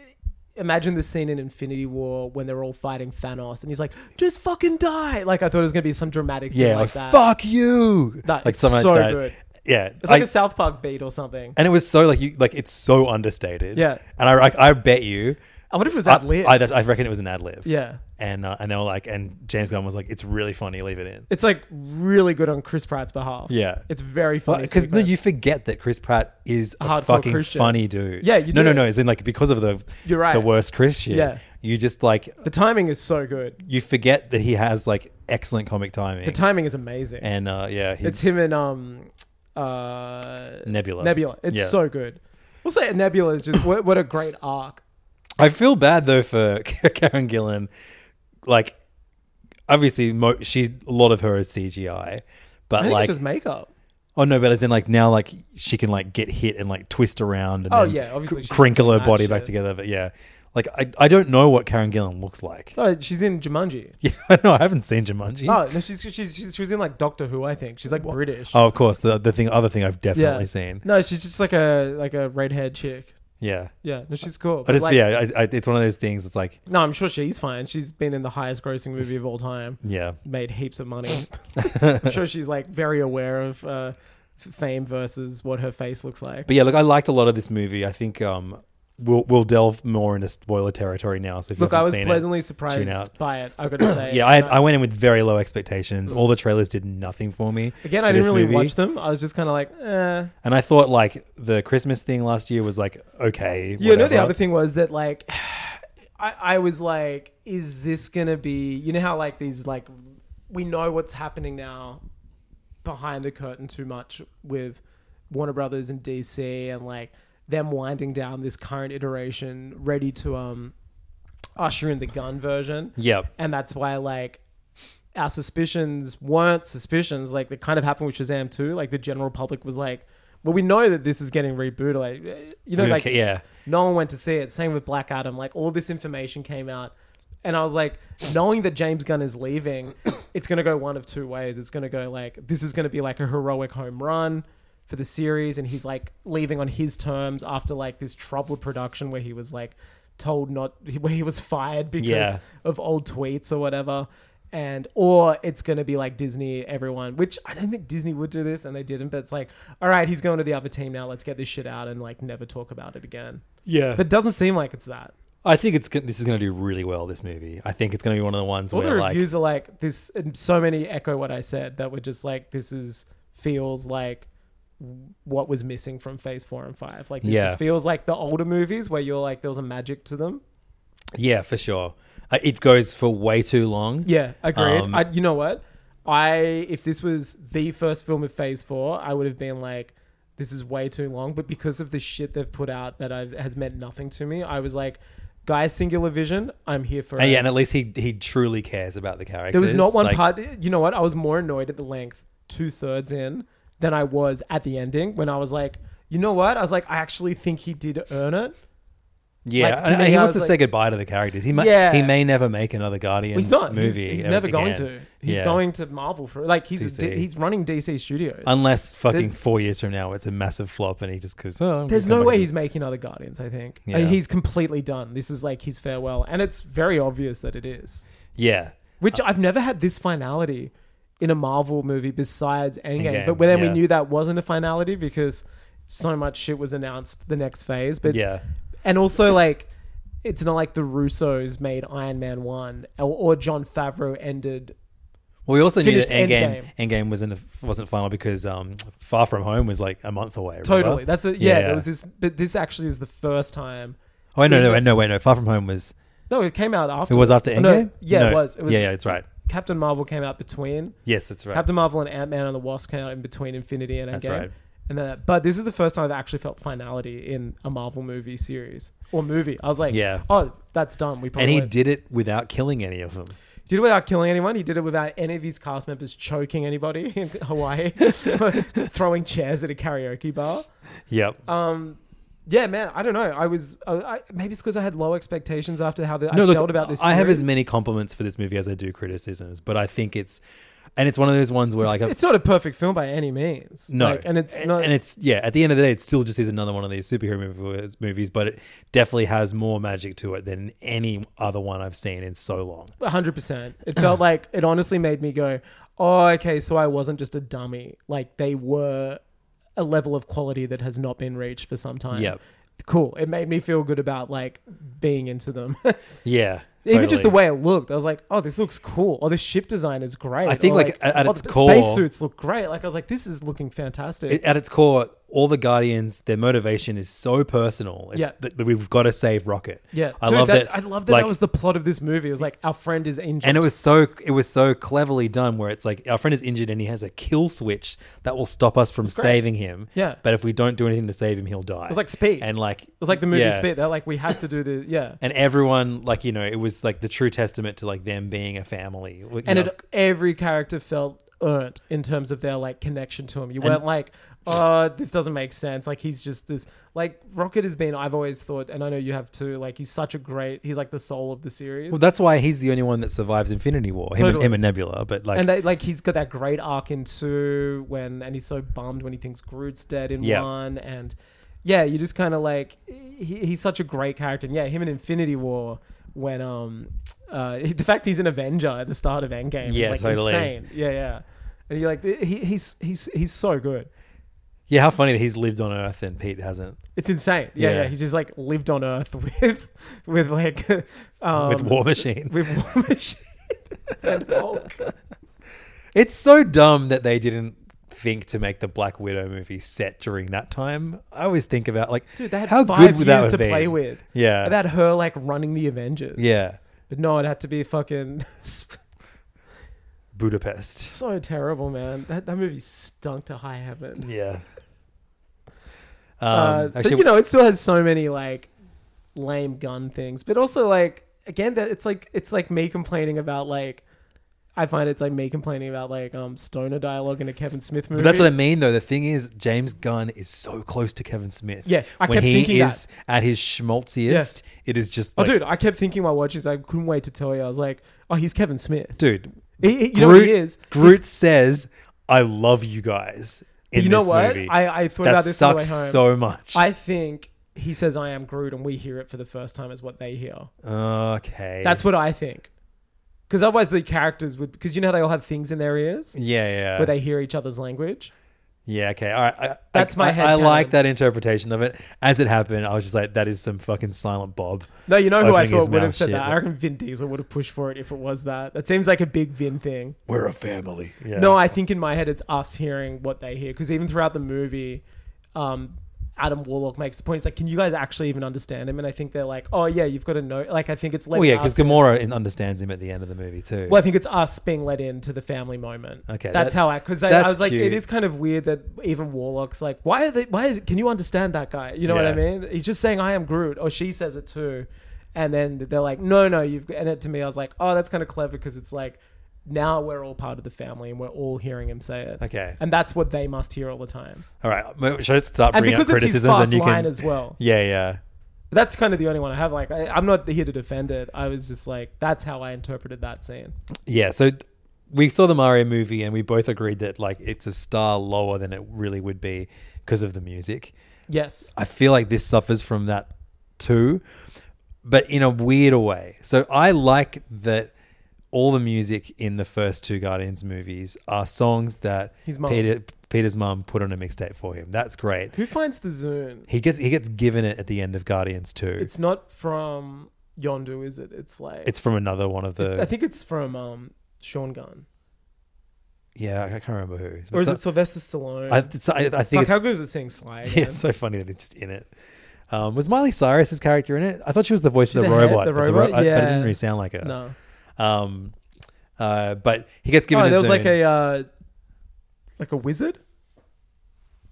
Speaker 5: Imagine the scene in Infinity War when they're all fighting Thanos, and he's like, "Just fucking die!" Like I thought it was gonna be some dramatic thing
Speaker 4: yeah,
Speaker 5: like
Speaker 4: like,
Speaker 5: that.
Speaker 4: fuck you,
Speaker 5: That-
Speaker 4: like
Speaker 5: it's
Speaker 4: something
Speaker 5: so
Speaker 4: like that.
Speaker 5: good.
Speaker 4: Yeah,
Speaker 5: It's like
Speaker 4: I-
Speaker 5: a South Park beat or something.
Speaker 4: and it was so like you like it's so understated.
Speaker 5: Yeah.
Speaker 4: and I like I bet you.
Speaker 5: I wonder if it was
Speaker 4: I-
Speaker 5: ad-lib.
Speaker 4: I, that's- I reckon it was an ad lib.
Speaker 5: Yeah.
Speaker 4: and uh, and they were like, and James Gunn was like, it's really funny, leave it in.
Speaker 5: It's like really good on Chris Pratt's behalf.
Speaker 4: Yeah,
Speaker 5: it's very funny
Speaker 4: because no,
Speaker 5: sequence.
Speaker 4: you forget that Chris Pratt is a
Speaker 5: Hardcore
Speaker 4: fucking
Speaker 5: Christian.
Speaker 4: funny dude.
Speaker 5: Yeah, you
Speaker 4: no, no,
Speaker 5: do.
Speaker 4: no. It's in like because of the
Speaker 5: You're right.
Speaker 4: the worst Chris shit.
Speaker 5: Yeah.
Speaker 4: you just like
Speaker 5: The timing is so good.
Speaker 4: you forget that he has like excellent comic timing.
Speaker 5: The timing is amazing.
Speaker 4: and uh, yeah, he,
Speaker 5: it's him and um, uh,
Speaker 4: Nebula.
Speaker 5: Nebula. It's
Speaker 4: Yeah.
Speaker 5: so good. We'll say Nebula is just what, what a great arc.
Speaker 4: I feel bad though for Karen Gillan. Like, obviously, mo- she a lot of her is CGI,
Speaker 5: I
Speaker 4: but
Speaker 5: think
Speaker 4: Uh, like
Speaker 5: it's just makeup.
Speaker 4: Oh no, but as in like now, like she can like get hit and like twist around and
Speaker 5: Oh,
Speaker 4: then
Speaker 5: yeah, obviously
Speaker 4: cr-
Speaker 5: she can
Speaker 4: crinkle
Speaker 5: do
Speaker 4: her
Speaker 5: mad
Speaker 4: body back
Speaker 5: shit.
Speaker 4: together. But yeah, like I, I don't know what Karen Gillan looks like.
Speaker 5: Oh, she's in Jumanji.
Speaker 4: Yeah, I know I haven't seen Jumanji.
Speaker 5: Oh, no, she's, she's she's she was in like Doctor Who. I think she's like British.
Speaker 4: Oh, of course the the thing other thing I've definitely seen.
Speaker 5: No, she's just like a like a redhead chick.
Speaker 4: Yeah,
Speaker 5: Yeah, no, she's cool.
Speaker 4: I
Speaker 5: But,
Speaker 4: just
Speaker 5: like-
Speaker 4: yeah, I, I, it's one of those things. It's like
Speaker 5: No, I'm sure she's fine. She's been in the highest grossing movie of all time.
Speaker 4: Yeah.
Speaker 5: Made heaps of money. I'm sure she's like very aware of uh, f- fame versus what her face looks like.
Speaker 4: But yeah, look, I liked a lot of this movie. I think um, we'll we'll delve more into spoiler territory now. So if you
Speaker 5: Look, I
Speaker 4: haven't
Speaker 5: was
Speaker 4: seen it,
Speaker 5: pleasantly
Speaker 4: tune
Speaker 5: surprised
Speaker 4: out.
Speaker 5: by it. I've got to say. Uh,
Speaker 4: Yeah, I,
Speaker 5: And
Speaker 4: I went in with very low expectations. All the trailers did nothing for me.
Speaker 5: again, I
Speaker 4: for
Speaker 5: didn't
Speaker 4: this
Speaker 5: really
Speaker 4: movie.
Speaker 5: watch them. I was just kind of like, eh.
Speaker 4: And I thought like the Christmas thing last year was like okay.
Speaker 5: You know, the
Speaker 4: whatever.
Speaker 5: other thing was that like, I, I was like, is this gonna be? You know how like these like, we know what's happening now, behind the curtain too much with Warner Brothers and DC and like them winding down this current iteration, ready to um usher in the gun version.
Speaker 4: Yep.
Speaker 5: and that's why like. Our suspicions weren't suspicions. Like they kind of happened with Shazam too. Like the general public was like, "Well, we know that this is getting rebooted. Like, eh, you know,
Speaker 4: We don't
Speaker 5: like
Speaker 4: ca- yeah.
Speaker 5: no one went to see it. Same with Black Adam. Like all this information came out, and I was like, knowing that James Gunn is leaving, it's gonna go one of two ways. It's gonna go like this is gonna be like a heroic home run for the series, and he's like leaving on his terms after like this troubled production where he was like told not where he was fired because
Speaker 4: Yeah.
Speaker 5: of old tweets or whatever. and or it's going to be like Disney everyone, which I don't think Disney would do this and they didn't, but it's like, all right, he's going to the other team now. Let's get this shit out and like never talk about it again.
Speaker 4: Yeah.
Speaker 5: But it doesn't seem like it's that.
Speaker 4: I think it's gon- this is going to do really well. This movie, I think it's going to be one of the ones
Speaker 5: All the
Speaker 4: where like
Speaker 5: reviews are like this and so many echo what I said that were just like this is feels like what was missing from phase 4 and 5. Like this
Speaker 4: Yeah.
Speaker 5: just feels like the older movies where you're like there was a magic to them.
Speaker 4: yeah, for sure, uh, it goes for way too long.
Speaker 5: Yeah, agreed.
Speaker 4: Um,
Speaker 5: I, you know what? I if this was the first film of Phase Four, I would have been like, "This is way too long." But because of the shit they've put out that I've, has meant nothing to me, I was like, "Guys, Singular Vision, I'm here for."
Speaker 4: and
Speaker 5: it."
Speaker 4: Uh, yeah, and at least he he truly cares about the characters.
Speaker 5: there was not one
Speaker 4: Like,
Speaker 5: part. You know what? I was more annoyed at the length two thirds in than I was at the ending when I was like, "You know what?" I was like, "I actually think he did earn it."
Speaker 4: Yeah,
Speaker 5: Like, to
Speaker 4: and- and
Speaker 5: me,
Speaker 4: he
Speaker 5: I
Speaker 4: wants to
Speaker 5: was
Speaker 4: say
Speaker 5: like-
Speaker 4: goodbye to the characters. He may,
Speaker 5: Yeah.
Speaker 4: he may never make another Guardians
Speaker 5: He's not. He's-
Speaker 4: movie.
Speaker 5: He's,
Speaker 4: ever
Speaker 5: never going
Speaker 4: again.
Speaker 5: to. He's
Speaker 4: Yeah.
Speaker 5: going to Marvel for like he's
Speaker 4: DC.
Speaker 5: he's running DC Studios.
Speaker 4: Unless fucking
Speaker 5: There's-
Speaker 4: four years from now, it's a massive flop, and he just goes. Oh, I'm
Speaker 5: There's
Speaker 4: gonna
Speaker 5: no
Speaker 4: come
Speaker 5: way
Speaker 4: back
Speaker 5: he's making other Guardians. I think Uh,
Speaker 4: Yeah.
Speaker 5: he's completely done. This is like his farewell, and it's very obvious that it is.
Speaker 4: to-" Yeah,
Speaker 5: Which
Speaker 4: Uh,
Speaker 5: I've never had this finality in a Marvel movie besides Endgame.
Speaker 4: Endgame,
Speaker 5: but then we
Speaker 4: yeah.
Speaker 5: knew that wasn't a finality because so much shit was announced the next phase. But
Speaker 4: Yeah.
Speaker 5: and also like. It's not like the Russos made Iron Man one, or, or John Favreau ended.
Speaker 4: Well, we also knew that
Speaker 5: finished
Speaker 4: Endgame Endgame wasn't wasn't final because um, Far From Home was like a month away. remember?
Speaker 5: Totally, that's a, yeah, There was this, but this actually is the first time.
Speaker 4: Oh wait, no, no,
Speaker 5: Yeah.
Speaker 4: wait, no, wait, no. Far From Home was
Speaker 5: No, it came out after.
Speaker 4: it was after
Speaker 5: Oh, no,
Speaker 4: Endgame.
Speaker 5: yeah,
Speaker 4: No.
Speaker 5: it was. It was.
Speaker 4: Yeah, yeah, it's right.
Speaker 5: Captain Marvel came out between.
Speaker 4: Yes, that's right.
Speaker 5: Captain Marvel and Ant Man and the Wasp came out in between Infinity and Endgame.
Speaker 4: That's right.
Speaker 5: And then, but this is the first time I've actually felt finality in a Marvel movie series or movie. I was like,
Speaker 4: Yeah.
Speaker 5: oh, that's done. We probably
Speaker 4: and he did it without killing any of them.
Speaker 5: He did it without killing anyone. He did it without any of his cast members choking anybody in Hawaii, throwing chairs at a karaoke bar.
Speaker 4: Yep.
Speaker 5: Um, yeah, man, I don't know. I was I, I, maybe it's because I had low expectations after how the,
Speaker 4: no,
Speaker 5: I
Speaker 4: look,
Speaker 5: felt about this.
Speaker 4: I have as
Speaker 5: series.
Speaker 4: many compliments for this movie as I do criticisms, but I think it's, and it's one of those ones where like I've-
Speaker 5: it's not a perfect film by any means.
Speaker 4: No,
Speaker 5: Like, and it's
Speaker 4: and,
Speaker 5: not.
Speaker 4: and it's yeah. At the end of the day, it still just is another one of these superhero movies, movies, but it definitely has more magic to it than any other one I've seen in so long.
Speaker 5: hundred percent. It felt like it honestly made me go, "Oh, okay, so I wasn't just a dummy. Like they were a level of quality that has not been reached for some time."
Speaker 4: Yep.
Speaker 5: Cool. It made me feel good about like being into them.
Speaker 4: Yeah,
Speaker 5: Even just the
Speaker 4: totally.
Speaker 5: way it looked, I was like, "Oh, this looks cool." Or this ship design is great.
Speaker 4: I think,
Speaker 5: Or,
Speaker 4: like, at- at
Speaker 5: "Oh,
Speaker 4: its
Speaker 5: the
Speaker 4: core-
Speaker 5: spacesuits look great. Like I was like, "This is looking fantastic."
Speaker 4: It- at its core, all the Guardians, their motivation is so personal. It's
Speaker 5: Yeah.
Speaker 4: that we've got to save Rocket.
Speaker 5: yeah,
Speaker 4: I
Speaker 5: Dude,
Speaker 4: love that.
Speaker 5: I love that.
Speaker 4: like,
Speaker 5: that was the plot of this movie. It was like our friend is injured.
Speaker 4: and it was so it was so cleverly done where it's like our friend is injured and he has a kill switch that will stop us from
Speaker 5: great.
Speaker 4: saving him.
Speaker 5: Yeah.
Speaker 4: But if we don't do anything to save him, he'll die.
Speaker 5: It was like Speed.
Speaker 4: And like
Speaker 5: it was like the movie
Speaker 4: yeah.
Speaker 5: Speed. They're like, we have to do the yeah.
Speaker 4: and everyone like you know it was like the true testament to like them being a family You
Speaker 5: And
Speaker 4: know,
Speaker 5: it, every character felt earned in terms of their like connection to him. You weren't like, oh, this doesn't make sense. Like he's just this. Like Rocket has been. I've always thought, and I know you have too. Like he's such a great. He's like the soul of the series.
Speaker 4: well that's why he's the only one that survives infinity war him, and,
Speaker 5: Totally.
Speaker 4: him and nebula but like
Speaker 5: and they, like he's got that great arc in two when, and he's so bummed when he thinks Groot's dead in
Speaker 4: Yeah.
Speaker 5: one, and yeah, you just kind of like he, he's such a great character, and yeah, him in Infinity War when um uh the fact he's an Avenger at the start of Endgame
Speaker 4: Yeah,
Speaker 5: is like
Speaker 4: totally.
Speaker 5: insane, yeah, yeah, and you're like he, he's he's he's so good,
Speaker 4: yeah how funny that he's lived on earth and pete hasn't
Speaker 5: it's insane, yeah,
Speaker 4: Yeah.
Speaker 5: yeah, he's just like lived on Earth with with like um,
Speaker 4: With War Machine.
Speaker 5: with War Machine and Hulk.
Speaker 4: it's so dumb that they didn't think to make the black widow movie set during that time i always think about like
Speaker 5: Dude, they had
Speaker 4: how
Speaker 5: five
Speaker 4: good would that
Speaker 5: years
Speaker 4: have
Speaker 5: to
Speaker 4: been?
Speaker 5: play with.
Speaker 4: yeah
Speaker 5: about her like running the Avengers.
Speaker 4: yeah
Speaker 5: but no, it had to be fucking
Speaker 4: budapest
Speaker 5: so terrible, man. That that movie stunk to high heaven.
Speaker 4: yeah um,
Speaker 5: uh, but
Speaker 4: actually
Speaker 5: you know, it still has so many like lame gun things, but also like again, that it's like it's like me complaining about like. I find it's like me complaining about like um stoner dialogue in a Kevin Smith movie.
Speaker 4: But that's what I mean, though. The thing is, James Gunn is so close to Kevin Smith.
Speaker 5: Yeah, I
Speaker 4: when
Speaker 5: kept
Speaker 4: he
Speaker 5: thinking that.
Speaker 4: is at his schmaltziest, it is just
Speaker 5: oh,
Speaker 4: like,
Speaker 5: dude, I kept thinking while watching. this, I couldn't wait to tell you. I was like, oh, he's Kevin Smith.
Speaker 4: dude,
Speaker 5: He- he- you know what he is?
Speaker 4: Groot says, "I love you guys." In
Speaker 5: you know
Speaker 4: this
Speaker 5: what?
Speaker 4: movie.
Speaker 5: I, I thought
Speaker 4: that
Speaker 5: about this on the way
Speaker 4: sucks
Speaker 5: home.
Speaker 4: so much.
Speaker 5: I think he says I am Groot and we hear it for the first time is what they hear.
Speaker 4: okay,
Speaker 5: That's what I think. Because otherwise the characters would, because you know how they all have things in their ears.
Speaker 4: Yeah, yeah.
Speaker 5: Where they hear each other's language.
Speaker 4: Yeah, okay. All right. I,
Speaker 5: That's
Speaker 4: I-
Speaker 5: my
Speaker 4: I-
Speaker 5: head
Speaker 4: I like
Speaker 5: canon.
Speaker 4: that interpretation of it. As it happened, I was just like, that is some fucking silent Bob.
Speaker 5: No, you know who
Speaker 4: opening
Speaker 5: I
Speaker 4: his
Speaker 5: thought would
Speaker 4: mouth
Speaker 5: have said
Speaker 4: shit.
Speaker 5: that. I reckon Vin Diesel would have pushed for it if it was that. That seems like a big Vin thing.
Speaker 4: We're a family. Yeah.
Speaker 5: No, I think in my head it's us hearing what they hear because even throughout the movie, um, Adam Warlock makes the point. He's like, "Can you guys actually even understand him?" And I think they're like, "Oh yeah, you've got to know." Like I think it's like,
Speaker 4: Well, yeah, because Gamora in- understands him at the end of the movie too.
Speaker 5: Well, I think it's us being let into the family moment.
Speaker 4: Okay,
Speaker 5: that's
Speaker 4: that-
Speaker 5: how I because I,
Speaker 4: that's
Speaker 5: was like,
Speaker 4: cute.
Speaker 5: it is kind of weird that even Warlock's like, why are they? Why is? Can you understand that guy? You know what I
Speaker 4: Yeah.
Speaker 5: mean? He's just saying I am Groot, or she says it too, and then they're like, no, no, you've. And it to me, I was like, oh, that's kind of clever because it's like. Now we're all part of the family, and we're all hearing him say it.
Speaker 4: Okay.
Speaker 5: and that's what they must hear all the time.
Speaker 4: All right. m- Should I start
Speaker 5: And
Speaker 4: bringing up
Speaker 5: because it's his
Speaker 4: criticisms?
Speaker 5: fast
Speaker 4: you
Speaker 5: line as well.
Speaker 4: Yeah, yeah.
Speaker 5: But that's kind of the only one I have. Like, I, I'm not here to defend it. I was just like, that's how I interpreted that scene.
Speaker 4: Yeah, so th- we saw the Mario movie and we both agreed that like it's a star lower than it really would be because of the music.
Speaker 5: Yes.
Speaker 4: I feel like this suffers from that too, but in a weird way. So I like that all the music in the first two Guardians movies are songs that
Speaker 5: His mum.
Speaker 4: Peter Peter's mum put on a mixtape for him. That's great.
Speaker 5: Who finds the Zune?
Speaker 4: He gets he gets given it at the end of Guardians 2. It's,
Speaker 5: It's not from Yondu, is it? It's like
Speaker 4: from another one of the
Speaker 5: it's- I think it's from um, Sean Gunn,
Speaker 4: Yeah, I can't remember who.
Speaker 5: or is
Speaker 4: But
Speaker 5: it Sylvester Stallone?
Speaker 4: I, it's, I, I think
Speaker 5: Fuck, how
Speaker 4: it's-
Speaker 5: good is it saying Sly?
Speaker 4: Yeah,
Speaker 5: Again?
Speaker 4: it's so funny that it's just in it. Um, was Miley Cyrus's character in it? I thought she was the voice
Speaker 5: She
Speaker 4: of the,
Speaker 5: the head-
Speaker 4: robot,
Speaker 5: the
Speaker 4: but ro-
Speaker 5: robot?
Speaker 4: I- but it
Speaker 5: Yeah.
Speaker 4: didn't really sound like her.
Speaker 5: No.
Speaker 4: Um, uh, but he gets given.
Speaker 5: oh,
Speaker 4: a
Speaker 5: there was
Speaker 4: Zune.
Speaker 5: like a uh, like a wizard. It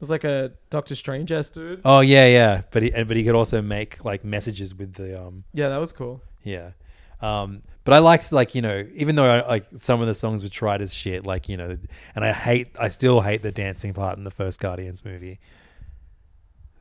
Speaker 5: was like a Doctor Strange ass dude.
Speaker 4: Oh yeah, yeah. But he and- but he could also make like messages with the um.
Speaker 5: Yeah, that was cool.
Speaker 4: Yeah. Um, but I liked like you know even though I, like some of the songs were tried as shit like you know and I hate I still hate the dancing part in the first Guardians movie.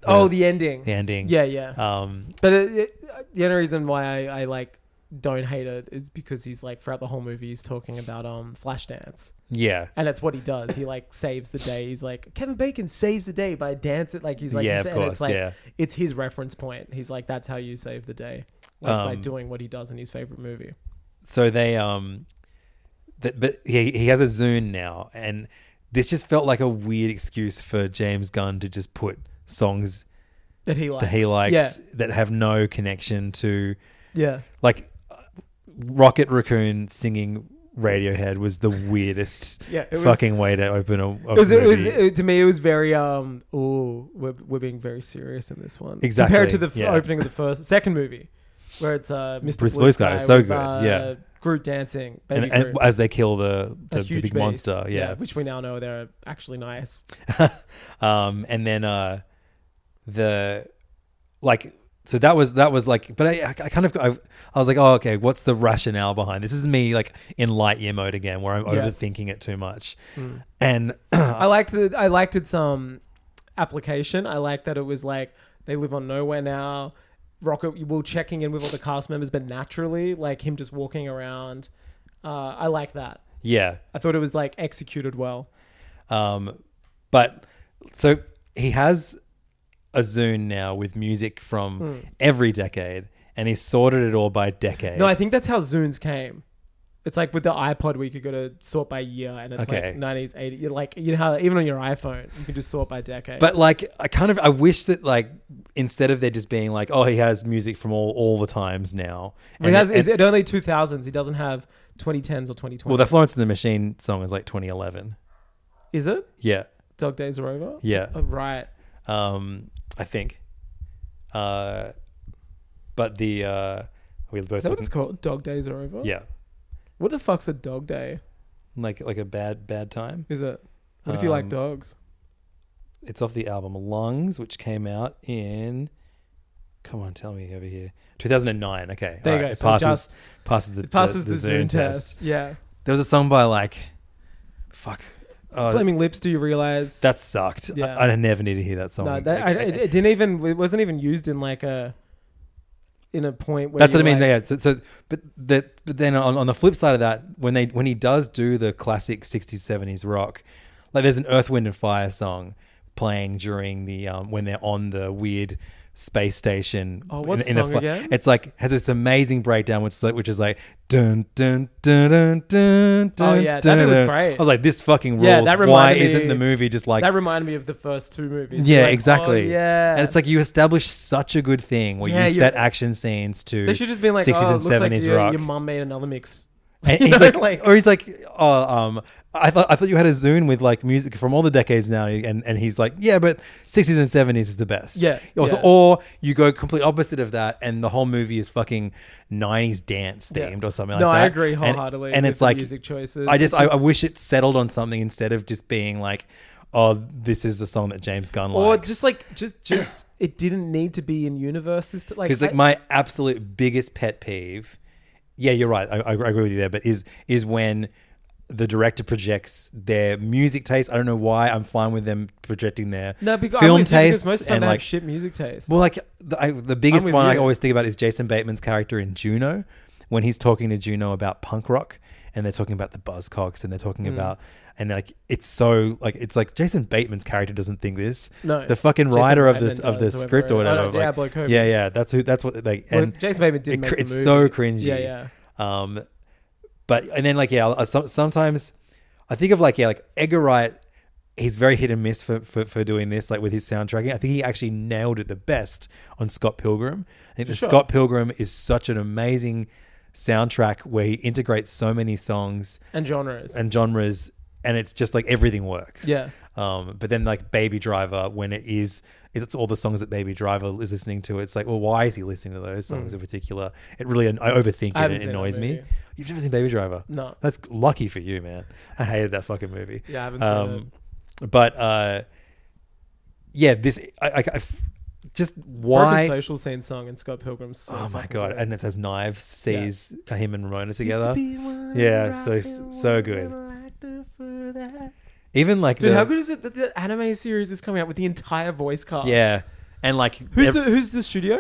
Speaker 5: Oh, the ending.
Speaker 4: The ending.
Speaker 5: Yeah, yeah.
Speaker 4: Um,
Speaker 5: But it, it, the only reason why I, I like don't hate it is because he's like throughout the whole movie he's talking about um Flashdance.
Speaker 4: Yeah.
Speaker 5: and that's what he does. He like saves the day. He's like Kevin Bacon saves the day by dancing. Like he's like
Speaker 4: Yeah,
Speaker 5: he's-
Speaker 4: of
Speaker 5: and
Speaker 4: course,
Speaker 5: It's like
Speaker 4: yeah.
Speaker 5: it's his reference point. He's like that's how you save the day like, by
Speaker 4: Um,
Speaker 5: doing what he does in his favorite movie.
Speaker 4: so they um th- but he, he has a zune now and this just felt like a weird excuse for james gunn to just put songs
Speaker 5: That he
Speaker 4: that he
Speaker 5: likes.
Speaker 4: likes
Speaker 5: Yeah.
Speaker 4: that have no connection to
Speaker 5: Yeah.
Speaker 4: like uh, rocket raccoon singing radiohead was the weirdest
Speaker 5: Yeah, it was-
Speaker 4: fucking way to open a, a
Speaker 5: It was, it was
Speaker 4: movie.
Speaker 5: it- to me it was very um oh we're, we're being very serious in this one
Speaker 4: Exactly,
Speaker 5: compared to the f-
Speaker 4: yeah.
Speaker 5: opening of the first second movie where it's uh Mr.
Speaker 4: Bruce
Speaker 5: Blue
Speaker 4: Blue
Speaker 5: Sky
Speaker 4: Sky, so
Speaker 5: with,
Speaker 4: good,
Speaker 5: uh,
Speaker 4: yeah.
Speaker 5: Groot dancing baby
Speaker 4: and, and
Speaker 5: Groot.
Speaker 4: as they kill the
Speaker 5: A
Speaker 4: the, the
Speaker 5: huge
Speaker 4: big
Speaker 5: beast.
Speaker 4: monster yeah,
Speaker 5: which we now know they're actually nice
Speaker 4: um, and then uh, the like so that was that was like but I, I kind of I, I was like oh okay what's the rationale behind this? this is me like in light year mode again where I'm
Speaker 5: Yeah.
Speaker 4: overthinking it too much
Speaker 5: Mm.
Speaker 4: and
Speaker 5: I liked the I liked its um application. I liked that it was like they live on nowhere now. Rocket will checking in with all the cast members, but naturally, like him just walking around. Uh, I like that.
Speaker 4: yeah
Speaker 5: I thought it was like executed well.
Speaker 4: um, but so he has a zune now with music from
Speaker 5: Mm.
Speaker 4: every decade and he sorted it all by decade
Speaker 5: No, I think that's how Zunes came. It's like with the iPod where you could go to sort by year, and it's
Speaker 4: Okay.
Speaker 5: like nineties, 80s. You're like you know how even on your iPhone you can just sort by decade.
Speaker 4: But like, I kind of I wish that like instead of there just being like, oh, he has music from all all the times now.
Speaker 5: Well, he has, is it only two thousands? He doesn't have twenty tens or twenty twenties.
Speaker 4: well, the Florence and the Machine song is like 2011.
Speaker 5: is it?
Speaker 4: Yeah,
Speaker 5: Dog days are over.
Speaker 4: Yeah.
Speaker 5: Oh, right.
Speaker 4: um, I think. Uh, but the uh, we both
Speaker 5: Is that what
Speaker 4: looking,
Speaker 5: it's called? Dog days are over.
Speaker 4: yeah,
Speaker 5: What the fuck's a dog day?
Speaker 4: like like a bad bad time.
Speaker 5: Is it? What if you like
Speaker 4: Um,
Speaker 5: dogs?
Speaker 4: It's off the album Lungs, which came out in. Come on, tell me over here. 2009. Okay,
Speaker 5: There you
Speaker 4: alright,
Speaker 5: go.
Speaker 4: It
Speaker 5: So
Speaker 4: passes
Speaker 5: just-
Speaker 4: passes the
Speaker 5: It passes the,
Speaker 4: Zune
Speaker 5: Zoom test. Yeah.
Speaker 4: There was a song by like, fuck, uh,
Speaker 5: Flaming lips. Do you realize
Speaker 4: That sucked.
Speaker 5: Yeah.
Speaker 4: I, I never need to hear that song.
Speaker 5: No, that, I,
Speaker 4: Like,
Speaker 5: it, it didn't even. It wasn't even used in like a, in a point where.
Speaker 4: that's what I
Speaker 5: you're
Speaker 4: mean.
Speaker 5: like-
Speaker 4: yeah. So, so but that, but then on, on the flip side of that, when they when he does do the classic '60s '70s rock, like there's an Earth, Wind and Fire song playing during the um, when they're on the weird space station.
Speaker 5: Oh, what
Speaker 4: a
Speaker 5: song again?
Speaker 4: It's like has this amazing breakdown, which is like, which is like dun dun dun dun dun.
Speaker 5: Oh, yeah, that bit was
Speaker 4: dun.
Speaker 5: great.
Speaker 4: I was like, this fucking rules.
Speaker 5: Yeah, that
Speaker 4: Why
Speaker 5: reminded me-
Speaker 4: isn't the movie just like
Speaker 5: that reminded me of the first two movies.
Speaker 4: yeah,
Speaker 5: Like, oh,
Speaker 4: exactly.
Speaker 5: yeah,
Speaker 4: and it's like you establish such a good thing where
Speaker 5: Yeah,
Speaker 4: you
Speaker 5: you-
Speaker 4: set action scenes to
Speaker 5: they should just been like,
Speaker 4: 60s
Speaker 5: oh, it
Speaker 4: and
Speaker 5: looks
Speaker 4: 70s
Speaker 5: like your,
Speaker 4: rock.
Speaker 5: your mum made another mix.
Speaker 4: And,
Speaker 5: You
Speaker 4: and he's
Speaker 5: know,
Speaker 4: like, or he's like, oh, um, I thought I thought you had a zune with like music from all the decades now, and and he's like, yeah, but sixties and seventies is the best.
Speaker 5: Yeah,
Speaker 4: Also,
Speaker 5: yeah.
Speaker 4: or you go complete opposite of that, and the whole movie is fucking nineties dance
Speaker 5: Yeah.
Speaker 4: themed or something
Speaker 5: No,
Speaker 4: like that.
Speaker 5: I agree
Speaker 4: And-
Speaker 5: wholeheartedly
Speaker 4: And,
Speaker 5: with
Speaker 4: it's
Speaker 5: the
Speaker 4: like
Speaker 5: music choices.
Speaker 4: I just,
Speaker 5: It's
Speaker 4: I, I
Speaker 5: just-
Speaker 4: wish it settled on something instead of just being like, oh, this is the song that James Gunn likes.
Speaker 5: or just like just just it didn't need to be in universe. This like
Speaker 4: because like,
Speaker 5: I-
Speaker 4: my absolute biggest pet peeve yeah you're right I, I agree with you there but is is when the director projects their music taste i don't know why i'm fine with them projecting their
Speaker 5: no because I'm
Speaker 4: film
Speaker 5: with you because
Speaker 4: tastes
Speaker 5: most of the time
Speaker 4: and
Speaker 5: they
Speaker 4: like
Speaker 5: have shit music taste.
Speaker 4: well like the, I, the biggest
Speaker 5: with
Speaker 4: one i
Speaker 5: you.
Speaker 4: always think about is jason bateman's character in juno when he's talking to juno about punk rock and they're talking about the buzzcocks and they're talking
Speaker 5: Mm.
Speaker 4: about and like it's so like it's like Jason Bateman's character doesn't think this.
Speaker 5: No,
Speaker 4: the fucking
Speaker 5: Jason
Speaker 4: writer of this
Speaker 5: Bateman
Speaker 4: of the
Speaker 5: does, whoever
Speaker 4: script or
Speaker 5: wrote it. Oh,
Speaker 4: whatever.
Speaker 5: no,
Speaker 4: like,
Speaker 5: Diablo Cody.
Speaker 4: yeah, yeah, that's who. That's what like.
Speaker 5: Well,
Speaker 4: And
Speaker 5: Jason Bateman did
Speaker 4: it
Speaker 5: make
Speaker 4: cr-
Speaker 5: the
Speaker 4: It's so
Speaker 5: movie.
Speaker 4: cringy.
Speaker 5: Yeah,
Speaker 4: yeah. Um, but and then like yeah, uh, some, sometimes I think of like yeah, like Edgar Wright. He's very hit and miss for, for, for doing this, like with his soundtracking. I think he actually nailed it the best on Scott Pilgrim. I think
Speaker 5: For
Speaker 4: the
Speaker 5: sure.
Speaker 4: Scott Pilgrim is such an amazing soundtrack where he integrates so many songs
Speaker 5: And genres.
Speaker 4: and genres, and it's just like everything works.
Speaker 5: Yeah.
Speaker 4: Um, but then like Baby Driver, when it is, it's all the songs that Baby Driver is listening to. It's like, well, why is he listening to those songs
Speaker 5: Mm.
Speaker 4: in particular? It really, I overthink
Speaker 5: I
Speaker 4: it.
Speaker 5: haven't
Speaker 4: It
Speaker 5: seen that
Speaker 4: annoys me.
Speaker 5: movie.
Speaker 4: You've never seen Baby Driver?
Speaker 5: No.
Speaker 4: That's lucky for you, man. I hated that fucking movie.
Speaker 5: Yeah, I haven't seen
Speaker 4: um, it. But uh, yeah, this I, I, I f- just
Speaker 5: Broken
Speaker 4: why.
Speaker 5: social scene song and Scott Pilgrim's. So
Speaker 4: Oh my
Speaker 5: fucking
Speaker 4: god!
Speaker 5: good.
Speaker 4: And it says knives sees him and Ramona together.
Speaker 5: be one
Speaker 4: Yeah, so so good. Even like
Speaker 5: Dude,
Speaker 4: the,
Speaker 5: how good is it that the anime series is coming out with the entire voice cast?
Speaker 4: Yeah, and like
Speaker 5: Who's
Speaker 4: ev-
Speaker 5: the Who's the studio?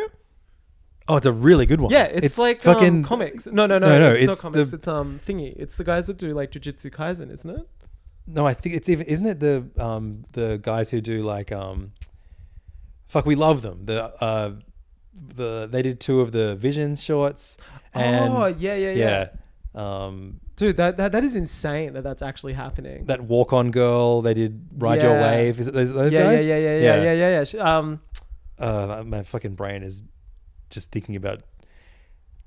Speaker 4: oh, it's a really good one.
Speaker 5: Yeah, it's, like fucking um, comics. No, no, no, it's, not comics.
Speaker 4: The,
Speaker 5: it's um thingy. It's the guys that do like Jujutsu Kaisen, isn't it?
Speaker 4: no, I think it's even isn't it the um the guys who do like um fuck we love them the uh the they did two of the visions shorts and
Speaker 5: Oh, yeah, yeah, yeah.
Speaker 4: yeah um
Speaker 5: Dude, that, that that is insane that that's actually happening.
Speaker 4: that walk on girl they did ride your
Speaker 5: Yeah.
Speaker 4: wave is it those, those
Speaker 5: yeah,
Speaker 4: guys
Speaker 5: Yeah, yeah, yeah, yeah, yeah, yeah, yeah. Sh- Um,
Speaker 4: uh, my fucking brain is just thinking about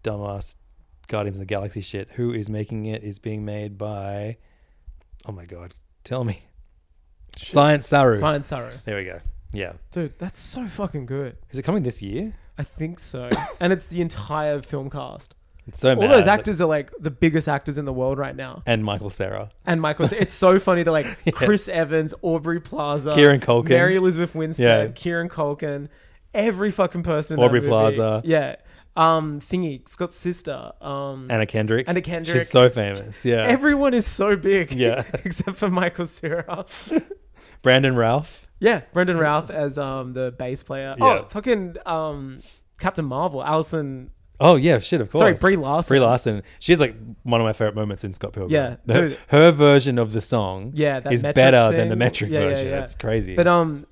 Speaker 4: dumbass Guardians of the Galaxy shit. Who is making it? It's being made by. Oh my god! Tell me. Science Saru.
Speaker 5: Science Saru.
Speaker 4: There we go. Yeah.
Speaker 5: dude, that's so fucking good.
Speaker 4: Is it coming this year?
Speaker 5: I think so. and it's the entire film cast.
Speaker 4: It's so
Speaker 5: All
Speaker 4: mad,
Speaker 5: those
Speaker 4: but-
Speaker 5: actors are like the biggest actors in the world right now.
Speaker 4: And Michael Sarah.
Speaker 5: And Michael, it's so funny. They're like Chris Evans, Aubrey Plaza,
Speaker 4: Kieran Culkin.
Speaker 5: Mary Elizabeth Winstead,
Speaker 4: Yeah.
Speaker 5: Kieran Culkin, every fucking person. In
Speaker 4: Aubrey
Speaker 5: that movie.
Speaker 4: Plaza.
Speaker 5: yeah. Um, thingy Scott's sister, um,
Speaker 4: Anna Kendrick.
Speaker 5: Anna Kendrick.
Speaker 4: She's so famous. Yeah.
Speaker 5: Everyone is so big.
Speaker 4: Yeah.
Speaker 5: except for Michael Cera.
Speaker 4: Brandon Ralph.
Speaker 5: yeah, Brendan Routh as um the bass player.
Speaker 4: Yeah.
Speaker 5: Oh, fucking um, Captain Marvel, Allison.
Speaker 4: Oh yeah, shit. Of course.
Speaker 5: Sorry, Brie Larson.
Speaker 4: Brie Larson. She's like one of my favorite moments in Scott Pilgrim.
Speaker 5: Yeah,
Speaker 4: Her,
Speaker 5: dude.
Speaker 4: her version of the song.
Speaker 5: Yeah, that
Speaker 4: is
Speaker 5: metric
Speaker 4: better
Speaker 5: scene.
Speaker 4: than the metric
Speaker 5: Yeah, yeah,
Speaker 4: version.
Speaker 5: yeah.
Speaker 4: It's crazy.
Speaker 5: But um,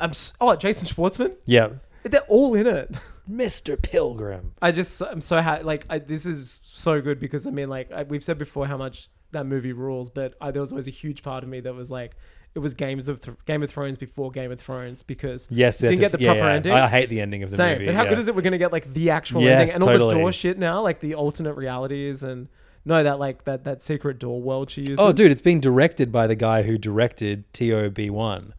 Speaker 5: I'm s- oh Jason Schwartzman.
Speaker 4: yeah.
Speaker 5: They're all in it.
Speaker 4: Mr. Pilgrim.
Speaker 5: I just I'm so happy. Like I, this is so good because I mean, like I, we've said before, how much that movie rules. But I, there was always a huge part of me that was like, it was Games of Th- Game of Thrones before Game of Thrones because
Speaker 4: Yes,
Speaker 5: it
Speaker 4: they
Speaker 5: didn't
Speaker 4: have
Speaker 5: get
Speaker 4: to-
Speaker 5: the
Speaker 4: yeah,
Speaker 5: proper
Speaker 4: yeah.
Speaker 5: ending.
Speaker 4: I hate the ending of the
Speaker 5: Same,
Speaker 4: movie,
Speaker 5: But how
Speaker 4: yeah.
Speaker 5: good is it? We're gonna get like the actual
Speaker 4: Yes,
Speaker 5: ending and all the
Speaker 4: totally.
Speaker 5: door shit now, like the alternate realities and no, that like that that secret door world she uses.
Speaker 4: Oh, dude, it's being directed by the guy who directed TOB1.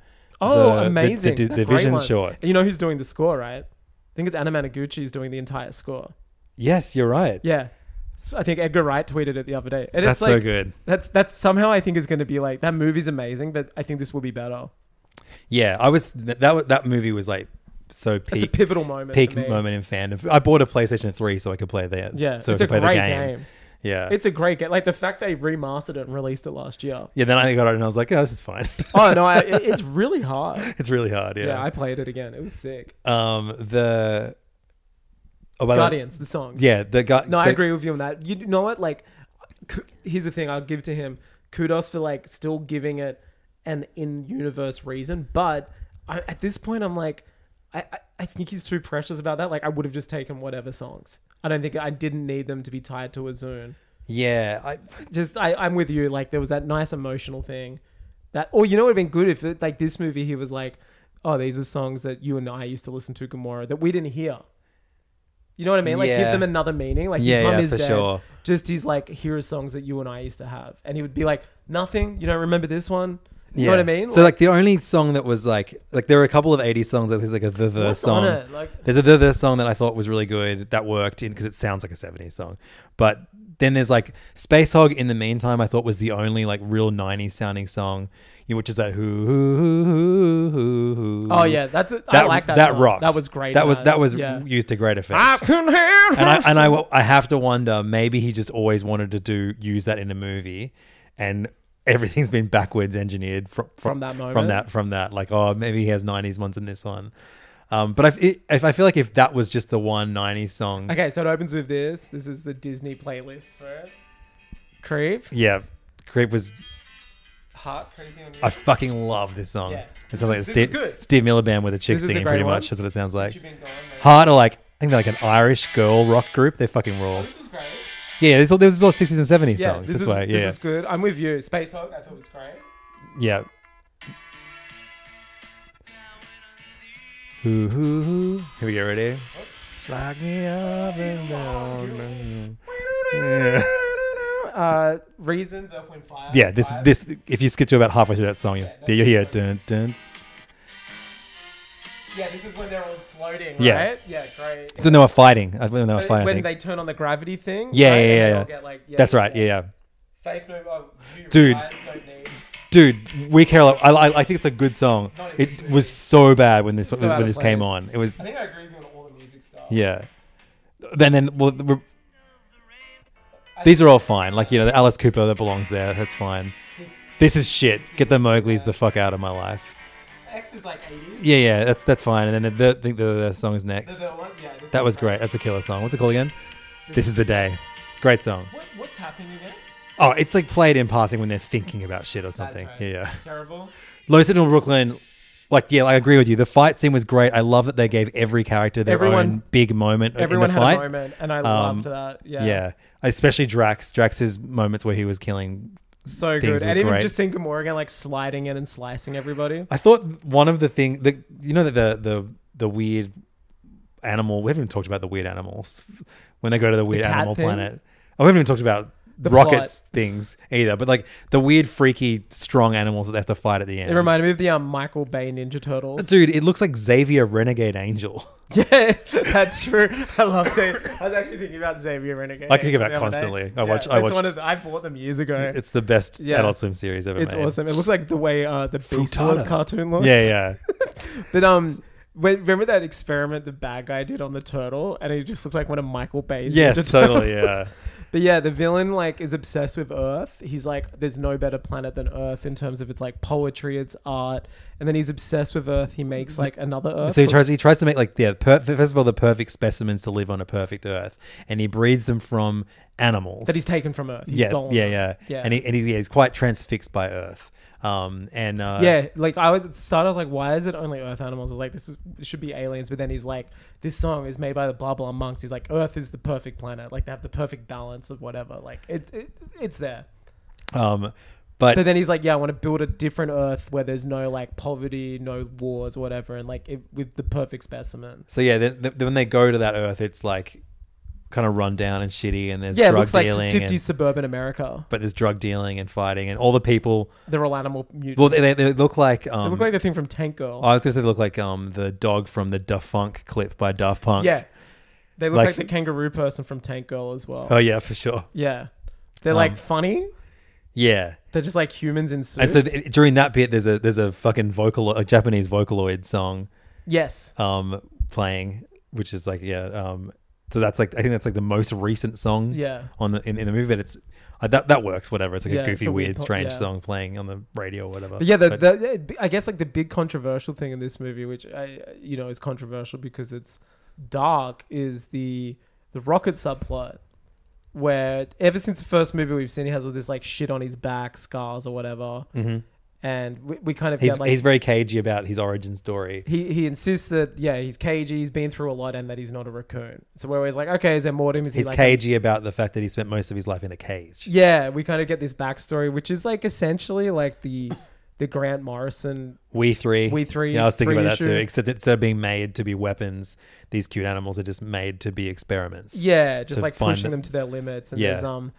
Speaker 4: the-
Speaker 5: Oh,
Speaker 4: the-
Speaker 5: amazing!
Speaker 4: The, the,
Speaker 5: That
Speaker 4: the
Speaker 5: great
Speaker 4: Vision
Speaker 5: one.
Speaker 4: short.
Speaker 5: And you know who's doing the score, right? I think it's Anna Managuchi is doing the entire score.
Speaker 4: Yes, you're right.
Speaker 5: Yeah. S- I think Edgar Wright tweeted it the other day. And
Speaker 4: That's
Speaker 5: it's
Speaker 4: so
Speaker 5: like,
Speaker 4: good.
Speaker 5: That's that's somehow I think is going to be like that movie's amazing, but I think this will be better.
Speaker 4: Yeah, I was that that, that movie was like so peak.
Speaker 5: a pivotal moment
Speaker 4: Peak
Speaker 5: for me.
Speaker 4: moment in fandom. I bought a PlayStation 3 so I could play that.
Speaker 5: Yeah,
Speaker 4: so
Speaker 5: it's
Speaker 4: I
Speaker 5: a
Speaker 4: could play
Speaker 5: great
Speaker 4: the
Speaker 5: game.
Speaker 4: game. Yeah.
Speaker 5: It's a great game. Like the fact they remastered it and released it last year.
Speaker 4: yeah, then I got it and I was like, oh, this is fine.
Speaker 5: Oh no, I, it- it's really hard.
Speaker 4: it's really hard. Yeah.
Speaker 5: Yeah, I played it again. It was sick.
Speaker 4: um, the oh, by
Speaker 5: Guardians, the song.
Speaker 4: Yeah, the guy.
Speaker 5: No, I agree with you on that. You know what? Like, ku- here's the thing. I'll give to him kudos for like still giving it an in-universe reason. But I, at this point, I'm like, I, I I think he's too precious about that. Like I would have just taken whatever songs. I don't think I didn't need them to be tied to a zune.
Speaker 4: Yeah, I
Speaker 5: just I, I'm with you. Like there was that nice emotional thing, that or you know would have been good if it, like this movie he was like, oh these are songs that you and I used to listen to Gamora that we didn't hear. You know what I mean? Like give
Speaker 4: Yeah.
Speaker 5: them another meaning. Like
Speaker 4: Yeah,
Speaker 5: his mum
Speaker 4: yeah,
Speaker 5: is
Speaker 4: for
Speaker 5: dead.
Speaker 4: sure.
Speaker 5: Just he's like here are songs that you and I used to have, and he would be like nothing. You don't remember this one? You know what I mean?
Speaker 4: So like the only song that was like like there were a couple of 80s songs that there's like a the the
Speaker 5: What's
Speaker 4: song.
Speaker 5: on it? Like-
Speaker 4: there's a the the song that I thought was really good that worked in because it sounds like a 70s song. But then there's like Space Hog in the meantime I thought was the only like real 90s sounding song. you know, Which is that who, who, who, who, who, who.
Speaker 5: Oh, yeah, that's a- I like that
Speaker 4: That
Speaker 5: song.
Speaker 4: rocks.
Speaker 5: That was great
Speaker 4: That
Speaker 5: in
Speaker 4: was
Speaker 5: that.
Speaker 4: that was
Speaker 5: Yeah. Ah,
Speaker 4: used to great effect.
Speaker 5: I can hear
Speaker 4: and I and I, I have to wonder maybe he just always wanted to do use that in a movie, and everything's been backwards engineered from
Speaker 5: From that
Speaker 4: from
Speaker 5: moment?
Speaker 4: that from that like oh maybe he has '90s ones in this one, um, but if it, if I feel like if that was just the one '90s song,
Speaker 5: Okay, so it opens with this. This is the Disney playlist for it. Creep,
Speaker 4: yeah, Creep was
Speaker 5: heart, crazy on you.
Speaker 4: I fucking love this song.
Speaker 5: Yeah.
Speaker 4: It sounds like
Speaker 5: This is
Speaker 4: Steve,
Speaker 5: good.
Speaker 4: Steve Miller Band with a chick
Speaker 5: This is a
Speaker 4: singing
Speaker 5: great
Speaker 4: pretty
Speaker 5: one.
Speaker 4: much. That's what it sounds like.
Speaker 5: Since you've been gone, man.
Speaker 4: Heart are like I think they're like an Irish girl rock group. They fucking rule.
Speaker 5: This is great.
Speaker 4: Yeah, this is all, this is all 60s and 70s songs.
Speaker 5: this
Speaker 4: This,
Speaker 5: is,
Speaker 4: way, yeah.
Speaker 5: This is good. I'm with you. Space Hog, I thought was great.
Speaker 4: Yeah. Hoo, hoo, hoo. Here we go, ready? Lock me up and down. Yeah.
Speaker 5: Uh, Reasons, Earth, Wind, Fire.
Speaker 4: Yeah, this
Speaker 5: Five.
Speaker 4: this if you skip to about halfway through that song, yeah, you hear dun dun.
Speaker 5: Yeah, this is when they're all floating,
Speaker 4: Yeah.
Speaker 5: right? Yeah, great.
Speaker 4: It's when they were fighting. I when they were
Speaker 5: But
Speaker 4: fighting. I
Speaker 5: when
Speaker 4: think.
Speaker 5: they turn on the gravity thing.
Speaker 4: yeah, yeah,
Speaker 5: right? And
Speaker 4: yeah,
Speaker 5: they
Speaker 4: yeah.
Speaker 5: all get, like, yeah,
Speaker 4: That's right. Yeah, yeah.
Speaker 5: Faith no more. You
Speaker 4: Dude.
Speaker 5: guys don't need.
Speaker 4: Dude, We Care. Love- I, I I think it's a good song. It was so bad when this
Speaker 5: So out
Speaker 4: when
Speaker 5: of
Speaker 4: this came
Speaker 5: place.
Speaker 4: on. It was
Speaker 5: I think I agree with you on all the music stuff.
Speaker 4: Yeah. Then then well the- we're- these are all fine. Like you know, the Alice Cooper that belongs there. That's fine. This is shit. Get the Mowgli's the fuck out of my life.
Speaker 5: X is like 80s.
Speaker 4: Yeah, yeah, that's that's fine. And then the the, the, the song is next.
Speaker 5: The- the one- yeah, this
Speaker 4: that was
Speaker 5: one's
Speaker 4: great. That's a killer song. What's it called again? This is the day. Great song.
Speaker 5: What, what's happening again?
Speaker 4: Oh, it's like played in passing when they're thinking about shit or something.
Speaker 5: right.
Speaker 4: Yeah, yeah.
Speaker 5: Terrible.
Speaker 4: Low Sentinel Brooklyn. Like yeah, I agree with you. The fight scene was great. I love that they gave every character their
Speaker 5: Everyone-
Speaker 4: own big moment. in
Speaker 5: everyone
Speaker 4: the
Speaker 5: had a
Speaker 4: fight. Um,
Speaker 5: moment, and I loved that. Yeah.
Speaker 4: yeah. Especially Drax. Drax's moments where he was killing.
Speaker 5: So
Speaker 4: things
Speaker 5: good.
Speaker 4: were
Speaker 5: And even
Speaker 4: great. Oh,
Speaker 5: just seeing Gamora again, like sliding in and slicing everybody.
Speaker 4: I thought one of the thing the you know that the the the weird animal we haven't even talked about the weird animals when they go to the weird
Speaker 10: cat
Speaker 4: animal
Speaker 10: thing?
Speaker 4: planet. Oh, we haven't even talked about
Speaker 10: The
Speaker 4: rockets
Speaker 10: plot.
Speaker 4: things either. But like the weird, freaky, strong animals that they have to fight at the end.
Speaker 5: It reminded me of the um, Michael Bay Ninja Turtles.
Speaker 4: Dude, it looks like Xavier Renegade Angel.
Speaker 5: Yeah, that's true. I love Xavier. I was actually thinking about Xavier Renegade.
Speaker 4: I think about
Speaker 5: the other day.
Speaker 4: constantly. I watch- I
Speaker 5: it's
Speaker 4: watched-
Speaker 5: One of the, I bought them years ago.
Speaker 4: It's the best Adult Swim series ever
Speaker 5: It's
Speaker 4: made.
Speaker 5: awesome. It looks like the way uh, the Beast Wars
Speaker 4: Frittata.
Speaker 5: cartoon looks.
Speaker 4: Yeah, yeah.
Speaker 5: but um, when, remember that experiment the bad guy did on the turtle, and he just looked like one of Michael Bay's.
Speaker 4: Yes,
Speaker 5: Ninja
Speaker 4: totally,
Speaker 5: Turtles?
Speaker 4: yeah.
Speaker 5: But yeah, the villain like is obsessed with Earth. He's like, there's no better planet than Earth in terms of its like poetry, its art, and then he's obsessed with Earth. He makes like another Earth.
Speaker 4: So he tries. He tries to make like yeah. Per, first of all, the perfect specimens to live on a perfect Earth, and he breeds them from animals
Speaker 5: That he's taken from Earth. He's
Speaker 4: yeah,
Speaker 5: stolen
Speaker 4: yeah,
Speaker 5: them.
Speaker 4: yeah,
Speaker 5: Yeah.
Speaker 4: And he, and he, yeah, he's quite transfixed by Earth. Um, and uh,
Speaker 5: yeah, like I would start. I was like, why is it only Earth animals? I was like, this is, it should be aliens. But then he's like, this song is made by the blah blah monks. He's like, Earth is the perfect planet. Like they have the perfect balance of whatever. Like it, it it's there.
Speaker 4: Um, but
Speaker 5: but then he's like, yeah, I want to build a different Earth where there's no like poverty, no wars, whatever, and like it, with the perfect specimen.
Speaker 4: so yeah, then then when they go to that Earth, it's like kind of run down and shitty, and there's
Speaker 5: yeah, it
Speaker 4: drug
Speaker 5: looks like
Speaker 4: dealing.
Speaker 5: 50s
Speaker 4: and-
Speaker 5: suburban America.
Speaker 4: but there's drug dealing and fighting, and all the people.
Speaker 5: They're all animal mutants.
Speaker 4: Well, they, they, they look like um,
Speaker 5: they look like the thing from Tank Girl.
Speaker 4: I was gonna say they look like um the dog from the Daft Punk clip by Daft Punk.
Speaker 5: Yeah. They look like, the kangaroo person from Tank Girl as well.
Speaker 4: Oh, yeah, for sure.
Speaker 5: Yeah. They're
Speaker 4: Um,
Speaker 5: like funny.
Speaker 4: yeah.
Speaker 5: They're just like humans in
Speaker 4: And
Speaker 5: suits.
Speaker 4: so th- during that bit, there's a there's a fucking vocal a Japanese Vocaloid song.
Speaker 5: Yes.
Speaker 4: Um, playing, which is like yeah. Um, so that's like I think that's like the most recent song.
Speaker 5: Yeah.
Speaker 4: On the in, in the movie, but it's uh, that that works. Whatever. It's like
Speaker 5: Yeah,
Speaker 4: a
Speaker 5: it's
Speaker 4: goofy,
Speaker 5: a weird
Speaker 4: weird,
Speaker 5: po-
Speaker 4: strange
Speaker 5: yeah.
Speaker 4: song playing on the radio or whatever.
Speaker 5: but yeah, the,
Speaker 4: But-
Speaker 5: the, I guess like the big controversial thing in this movie, which I you know is controversial because it's dark, is the the rocket subplot. Where ever since the first movie we've seen, he has all this like shit on his back, scars or whatever.
Speaker 4: Mhm.
Speaker 5: and we, we kind of
Speaker 4: He's,
Speaker 5: get like
Speaker 4: he's very cagey about his origin story.
Speaker 5: he he insists that yeah he's cagey, he's been through a lot, and that he's not a raccoon. So we're always like, okay, is there more to him? Is he
Speaker 4: He's
Speaker 5: like a-
Speaker 4: cagey about the fact that he spent most of his life in a cage.
Speaker 5: Yeah, we kind of get this backstory, which is like essentially like the the Grant Morrison.
Speaker 4: We three.
Speaker 5: We three.
Speaker 4: Yeah, I was thinking
Speaker 5: three
Speaker 4: about that
Speaker 5: issue.
Speaker 4: too. Except instead of being made to be weapons, these cute animals are just made to be experiments.
Speaker 5: Yeah, just
Speaker 4: to
Speaker 5: like
Speaker 4: find
Speaker 5: pushing them.
Speaker 4: that-
Speaker 5: to their limits. And
Speaker 4: Yeah.
Speaker 5: there's um,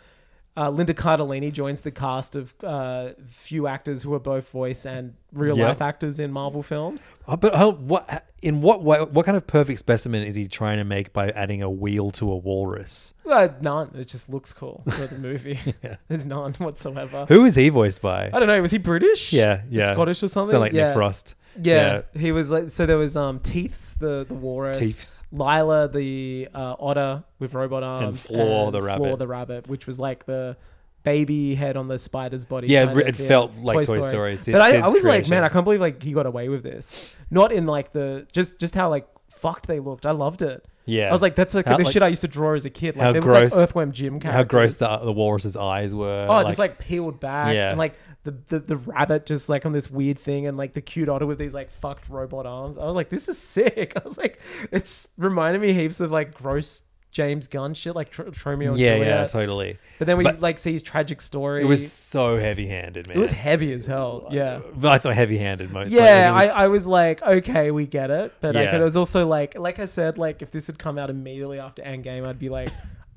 Speaker 5: uh, Linda Cardellini joins the cast of uh, few actors who are both voice and real
Speaker 4: Yep.
Speaker 5: life actors in Marvel films.
Speaker 4: Oh, but how, what? In what way? What kind of perfect specimen is he trying to make by adding a wheel to a walrus?
Speaker 5: Uh, none. It just looks cool for the movie. There's none whatsoever.
Speaker 4: Who is he voiced by?
Speaker 5: I don't know. Was he British?
Speaker 4: Yeah, yeah.
Speaker 5: Scottish or something?
Speaker 4: Sound like Nick
Speaker 5: Yeah.
Speaker 4: Frost.
Speaker 5: Yeah, he was like so. There was um Teeth's the the walrus,
Speaker 4: Teeth's.
Speaker 5: Lila the uh, otter with robot arms,
Speaker 4: Floor the
Speaker 5: Floor
Speaker 4: rabbit.
Speaker 5: the rabbit, which was like the baby head on the spider's body.
Speaker 4: Yeah, it
Speaker 5: kind
Speaker 4: re- it felt like Toy Story, Sid-
Speaker 5: but I,
Speaker 4: Sid's
Speaker 5: I was like, man, I
Speaker 4: creations.
Speaker 5: can't believe like he got away with this. Not in like the just just how like fucked they looked. I loved it.
Speaker 4: Yeah.
Speaker 5: I was like, that's like
Speaker 4: How,
Speaker 5: the
Speaker 4: like-
Speaker 5: shit I used to draw as a kid. Like
Speaker 4: how
Speaker 5: they
Speaker 4: gross!
Speaker 5: looked like Earthworm Jim characters.
Speaker 4: How gross the, the walrus's eyes were.
Speaker 5: Oh, just like peeled back,
Speaker 4: Yeah.
Speaker 5: and like the, the the rabbit just like on this weird thing, and like the cute otter with these like fucked robot arms. I was like, this is sick. I was like, it's reminded me heaps of like gross James Gunn shit, like Tr- Romeo. and
Speaker 4: Yeah, yeah,
Speaker 5: Juliet.
Speaker 4: totally.
Speaker 5: But then we
Speaker 4: But-
Speaker 5: like see his tragic story.
Speaker 4: it was so heavy-handed, man.
Speaker 5: it was heavy as hell. Yeah.
Speaker 4: But I thought heavy-handed most.
Speaker 5: Yeah,
Speaker 4: like, it was-
Speaker 5: I, I was like, okay, we get it, but like,
Speaker 4: Yeah.
Speaker 5: it was also like, like I said, like if this had come out immediately after Endgame, I'd be like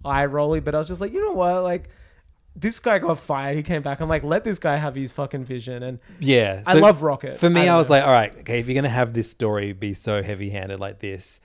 Speaker 5: eye rolly. But I was just like, you know what, like this guy got fired, he came back. I'm like, let this guy have his fucking vision. And
Speaker 4: Yeah,
Speaker 5: I
Speaker 4: so
Speaker 5: love Rocket.
Speaker 4: For me,
Speaker 5: don't
Speaker 4: I, was
Speaker 5: know.
Speaker 4: like, all right, okay, if you're gonna have this story be so heavy-handed like this,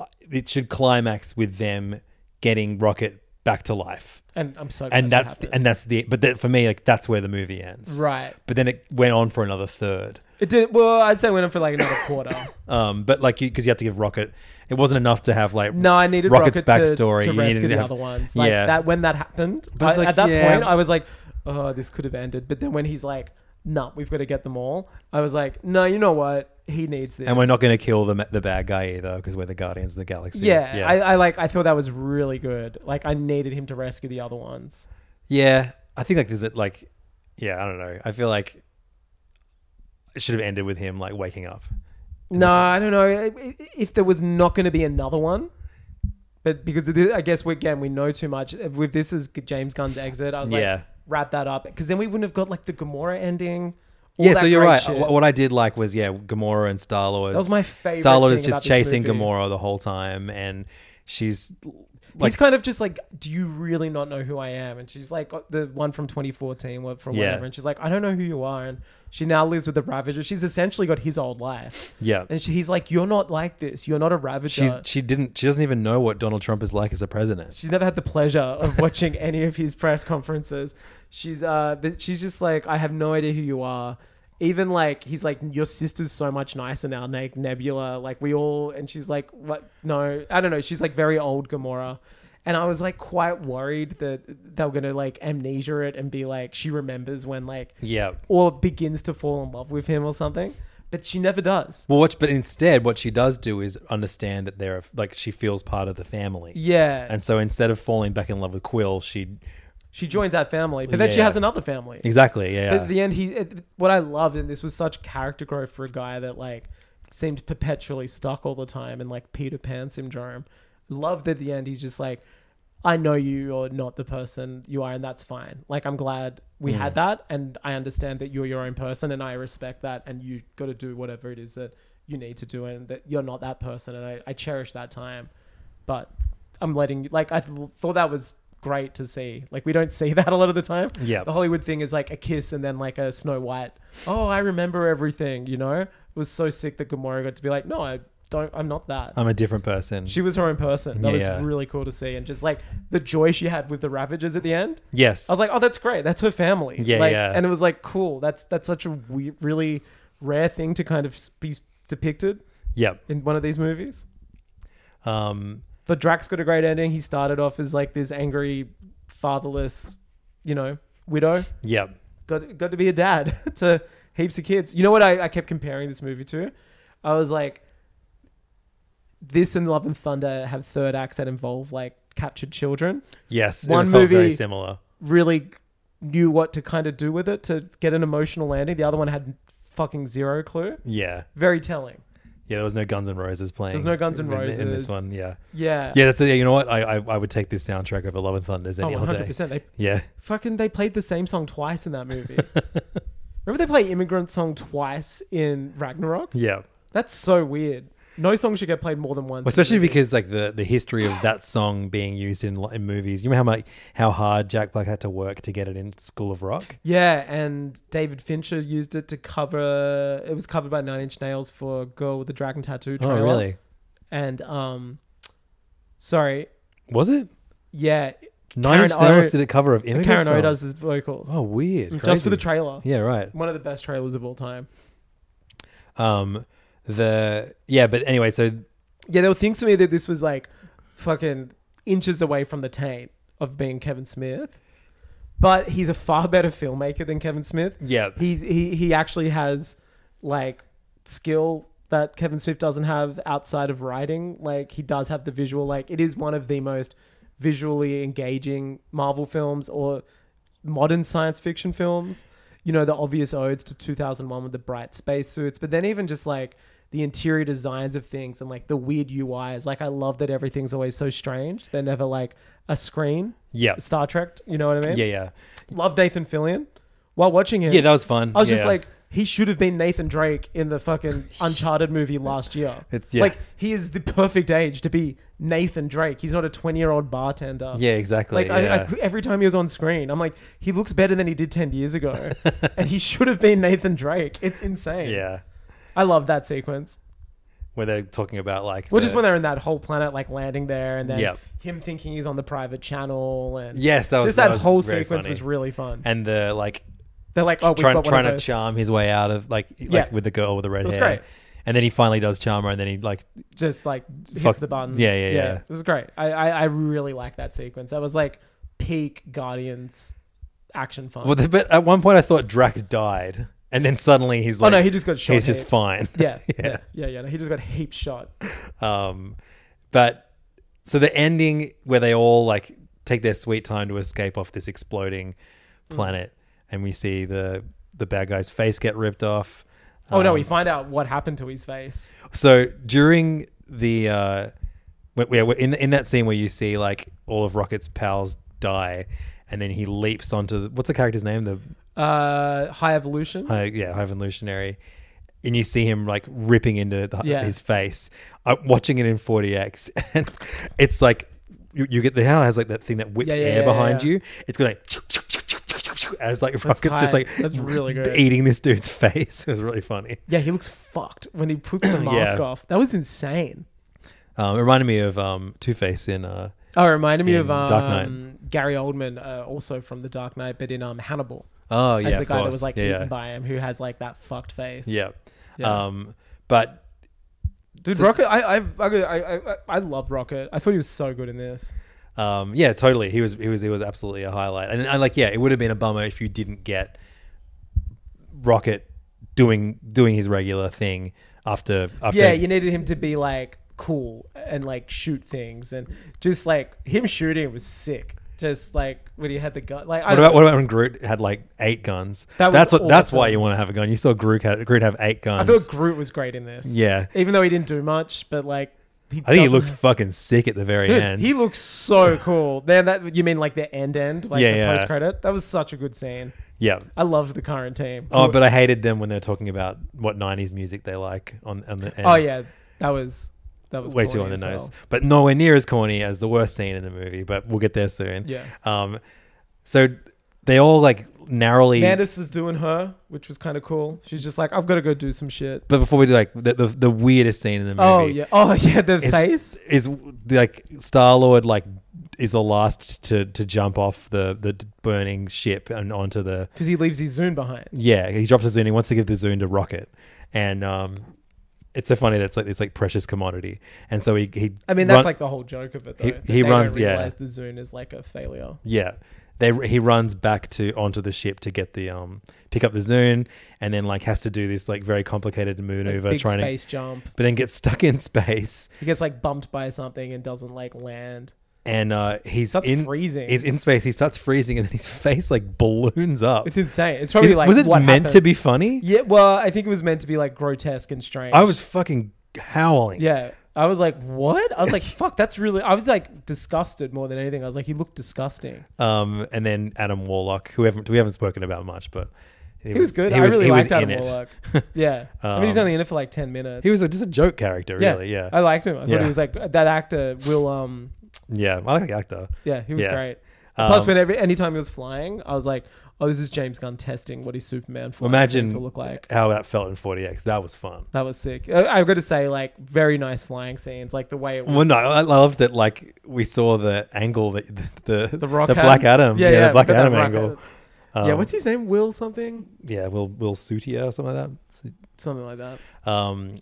Speaker 4: uh, it should climax with them getting Rocket back to life.
Speaker 5: And I'm so glad
Speaker 4: and
Speaker 5: that
Speaker 4: that's the, and that's the but that, for me like that's where the movie ends.
Speaker 5: Right.
Speaker 4: But then it went on for another third.
Speaker 5: it did well. I'd say it went on for like another quarter.
Speaker 4: Um, but like you because you have to give Rocket, it wasn't enough to have like
Speaker 5: No, I needed
Speaker 4: Rocket's
Speaker 5: Rocket
Speaker 4: backstory.
Speaker 5: to, to
Speaker 4: You
Speaker 5: rescue
Speaker 4: needed
Speaker 5: the
Speaker 4: have-
Speaker 5: other ones. Like
Speaker 4: yeah,
Speaker 5: that when that happened,
Speaker 4: But,
Speaker 5: I-
Speaker 4: like,
Speaker 5: at that
Speaker 4: yeah.
Speaker 5: point, I was like, "Oh, this could have ended." But then when he's like, "No, we've got to get them all," I was like, "No, you know what? He needs this."
Speaker 4: and we're not going to kill the the bad guy either because we're the Guardians of the Galaxy.
Speaker 5: Yeah, I, I like. I thought that was really good. Like, I needed him to rescue the other ones.
Speaker 4: Yeah, I think like there's a like, yeah, I don't know. I feel like it should have ended with him like waking up.
Speaker 5: No, I don't know I- I- if there was not going to be another one. But because of this, I guess we, again we know too much. With this is James Gunn's exit. I was like,
Speaker 4: Yeah.
Speaker 5: wrap that up because then we wouldn't have got like the Gamora ending. all
Speaker 4: yeah,
Speaker 5: that
Speaker 4: so you're
Speaker 5: great
Speaker 4: right. Oh,
Speaker 5: shit.
Speaker 4: What, what I did like was yeah, Gamora and Star Lord.
Speaker 5: That was my favorite
Speaker 4: Star Lord is
Speaker 5: thing about
Speaker 4: just
Speaker 5: this
Speaker 4: chasing
Speaker 5: movie.
Speaker 4: Gamora the whole time, and she's like,
Speaker 5: he's kind of just like, "Do you really not know who I am?" And she's like, "Oh, "The one from 2014, what- from
Speaker 4: Yeah.
Speaker 5: whatever." And she's like, "I don't know who you are." And she now lives with the Ravager. She's essentially got his old life.
Speaker 4: Yeah.
Speaker 5: and she, he's like, "You're not like this. You're not a Ravager."
Speaker 4: she's
Speaker 5: She's,
Speaker 4: she didn't she doesn't even know what Donald Trump is like as a president.
Speaker 5: never had the pleasure of watching any of his press conferences. She's uh, but she's just like, "I have no idea who you are." Even like he's like your sister's so much nicer now, like Nebula. Like we all, and she's like, "What? No, I don't know." She's like very old Gamora, and I was like quite worried that they were gonna like amnesia it and be like she remembers when like
Speaker 4: Yeah.
Speaker 5: or begins to fall in love with him or something, but she never does.
Speaker 4: Well, what, but instead, what she does do is understand that they're like she feels part of the family.
Speaker 5: Yeah.
Speaker 4: and so instead of falling back in love with Quill, she
Speaker 5: She joins that family, but then she
Speaker 4: Yeah.
Speaker 5: has another family.
Speaker 4: Exactly, yeah.
Speaker 5: At the end, he. At, what I loved, and this was such character growth for a guy that like seemed perpetually stuck all the time and like Peter Pan syndrome. Loved at the end, he's just like, I know you are not the person you are, and that's fine. Like I'm glad we
Speaker 4: Mm.
Speaker 5: had that, and I understand that you're your own person, and I respect that, and you got to do whatever it is that you need to do, and that you're not that person, and I, I cherish that time. But I'm letting you. Like I th- thought that was great to see. Like we don't see that a lot of the time.
Speaker 4: Yeah.
Speaker 5: The Hollywood thing is like a kiss and then like a Snow White. Oh, I remember everything. You know, it was so sick that Gamora got to be like, no, I don't. I'm not that.
Speaker 4: I'm a different person.
Speaker 5: She was her own person. That
Speaker 4: Yeah,
Speaker 5: was
Speaker 4: Um, yeah.
Speaker 5: really cool to see, and just like the joy she had with the Ravagers at the end.
Speaker 4: Yes.
Speaker 5: I was like, oh, that's great. That's her family.
Speaker 4: Yeah,
Speaker 5: like,
Speaker 4: yeah.
Speaker 5: And it was like, cool. That's that's such a weird, really rare thing to kind of s- be depicted.
Speaker 4: Yep.
Speaker 5: In one of these movies.
Speaker 4: Um,
Speaker 5: But Drax got a great ending. He started off as like this angry, fatherless, you know, widow.
Speaker 4: Yep.
Speaker 5: Got got to be a dad to heaps of kids. You know what I, I kept comparing this movie to? I was like, this and Love and Thunder have third acts that involve like captured children.
Speaker 4: Yes, it felt very similar.
Speaker 5: Really knew what to kind of do with it to get an emotional landing. The other one had fucking zero clue.
Speaker 4: Yeah.
Speaker 5: Very telling.
Speaker 4: Yeah, there was no Guns N' Roses playing.
Speaker 5: There's no Guns N'
Speaker 4: in- in
Speaker 5: Roses.
Speaker 4: this one. Yeah,
Speaker 5: Yeah.
Speaker 4: yeah. That's yeah. You know what? I I, I would take this soundtrack over Love and Thunder's any
Speaker 5: oh,
Speaker 4: other
Speaker 5: 100%.
Speaker 4: day.
Speaker 5: They,
Speaker 4: yeah,
Speaker 5: Fucking, they played the same song twice in that movie. Remember they play Immigrant Song twice in Ragnarok?
Speaker 4: yeah.
Speaker 5: That's so weird. No song should get played more than once. in a
Speaker 4: Especially
Speaker 5: movie.
Speaker 4: because like the, the history of that song being used in in movies. You remember how much how hard Jack Black had to work to get it in School of Rock?
Speaker 5: Yeah, and David Fincher used it to cover. It was covered by Nine Inch Nails for "Girl with the Dragon Tattoo."
Speaker 4: Oh,
Speaker 5: Trailer.
Speaker 4: really?
Speaker 5: And um, sorry,
Speaker 4: Was it?
Speaker 5: yeah.
Speaker 4: Nine Inch
Speaker 5: Karen
Speaker 4: Nails did a cover of Immigrant
Speaker 5: Karen O
Speaker 4: Song.
Speaker 5: does the vocals.
Speaker 4: um, Oh, weird.
Speaker 5: Just
Speaker 4: Crazy.
Speaker 5: for the trailer.
Speaker 4: Yeah, right.
Speaker 5: One of the best trailers of all time.
Speaker 4: Um, the yeah, but anyway, so
Speaker 5: Yeah, there were things to me that this was like fucking inches away from the taint of being Kevin Smith. But he's a far better filmmaker than Kevin Smith.
Speaker 4: Yeah.
Speaker 5: He he he actually has like skill that Kevin Smith doesn't have outside of writing. Like he does have the visual like it is one of the most visually engaging Marvel films or modern science fiction films. You know, the obvious odes to 2001 with the bright spacesuits, but then even just like the interior designs of things and like the weird UIs. Like, I love that everything's always so strange. They're never like a screen.
Speaker 4: Yeah.
Speaker 5: Star Trek, you know what I mean?
Speaker 4: Yeah, yeah.
Speaker 5: Love Nathan Fillion while watching him.
Speaker 4: Yeah, that was fun.
Speaker 5: I was just
Speaker 4: Yeah.
Speaker 5: like, he should have been Nathan Drake in the fucking Uncharted movie last year.
Speaker 4: It's- yeah.
Speaker 5: Like, he is the perfect age to be Nathan Drake. He's not a 20 year old bartender.
Speaker 4: Yeah, exactly,
Speaker 5: Like, I-
Speaker 4: yeah.
Speaker 5: I, every time he was on screen, I'm like, he looks better than he did 10 years ago. and he should have been Nathan Drake. It's insane.
Speaker 4: yeah,
Speaker 5: I love that sequence.
Speaker 4: where they're talking about like
Speaker 5: Well,
Speaker 4: the-
Speaker 5: just when they're in that whole planet, like landing there, and then
Speaker 4: Yep.
Speaker 5: him thinking he's on the private channel, and
Speaker 4: yes, that was
Speaker 5: just that,
Speaker 4: was
Speaker 5: whole
Speaker 4: very
Speaker 5: sequence
Speaker 4: funny.
Speaker 5: was really fun.
Speaker 4: and the like
Speaker 5: They're like, oh, we've
Speaker 4: trying
Speaker 5: got one
Speaker 4: trying
Speaker 5: of
Speaker 4: to
Speaker 5: those.
Speaker 4: charm his way out of like
Speaker 5: Yeah.
Speaker 4: like with the girl with the red
Speaker 5: It was
Speaker 4: hair.
Speaker 5: great.
Speaker 4: And then he finally does charm her, and then he like
Speaker 5: just like hits
Speaker 4: Fuck-
Speaker 5: the button.
Speaker 4: Yeah, yeah, yeah.
Speaker 5: It was great. I, I, I really like that sequence. That was like peak Guardians action fun.
Speaker 4: Well, the, but at one point I thought Drax died, and then suddenly he's
Speaker 5: oh
Speaker 4: like,
Speaker 5: no, he just got shot.
Speaker 4: He's just
Speaker 5: heaps.
Speaker 4: fine.
Speaker 5: Yeah,
Speaker 4: yeah.
Speaker 5: yeah, yeah, yeah. No, he just got heap shot.
Speaker 4: Um, but so the ending where they all like take their sweet time to escape off this exploding
Speaker 5: Mm.
Speaker 4: planet, and we see the the bad guy's face get ripped off.
Speaker 5: Oh no,
Speaker 4: Um,
Speaker 5: we find out what happened to his face.
Speaker 4: So during the uh, wh- yeah, wh- in in that scene where you see like all of Rocket's pals die, and then he leaps onto the, what's the character's name? The
Speaker 5: Uh, high evolution.
Speaker 4: uh, yeah, high evolutionary, and you see him like ripping into the,
Speaker 5: Yeah.
Speaker 4: his face. I'm watching it in 40x, and it's like you, you get the how it has like that thing that whips
Speaker 5: Yeah, yeah,
Speaker 4: air
Speaker 5: yeah,
Speaker 4: behind
Speaker 5: yeah.
Speaker 4: you. It's going like as like rockets just
Speaker 5: tight.
Speaker 4: like
Speaker 5: That's really good.
Speaker 4: eating this dude's face. It was really funny.
Speaker 5: Yeah, he looks fucked when he puts the mask off. That was insane.
Speaker 4: Um, it reminded me of um, Two Face in uh,
Speaker 5: Oh, it reminded me
Speaker 4: in
Speaker 5: of um,
Speaker 4: Dark Knight.
Speaker 5: Gary Oldman, uh, also from The Dark Knight, but in um, Hannibal.
Speaker 4: Oh, yeah,
Speaker 5: as the
Speaker 4: of
Speaker 5: guy that
Speaker 4: course.
Speaker 5: was like
Speaker 4: Yeah,
Speaker 5: eaten
Speaker 4: yeah.
Speaker 5: by him, who has like that fucked face.
Speaker 4: Yeah.
Speaker 5: Yeah.
Speaker 4: Um, but
Speaker 5: dude, Rocket. I I, I I I I love Rocket. I thought he was so good in this.
Speaker 4: um, yeah, totally. He was he was he was absolutely a highlight. And I like yeah, it would have been a bummer if you didn't get Rocket doing doing his regular thing after after
Speaker 5: Yeah, you needed him to be like cool and like shoot things and just like him shooting was sick. Just like when he had the gun, like I
Speaker 4: what
Speaker 5: don't
Speaker 4: about
Speaker 5: know.
Speaker 4: what about when Groot had like eight guns?
Speaker 5: That was
Speaker 4: that's what that's
Speaker 5: awesome.
Speaker 4: why you want to have a gun. You saw Groot had, Groot have eight guns.
Speaker 5: I thought Groot was great in this.
Speaker 4: Yeah.
Speaker 5: even though he didn't do much, but like he
Speaker 4: I think he
Speaker 5: doesn't
Speaker 4: looks
Speaker 5: have-
Speaker 4: fucking sick at the very
Speaker 5: Dude,
Speaker 4: end.
Speaker 5: he looks so cool. Then that you mean like the end end, like
Speaker 4: Yeah,
Speaker 5: the
Speaker 4: yeah.
Speaker 5: post credit? That was such a good scene.
Speaker 4: yeah.
Speaker 5: I loved the current team.
Speaker 4: Oh, but I hated them when they're talking about what '90s music they like on on the end.
Speaker 5: oh yeah, that was that was
Speaker 4: way too on
Speaker 5: corny
Speaker 4: the
Speaker 5: as
Speaker 4: nose,
Speaker 5: hell.
Speaker 4: but nowhere near as corny as the worst scene in the movie. But we'll get there soon.
Speaker 5: Yeah.
Speaker 4: Um, so they all like narrowly.
Speaker 5: Candace is doing her, which was kind of cool. She's just like, I've got to go do some shit.
Speaker 4: but before we do, like the, the the weirdest scene in the movie.
Speaker 5: Oh yeah, oh yeah, the
Speaker 4: is,
Speaker 5: face.
Speaker 4: is like Star Lord like is the last to to jump off the the burning ship and onto the
Speaker 5: because he leaves his Zune behind.
Speaker 4: Yeah, he drops his Zune. He wants to give the Zune to Rocket, and um, it's so funny that it's like it's like precious commodity, and so he he.
Speaker 5: I mean, that's
Speaker 4: run-
Speaker 5: like the whole joke of it. Though,
Speaker 4: He-
Speaker 5: that
Speaker 4: he
Speaker 5: they don't
Speaker 4: runs, yeah.
Speaker 5: realize the Zune is like a failure.
Speaker 4: Yeah. They, he runs back to onto the ship to get the um pick up the Zune and then like has to do this like very complicated maneuver
Speaker 5: big
Speaker 4: trying
Speaker 5: space
Speaker 4: to
Speaker 5: jump.
Speaker 4: but then gets stuck in space
Speaker 5: He gets like bumped by something and doesn't like land.
Speaker 4: and uh, he's
Speaker 5: Starts
Speaker 4: in
Speaker 5: freezing.
Speaker 4: He's in space. He starts freezing, and then his face like balloons up.
Speaker 5: It's insane. It's probably
Speaker 4: Is-
Speaker 5: like
Speaker 4: was it
Speaker 5: what
Speaker 4: meant to
Speaker 5: happens.
Speaker 4: be funny?
Speaker 5: Yeah, well, I think it was meant to be like grotesque and strange.
Speaker 4: I was fucking howling.
Speaker 5: Yeah. I was like, what? I was like, fuck, that's really. I was like disgusted more than anything. I was like, he looked disgusting.
Speaker 4: Um, and then Adam Warlock, who haven't we haven't spoken about much, but
Speaker 5: He was good. I really liked Adam Warlock. Yeah. I mean, he's only in it for like 10 minutes.
Speaker 4: He was a, just a joke character, really. Yeah,
Speaker 5: I liked him. I
Speaker 4: yeah.
Speaker 5: thought he was like that actor. Will um,
Speaker 4: yeah, I like the actor.
Speaker 5: yeah, he was
Speaker 4: Yeah.
Speaker 5: great. Plus,
Speaker 4: Um,
Speaker 5: when every anytime he was flying, I was like, oh, this is James Gunn testing what his Superman
Speaker 4: well,
Speaker 5: flying
Speaker 4: imagine
Speaker 5: scenes will look like.
Speaker 4: how that felt in 40x. That was fun.
Speaker 5: That was sick. I, I've got to say, like, very nice flying scenes. Like the way it was.
Speaker 4: Well, no, I loved that. Like we saw the angle that the the,
Speaker 5: Rock
Speaker 4: the Black Adam, yeah, the Black
Speaker 5: but that
Speaker 4: Adam
Speaker 5: Rock
Speaker 4: angle. Um,
Speaker 5: Adam. yeah, what's his name? Will something?
Speaker 4: yeah, Will Will Sutia or something like that.
Speaker 5: Something like that.
Speaker 4: Um,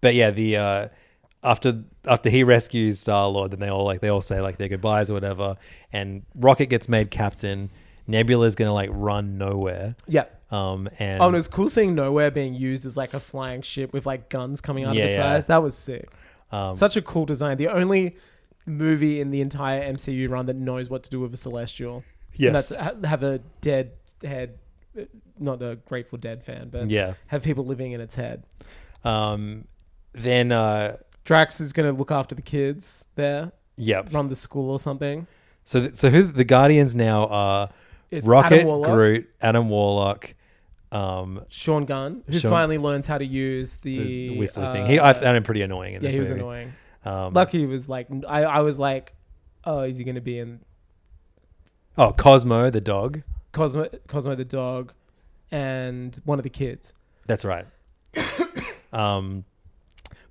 Speaker 4: but yeah, the uh, after after he rescues Star Lord, then they all like they all say like their goodbyes or whatever, and Rocket gets made captain. Nebula's gonna like run nowhere.
Speaker 5: Yeah.
Speaker 4: Um, and
Speaker 5: oh, and it was cool seeing Nowhere being used as like a flying ship with like guns coming out
Speaker 4: Yeah,
Speaker 5: of its
Speaker 4: yeah.
Speaker 5: eyes. That was sick.
Speaker 4: Um,
Speaker 5: Such a cool design. The only movie in the entire MCU run that knows what to do with a celestial.
Speaker 4: Yes.
Speaker 5: And that's ha- have a dead head, uh, not a Grateful Dead fan, but
Speaker 4: Yeah.
Speaker 5: have people living in its head.
Speaker 4: um, then uh,
Speaker 5: Drax is going to look after the kids there.
Speaker 4: Yep.
Speaker 5: Run the school or something.
Speaker 4: so th- so who the Guardians now are?
Speaker 5: It's
Speaker 4: Rocket,
Speaker 5: Adam Warlock.
Speaker 4: Groot, Adam Warlock, um,
Speaker 5: Sean Gunn, who
Speaker 4: Sean-
Speaker 5: finally learns how to use the,
Speaker 4: the Whistler
Speaker 5: uh,
Speaker 4: thing. He I found him pretty annoying. In
Speaker 5: yeah,
Speaker 4: this
Speaker 5: he was
Speaker 4: movie.
Speaker 5: annoying.
Speaker 4: Um,
Speaker 5: Lucky he was like, I, I was like, oh, is he going to be in
Speaker 4: oh, Cosmo the dog.
Speaker 5: Cosmo, Cosmo the dog, and one of the kids?
Speaker 4: That's right. um,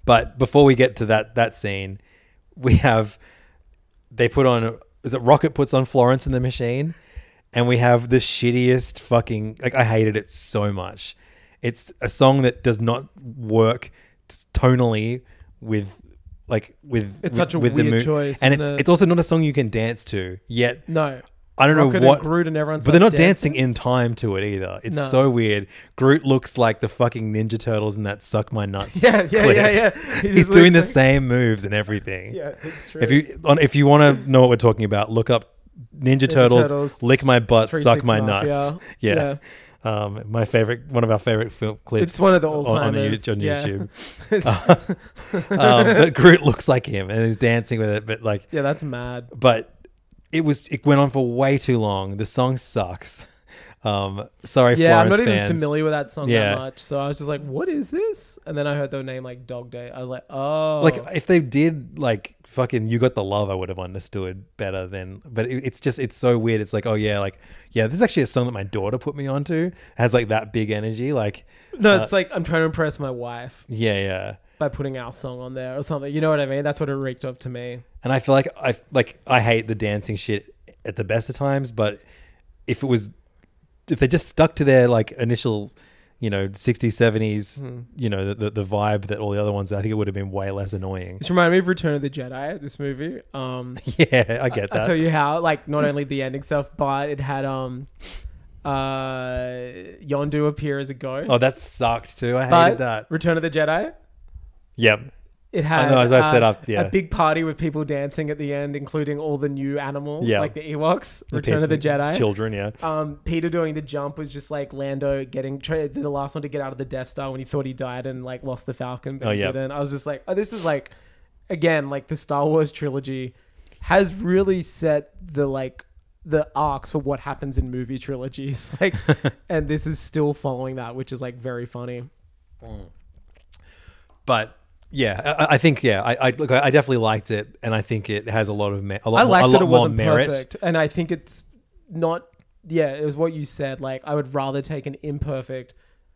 Speaker 4: but before we get to that that scene, we have they put on is it Rocket puts on Florence in the machine, and we have the shittiest fucking like I hated it so much. It's a song that does not work tonally with like with
Speaker 5: It's
Speaker 4: with-
Speaker 5: such a
Speaker 4: with
Speaker 5: weird
Speaker 4: mo-
Speaker 5: choice,
Speaker 4: and
Speaker 5: isn't
Speaker 4: it's,
Speaker 5: it?
Speaker 4: it's also not a song you can dance to yet.
Speaker 5: No.
Speaker 4: I don't
Speaker 5: Rocket
Speaker 4: know
Speaker 5: and
Speaker 4: what
Speaker 5: Groot and everyone
Speaker 4: but they're not
Speaker 5: starts
Speaker 4: dancing in time to it either. It's
Speaker 5: No.
Speaker 4: so weird. Groot looks like the fucking Ninja Turtles in that "Suck My Nuts."
Speaker 5: Yeah, yeah,
Speaker 4: clip.
Speaker 5: yeah, yeah. He
Speaker 4: He's
Speaker 5: just
Speaker 4: doing the
Speaker 5: looks like-
Speaker 4: same moves and everything.
Speaker 5: Yeah, it's true.
Speaker 4: If you on, if you want to know what we're talking about, look up Ninja,
Speaker 5: Ninja
Speaker 4: Turtles,
Speaker 5: Turtles,
Speaker 4: "Lick My Butt,
Speaker 5: Three,
Speaker 4: Suck
Speaker 5: Six
Speaker 4: My
Speaker 5: Mafia.
Speaker 4: Nuts." Yeah.
Speaker 5: Yeah.
Speaker 4: Um, my favorite, one of our favorite film clips.
Speaker 5: It's one of the
Speaker 4: on-
Speaker 5: old
Speaker 4: on, the
Speaker 5: timers,
Speaker 4: Yout- on
Speaker 5: yeah.
Speaker 4: YouTube. um, but Groot looks like him and he's dancing with it, but like
Speaker 5: Yeah, that's mad.
Speaker 4: but it was it went on for way too long. The song sucks. Um, sorry,
Speaker 5: yeah,
Speaker 4: Florence
Speaker 5: I'm not
Speaker 4: fans.
Speaker 5: even familiar with that song
Speaker 4: Yeah.
Speaker 5: that much. So I was just like, what is this? And then I heard the name like Dog Day. I was like, oh.
Speaker 4: Like if they did like fucking you got the love, I would have understood better than. But it, it's just it's so weird. It's like oh yeah, like yeah, this is actually a song that my daughter put me onto. It has like that big energy. Like
Speaker 5: no,
Speaker 4: uh,
Speaker 5: it's like, I'm trying to impress my wife
Speaker 4: yeah, yeah.
Speaker 5: by putting our song on there or something. You know what I mean? That's what it reeked of to me.
Speaker 4: And I feel like I like I hate the dancing shit at the best of times, but if it was if they just stuck to their like initial, you know, 60s, 70s,
Speaker 5: Hmm.
Speaker 4: you know, the, the the vibe that all the other ones, I think it would have been way less annoying.
Speaker 5: This reminded me of Return of the Jedi, this movie. Um,
Speaker 4: Yeah, I get
Speaker 5: I'll
Speaker 4: that.
Speaker 5: tell you how, like, not only the ending stuff, but it had um, uh, Yondu appear as a ghost.
Speaker 4: oh, that sucked too. I
Speaker 5: but
Speaker 4: hated that.
Speaker 5: Return of the Jedi.
Speaker 4: Yep.
Speaker 5: It had
Speaker 4: I know, as I
Speaker 5: uh,
Speaker 4: said up, yeah.
Speaker 5: a big party with people dancing at the end, including all the new animals,
Speaker 4: Yeah.
Speaker 5: like the Ewoks, Return of the
Speaker 4: people-
Speaker 5: Jedi.
Speaker 4: Children, yeah.
Speaker 5: Um, Peter doing the jump was just like Lando getting tra- the last one to get out of the Death Star when he thought he died and like lost the Falcon. But
Speaker 4: Oh,
Speaker 5: he
Speaker 4: yeah.
Speaker 5: didn't. I was just like, oh, this is like, again, like the Star Wars trilogy has really set the like the arcs for what happens in movie trilogies. Like, and this is still following that, which is like very funny.
Speaker 4: But yeah, I, I think yeah, I, I look, I definitely liked it, and I think it has a lot of me- a lot,
Speaker 5: I
Speaker 4: more-
Speaker 5: like
Speaker 4: a lot
Speaker 5: that it
Speaker 4: more
Speaker 5: wasn't
Speaker 4: merit.
Speaker 5: perfect, and I think it's not. Yeah, it was what you said. Like, I would rather take an imperfect,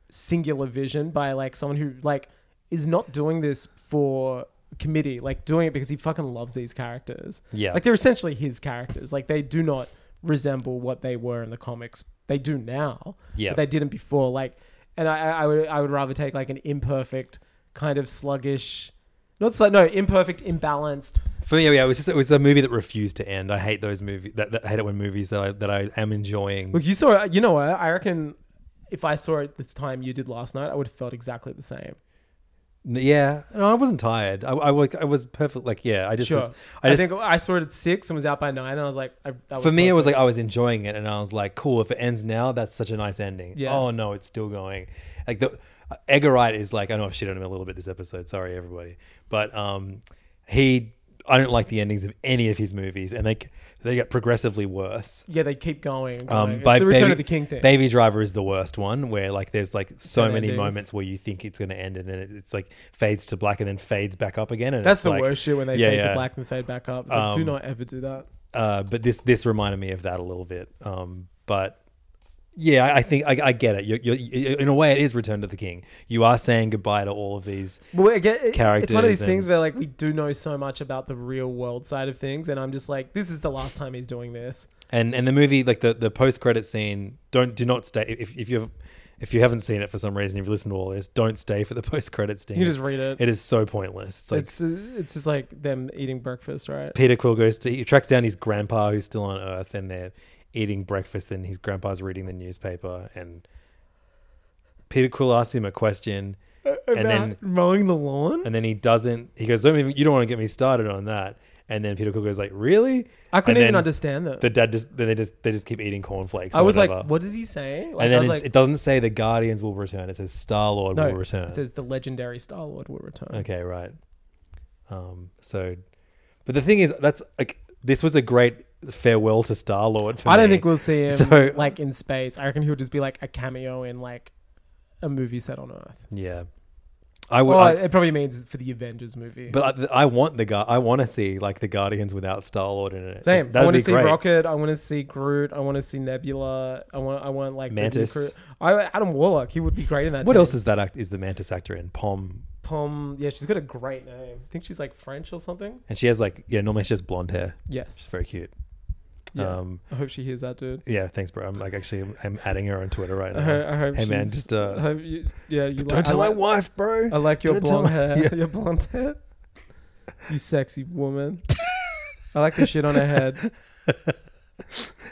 Speaker 5: singular vision by like someone who like is not doing this for committee, like doing it because he fucking loves these characters.
Speaker 4: Yeah.
Speaker 5: like they're essentially his characters. Like they do not resemble what they were in the comics. They do now.
Speaker 4: Yeah.
Speaker 5: but they didn't before. Like, and I, I I would, I would rather take like an imperfect, kind of sluggish, not slu- no imperfect, imbalanced.
Speaker 4: For me, yeah, it was just it was a movie that refused to end. I hate those movies. That, that I hate it when movies that I that I am enjoying.
Speaker 5: Look, you saw it. You know what? I reckon if I saw it this time you did last night, I would have felt exactly the same.
Speaker 4: N- Yeah, no, I wasn't tired. I, I, wa- I was perfect. Like, yeah, I just
Speaker 5: sure.
Speaker 4: was.
Speaker 5: I,
Speaker 4: I just,
Speaker 5: think I saw it at six and was out by nine, and I was like, I, that
Speaker 4: for me, it was like
Speaker 5: perfect.
Speaker 4: I was enjoying it, and I was like, cool. If it ends now, that's such a nice ending.
Speaker 5: Yeah.
Speaker 4: Oh no, it's still going. Like the uh, Edgar Wright is like, I know I've shit on him a little bit this episode. Sorry, everybody, but um, he, I don't like the endings of any of his movies, and they they get progressively worse.
Speaker 5: yeah, they keep going.
Speaker 4: Um,
Speaker 5: going. It's
Speaker 4: by
Speaker 5: the Return
Speaker 4: Baby,
Speaker 5: of the King thing.
Speaker 4: Baby Driver is the worst one, where like there's like so
Speaker 5: Good
Speaker 4: many
Speaker 5: endings.
Speaker 4: moments where you think it's going to end, and then it, it's like fades to black, and then fades back up again. And
Speaker 5: That's
Speaker 4: it's
Speaker 5: the
Speaker 4: like-
Speaker 5: worst shit when they
Speaker 4: Yeah,
Speaker 5: fade
Speaker 4: yeah.
Speaker 5: to black and fade back up. It's like, do
Speaker 4: Um,
Speaker 5: not ever do that.
Speaker 4: uh, but this this reminded me of that a little bit. Um, but yeah, I, I think I, I get it. You're, you're, you in a way, it is Return to the King. You are saying goodbye to all of these
Speaker 5: But we- again, it-
Speaker 4: characters.
Speaker 5: It's one of these
Speaker 4: and-
Speaker 5: things where like we do know so much about the real world side of things, and I'm just like, this is the last time he's doing this.
Speaker 4: and and the movie like the the post credit scene don't do not stay if if you've if you haven't seen it for some reason if you listened to all this don't stay for the post credit scene
Speaker 5: You just read it.
Speaker 4: it is so pointless it's like
Speaker 5: It's uh, it's just like them eating breakfast, right?
Speaker 4: Peter Quill goes to he tracks down his grandpa who's still on Earth, and they're eating breakfast, and his grandpa's reading the newspaper, and Peter Quill asks him a question, and then
Speaker 5: about mowing the lawn.
Speaker 4: and then he doesn't. He goes, "Don't even, you don't want to get me started on that." And then Peter Quill goes, "Like really?"
Speaker 5: I couldn't
Speaker 4: And
Speaker 5: even
Speaker 4: then
Speaker 5: understand that.
Speaker 4: The dad just then they just they just keep eating cornflakes.
Speaker 5: I
Speaker 4: or
Speaker 5: was like,
Speaker 4: whatever.
Speaker 5: what is he saying? Like,
Speaker 4: and
Speaker 5: I
Speaker 4: then
Speaker 5: was
Speaker 4: it's,
Speaker 5: like-
Speaker 4: it doesn't say the Guardians will return. It says Star Lord
Speaker 5: No,
Speaker 4: will return.
Speaker 5: It says the legendary Star Lord will return.
Speaker 4: Okay, right. Um, so, but the thing is, that's like this was a great farewell to Star Lord.
Speaker 5: I don't think we'll see him
Speaker 4: So
Speaker 5: like in space. I reckon he'll just be like a cameo in like a movie set on Earth.
Speaker 4: yeah, I would.
Speaker 5: Well,
Speaker 4: I-
Speaker 5: it probably means for the Avengers movie.
Speaker 4: but I, I want the guy. I want to see like the Guardians without Star Lord in it.
Speaker 5: Same. I
Speaker 4: That'd
Speaker 5: want
Speaker 4: be
Speaker 5: to see
Speaker 4: great.
Speaker 5: Rocket. I want to see Groot. I want to see Nebula. I want. I want like the new
Speaker 4: Mantis.
Speaker 5: crew. I Adam Warlock. He would be great in that.
Speaker 4: What
Speaker 5: team.
Speaker 4: else is that? Act, is the Mantis actor in Pom?
Speaker 5: Pom? Yeah, she's got a great name. I think she's like French or something.
Speaker 4: And she has like yeah. Normally she has blonde hair.
Speaker 5: Yes.
Speaker 4: she's very cute.
Speaker 5: Yeah.
Speaker 4: Um,
Speaker 5: I hope she hears that, dude.
Speaker 4: yeah, thanks, bro. I'm like actually, I'm adding her on Twitter right
Speaker 5: I
Speaker 4: now.
Speaker 5: hope, I hope
Speaker 4: hey man,
Speaker 5: she's-
Speaker 4: just uh,
Speaker 5: I hope you, yeah, you
Speaker 4: don't tell my wife, bro.
Speaker 5: I like your
Speaker 4: Don't tell
Speaker 5: blonde
Speaker 4: my-
Speaker 5: hair.
Speaker 4: Yeah.
Speaker 5: Your blonde hair. You sexy woman. I like the shit on her head.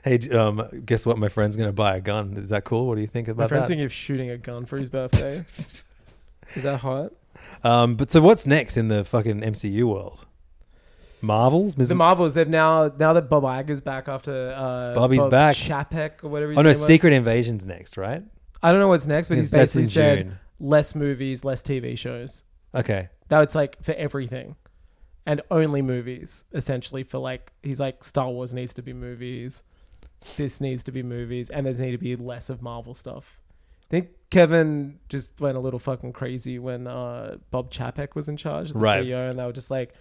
Speaker 4: Hey, d- um, guess what? My friend's gonna buy a gun. Is that cool? What do you think
Speaker 5: My
Speaker 4: about
Speaker 5: friend's
Speaker 4: that?
Speaker 5: thinking of shooting a gun for his birthday. Is that hot?
Speaker 4: Um, but so what's next in the fucking MCU world? Marvels, Ms.
Speaker 5: The Marvels. They've now now that Bob Iger's back after uh,
Speaker 4: Bobby's
Speaker 5: Bob
Speaker 4: back.
Speaker 5: Chapek or whatever. His
Speaker 4: oh no,
Speaker 5: name was.
Speaker 4: Secret Invasion's next, right?
Speaker 5: I don't know what's next, but
Speaker 4: Yes,
Speaker 5: he's
Speaker 4: that's
Speaker 5: basically
Speaker 4: in
Speaker 5: said
Speaker 4: June.
Speaker 5: less movies, less TV shows.
Speaker 4: Okay.
Speaker 5: That's like for everything. And only movies, essentially, for like, he's like, Star Wars needs to be movies. This needs to be movies. And there's need to be less of Marvel stuff. I think Kevin just went a little fucking crazy when uh, Bob Chapek was in charge, the
Speaker 4: Right.
Speaker 5: CEO, and they were just like,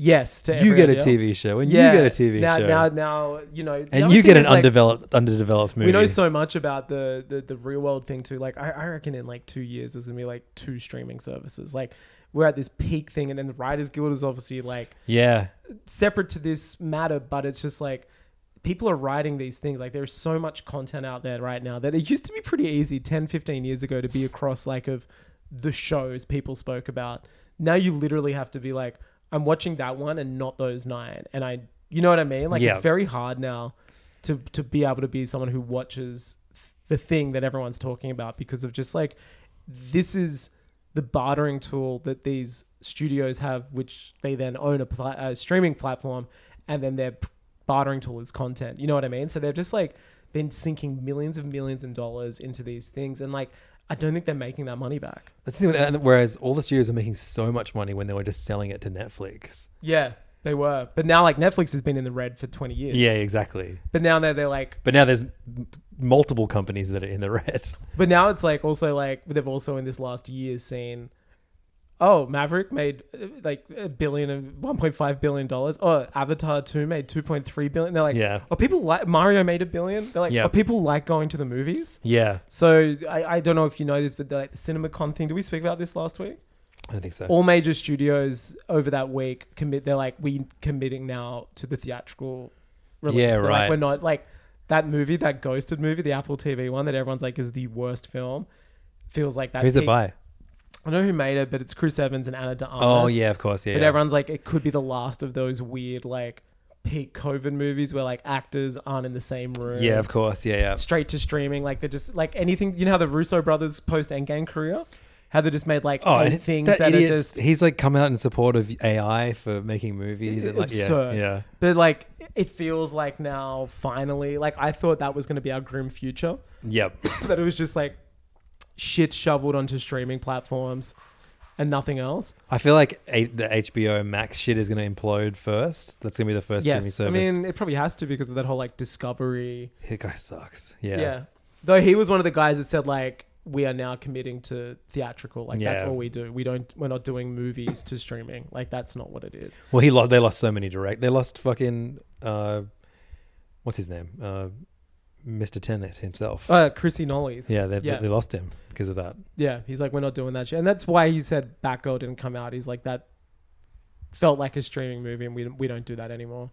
Speaker 5: yes to
Speaker 4: You
Speaker 5: every
Speaker 4: get a
Speaker 5: idea.
Speaker 4: TV show, and you
Speaker 5: Yeah.
Speaker 4: get a TV
Speaker 5: now,
Speaker 4: show.
Speaker 5: Now, now, you know. the
Speaker 4: and
Speaker 5: other
Speaker 4: you
Speaker 5: thing
Speaker 4: get an
Speaker 5: is, like,
Speaker 4: undeveloped, underdeveloped movie.
Speaker 5: we know so much about the, the the real world thing too. Like I, I reckon in like two years there's gonna be like two streaming services. Like we're at this peak thing, and then the Writers Guild is obviously like
Speaker 4: yeah,
Speaker 5: separate to this matter, but it's just like people are writing these things. Like there's so much content out there right now that it used to be pretty easy 10, 15 years ago to be across like of the shows people spoke about. Now you literally have to be like, I'm watching that one and not those nine. And I, you know what I mean? Like
Speaker 4: Yeah.
Speaker 5: it's very hard now to, to be able to be someone who watches the thing that everyone's talking about because of just like, this is the bartering tool that these studios have, which they then own a, pla- a streaming platform, and then their p- bartering tool is content. You know what I mean? So they've just like been sinking millions of millions of dollars into these things, and like I don't think they're making that money back.
Speaker 4: that's the thing. with- and Whereas all the studios are making so much money when they were just selling it to Netflix.
Speaker 5: Yeah, they were, but now like Netflix has been in the red for twenty years.
Speaker 4: Yeah, exactly.
Speaker 5: But now they're, they're like,
Speaker 4: But now there's m- multiple companies that are in the red.
Speaker 5: but now it's like also like they've also in this last year seen. Oh, Maverick made uh, like a billion and 1.5 billion dollars. Oh, Avatar 2 made 2.3 billion. They're like,
Speaker 4: Yeah.
Speaker 5: oh, people like Mario made a billion. They're like,
Speaker 4: Yeah.
Speaker 5: oh, people like going to the movies.
Speaker 4: Yeah.
Speaker 5: So I, I don't know if you know this, but like the CinemaCon thing. Did we speak about this last week?
Speaker 4: I don't think so.
Speaker 5: All major studios over that week commit. They're like, we committing now to the theatrical release.
Speaker 4: Yeah,
Speaker 5: They're like,
Speaker 4: right.
Speaker 5: we're not like that movie, that Ghosted movie, the Apple TV one that everyone's like is the worst film. Feels like that.
Speaker 4: Who's it
Speaker 5: peak-
Speaker 4: by?
Speaker 5: I don't know who made it, but it's Chris Evans and Anna de Armas.
Speaker 4: Oh, yeah, of course, yeah,
Speaker 5: But
Speaker 4: yeah.
Speaker 5: everyone's like, it could be the last of those weird like peak COVID movies where like actors aren't in the same room
Speaker 4: Yeah, of course. Yeah, yeah.
Speaker 5: straight to streaming. Like they're just like anything. You know how the Russo brothers post Endgame career? how they just made like
Speaker 4: Oh,
Speaker 5: eight
Speaker 4: and
Speaker 5: things
Speaker 4: that
Speaker 5: that,
Speaker 4: idiot,
Speaker 5: are just
Speaker 4: he's like come out in support of AI for making movies and like
Speaker 5: absurd.
Speaker 4: yeah, yeah.
Speaker 5: But like, it feels like now finally, like I thought that was going to be our grim future.
Speaker 4: Yep.
Speaker 5: that it was just like shit shoveled onto streaming platforms and nothing else.
Speaker 4: I feel like a- the HBO Max shit is going to implode first. That's going to be the first streaming
Speaker 5: Yes, I
Speaker 4: service.
Speaker 5: mean it probably has to because of that whole like discovery.
Speaker 4: That guy sucks. Yeah.
Speaker 5: yeah. Though he was one of the guys that said like we are now committing to theatrical. Like that's
Speaker 4: Yeah.
Speaker 5: all we do. We don't. We're not doing movies to streaming. Like that's not what it is.
Speaker 4: well, he lost. They lost so many direct. They lost fucking uh, what's his name? Uh, Mr. Tenet himself.
Speaker 5: Uh, Chrissy Knollys.
Speaker 4: Yeah, they,
Speaker 5: Yeah.
Speaker 4: they lost him because of that.
Speaker 5: Yeah, he's like, we're not doing that shit, and that's why he said Batgirl didn't come out. He's like, that felt like a streaming movie, and we we don't do that anymore.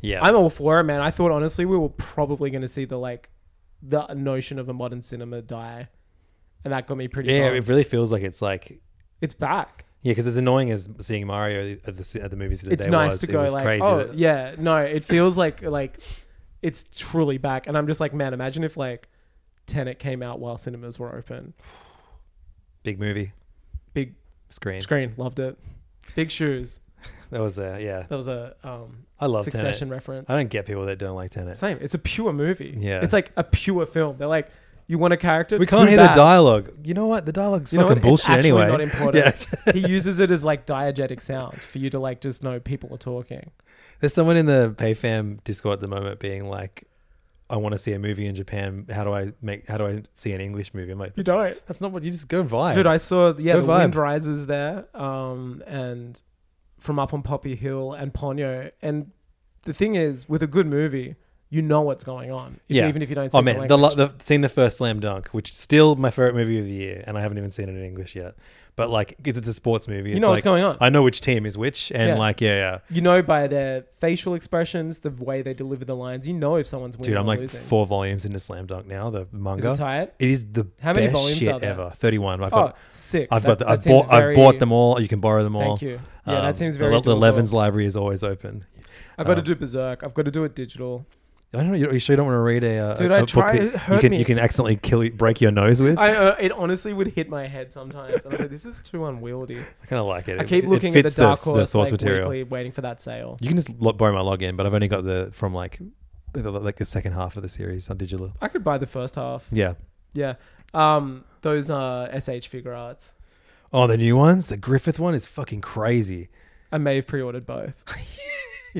Speaker 4: Yeah.
Speaker 5: I'm all for it, man. I thought honestly we were probably going to see the like the notion of a modern cinema die, and that got me pretty.
Speaker 4: yeah,
Speaker 5: bummed.
Speaker 4: it really feels like it's like
Speaker 5: It's back.
Speaker 4: yeah, because as annoying as seeing Mario at the at the movies the
Speaker 5: It's
Speaker 4: day
Speaker 5: nice
Speaker 4: was,
Speaker 5: to
Speaker 4: it
Speaker 5: go
Speaker 4: was
Speaker 5: like,
Speaker 4: crazy.
Speaker 5: oh
Speaker 4: that-
Speaker 5: yeah, no, it feels like like it's truly back, and I'm just like, man, imagine if like Tenet came out while cinemas were open.
Speaker 4: Big movie
Speaker 5: Big
Speaker 4: screen.
Speaker 5: screen, loved it. Big shoes.
Speaker 4: That was a yeah.
Speaker 5: That was a um,
Speaker 4: I love
Speaker 5: Succession
Speaker 4: Tenet.
Speaker 5: reference.
Speaker 4: I don't get people that don't like Tenet.
Speaker 5: Same. It's a pure movie.
Speaker 4: Yeah.
Speaker 5: It's like a pure film. They're like, you want a character?
Speaker 4: We can't
Speaker 5: Too
Speaker 4: hear the
Speaker 5: bad.
Speaker 4: dialogue. You know what? The dialogue's
Speaker 5: You know
Speaker 4: fucking
Speaker 5: what?
Speaker 4: bullshit
Speaker 5: it's actually
Speaker 4: anyway.
Speaker 5: Not important.
Speaker 4: Yeah.
Speaker 5: he uses it as like diegetic sound for you to like just know people are talking.
Speaker 4: There's someone in the PayFam Discord at the moment being like, I want to see a movie in Japan. How do I make? How do I see an English movie? I'm like,
Speaker 5: You
Speaker 4: "That's-
Speaker 5: don't.
Speaker 4: That's not what you just go vibe.
Speaker 5: Dude, I saw yeah,
Speaker 4: Go
Speaker 5: the
Speaker 4: vibe.
Speaker 5: wind rises there, um, and from up on Poppy Hill and Ponyo. And the thing is, with a good movie, you know what's going on. If- Even if you don't. Speak
Speaker 4: oh man,
Speaker 5: the
Speaker 4: the,
Speaker 5: language.
Speaker 4: lo- the seeing the first Slam Dunk, which is still my favorite movie of the year, and I haven't even seen it in English yet. But like, 'cause it's a sports movie.
Speaker 5: You
Speaker 4: it's
Speaker 5: know
Speaker 4: like,
Speaker 5: what's going on.
Speaker 4: I know which team is which, and
Speaker 5: Yeah.
Speaker 4: like, yeah, yeah.
Speaker 5: You know by their facial expressions, the way they deliver the lines, you know if someone's winning
Speaker 4: Dude, I'm
Speaker 5: or
Speaker 4: like
Speaker 5: losing.
Speaker 4: four volumes into Slam Dunk now. The manga.
Speaker 5: tight?
Speaker 4: It is the
Speaker 5: How many
Speaker 4: best
Speaker 5: volumes
Speaker 4: shit
Speaker 5: are there?
Speaker 4: ever. Thirty-one. I've
Speaker 5: Oh,
Speaker 4: got
Speaker 5: sick.
Speaker 4: I've
Speaker 5: That-
Speaker 4: got. The,
Speaker 5: that
Speaker 4: I've
Speaker 5: seems
Speaker 4: bought. I've bought
Speaker 5: very-
Speaker 4: them all. You can borrow them all. Um,
Speaker 5: Thank you. Yeah, that seems
Speaker 4: the
Speaker 5: very
Speaker 4: Le- The,
Speaker 5: doable.
Speaker 4: Levin's library is always open.
Speaker 5: I've got to
Speaker 4: Um,
Speaker 5: do Berserk. I've got to do it digital.
Speaker 4: I don't know. You you sure you don't want to read a, uh,
Speaker 5: Dude,
Speaker 4: a
Speaker 5: I
Speaker 4: book
Speaker 5: tried-
Speaker 4: that
Speaker 5: it hurt
Speaker 4: you can
Speaker 5: me.
Speaker 4: you can accidentally kill break your nose with? I,
Speaker 5: I, uh, it honestly would hit my head sometimes. And I was like, this is too unwieldy.
Speaker 4: kind of like it.
Speaker 5: I
Speaker 4: It-
Speaker 5: keep
Speaker 4: it
Speaker 5: looking at
Speaker 4: fits
Speaker 5: the dark horse
Speaker 4: the source
Speaker 5: like,
Speaker 4: material.
Speaker 5: weekly, waiting for that sale.
Speaker 4: You can just lo- borrow my login, but I've only got the from like the- the- like the second half of the series on digital.
Speaker 5: I could buy the first half.
Speaker 4: Yeah.
Speaker 5: Yeah. Um, those uh, SH figure arts.
Speaker 4: Oh, the new ones. The Griffith one is fucking crazy.
Speaker 5: I may have pre-ordered both.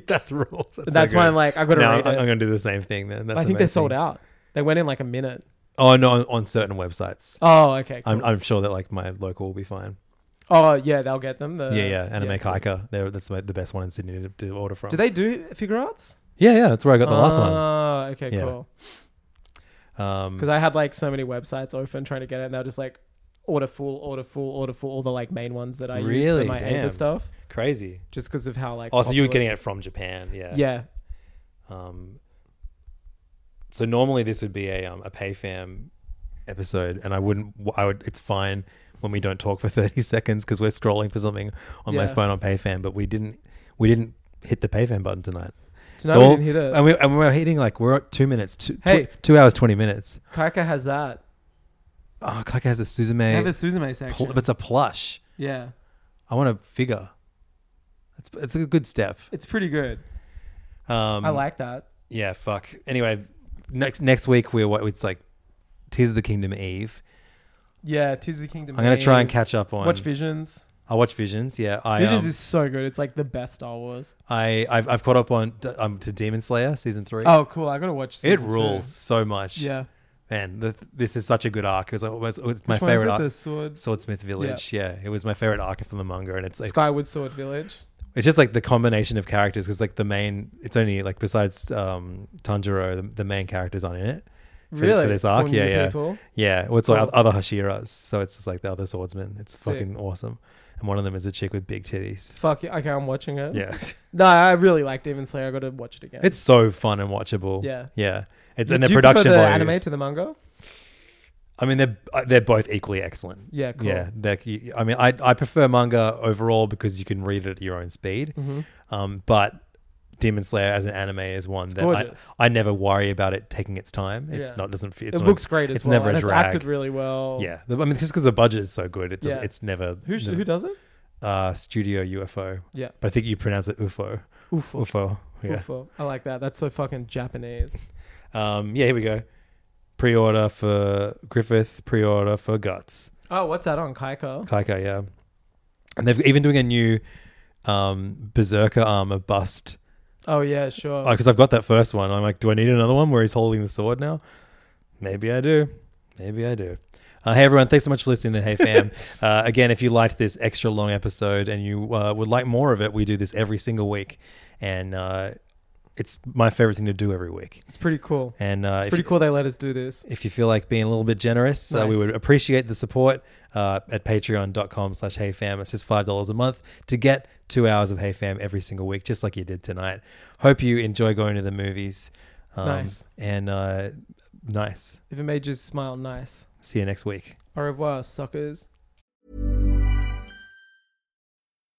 Speaker 4: That's rules. That's,
Speaker 5: That's why I'm like, I've gotta
Speaker 4: No,
Speaker 5: read
Speaker 4: I'm,
Speaker 5: it.
Speaker 4: I'm going to do the same thing then. That's
Speaker 5: I think they're
Speaker 4: amazing.
Speaker 5: sold out. They went in like a minute.
Speaker 4: Oh no, on, on certain websites.
Speaker 5: Oh, okay,
Speaker 4: I'm,
Speaker 5: cool.
Speaker 4: I'm sure that like my local will be fine.
Speaker 5: Oh yeah, they'll get them. The,
Speaker 4: yeah, yeah. Anime
Speaker 5: yes.
Speaker 4: Kaika. They're, that's my, the best one in Sydney to, to order from.
Speaker 5: Do they do figure arts?
Speaker 4: Yeah, yeah. That's where I got the last one.
Speaker 5: Ah, okay,
Speaker 4: Yeah.
Speaker 5: cool.
Speaker 4: Um,
Speaker 5: Because I had like so many websites open trying to get it, and they were just like order full, order full, order full, all the like main ones that I use
Speaker 4: Really?
Speaker 5: for my
Speaker 4: Damn.
Speaker 5: Ava stuff.
Speaker 4: Crazy.
Speaker 5: Just because of how like.
Speaker 4: oh, so you were
Speaker 5: popular-
Speaker 4: getting it from Japan? Yeah.
Speaker 5: Yeah.
Speaker 4: Um, so normally this would be a um, a PayFam episode, and I wouldn't. I would. It's fine when we don't talk for thirty seconds because we're scrolling for something on my
Speaker 5: Yeah.
Speaker 4: phone on PayFam, but we didn't. We didn't hit the PayFam button tonight. It's
Speaker 5: Tonight we didn't hit it.
Speaker 4: and we and we're hitting like we're at two minutes. Two, tw-
Speaker 5: Hey.
Speaker 4: two hours twenty minutes.
Speaker 5: Kaika has that.
Speaker 4: Oh, Kaka has a
Speaker 5: They
Speaker 4: Suzume.
Speaker 5: have a Suzume section.
Speaker 4: Pl- but it's a plush.
Speaker 5: yeah,
Speaker 4: I want a figure. It's it's a good step.
Speaker 5: it's pretty good.
Speaker 4: Um,
Speaker 5: I like that.
Speaker 4: Yeah, fuck. Anyway, next next week we're what it's like Tears of the Kingdom Eve.
Speaker 5: Yeah, Tis the Kingdom.
Speaker 4: I'm gonna try and
Speaker 5: Eve.
Speaker 4: catch up on
Speaker 5: Watch Visions.
Speaker 4: I watch Visions. Yeah, I
Speaker 5: Visions
Speaker 4: um,
Speaker 5: is so good. It's like the best Star Wars.
Speaker 4: I I've, I've caught up on um, to Demon Slayer season three.
Speaker 5: Oh, cool. I gotta watch.
Speaker 4: it
Speaker 5: season two.
Speaker 4: rules so much.
Speaker 5: Yeah.
Speaker 4: man, the, this is such a good arc. It was almost, it's my
Speaker 5: Which one is
Speaker 4: favorite
Speaker 5: it?
Speaker 4: arc.
Speaker 5: The sword-
Speaker 4: Swordsmith Village. Yeah. it was my favorite arc from the manga, and it's like
Speaker 5: Skyward Sword Village.
Speaker 4: it's just like the combination of characters because like the main it's only like besides um Tanjiro the, the main characters aren't in it for,
Speaker 5: Really?
Speaker 4: for this
Speaker 5: It's
Speaker 4: arc
Speaker 5: all
Speaker 4: yeah
Speaker 5: new
Speaker 4: yeah
Speaker 5: people?
Speaker 4: yeah well, it's like
Speaker 5: Cool.
Speaker 4: other Hashiras so it's just like the other swordsmen it's
Speaker 5: Sick.
Speaker 4: fucking awesome and one of them is a chick with big titties
Speaker 5: Fuck it. Okay, I'm watching it.
Speaker 4: Yeah.
Speaker 5: No, I really like Demon Slayer. I gotta watch it again.
Speaker 4: it's so fun and watchable
Speaker 5: Yeah.
Speaker 4: yeah it's
Speaker 5: You-
Speaker 4: and the
Speaker 5: do you prefer
Speaker 4: production
Speaker 5: the
Speaker 4: values.
Speaker 5: anime to the manga.
Speaker 4: I mean, they're uh, they're both equally excellent.
Speaker 5: Yeah, cool.
Speaker 4: yeah. They're, you- I mean,
Speaker 5: Mm-hmm.
Speaker 4: I I prefer manga overall because you can read it at your own speed.
Speaker 5: Mhm.
Speaker 4: Um, but Demon Slayer as an anime is one that
Speaker 5: gorgeous.
Speaker 4: I, I never worry about it taking its time. It's
Speaker 5: Yeah.
Speaker 4: not doesn't fe-
Speaker 5: It
Speaker 4: it's not-
Speaker 5: looks great as
Speaker 4: it's
Speaker 5: well,
Speaker 4: never
Speaker 5: and
Speaker 4: a
Speaker 5: it's
Speaker 4: drag.
Speaker 5: acted really well.
Speaker 4: Yeah, The- I mean just because the budget is so good, it does,
Speaker 5: Yeah.
Speaker 4: it's never
Speaker 5: Who's-
Speaker 4: never-
Speaker 5: who does it?
Speaker 4: Uh, Studio UFO.
Speaker 5: Yeah.
Speaker 4: but I think you pronounce it UFO.
Speaker 5: UFO.
Speaker 4: UFO. Yeah.
Speaker 5: Ufo. I like that. That's so fucking Japanese.
Speaker 4: Um, yeah. Here we go. Pre-order for Griffith. Pre-order for Guts.
Speaker 5: Oh, what's that on Kaiko?
Speaker 4: Kaika, yeah. And they've even doing a new um, Berserker armor bust.
Speaker 5: Oh yeah, sure.
Speaker 4: Because I've got that first one. I'm like, do I need another one where he's holding the sword now? Maybe I do. Maybe I do. Uh, hey everyone, thanks so much for listening to Hey Fam. uh, again, if you liked this extra long episode and you uh, would like more of it, we do this every single week, and uh, it's my favorite thing to do every week.
Speaker 5: It's pretty cool.
Speaker 4: And uh,
Speaker 5: it's
Speaker 4: if
Speaker 5: pretty
Speaker 4: you-
Speaker 5: cool they let us do this.
Speaker 4: if you feel like being a little bit generous uh, we
Speaker 5: Nice.
Speaker 4: would appreciate the support uh, at patreon.com slash heyfam it's just $5 a month to get two hours of heyfam every single week just like you did tonight hope you enjoy going to the movies Um,
Speaker 5: Nice.
Speaker 4: and uh, nice
Speaker 5: If it made you smile, nice.
Speaker 4: see you next week
Speaker 5: Au revoir, suckers.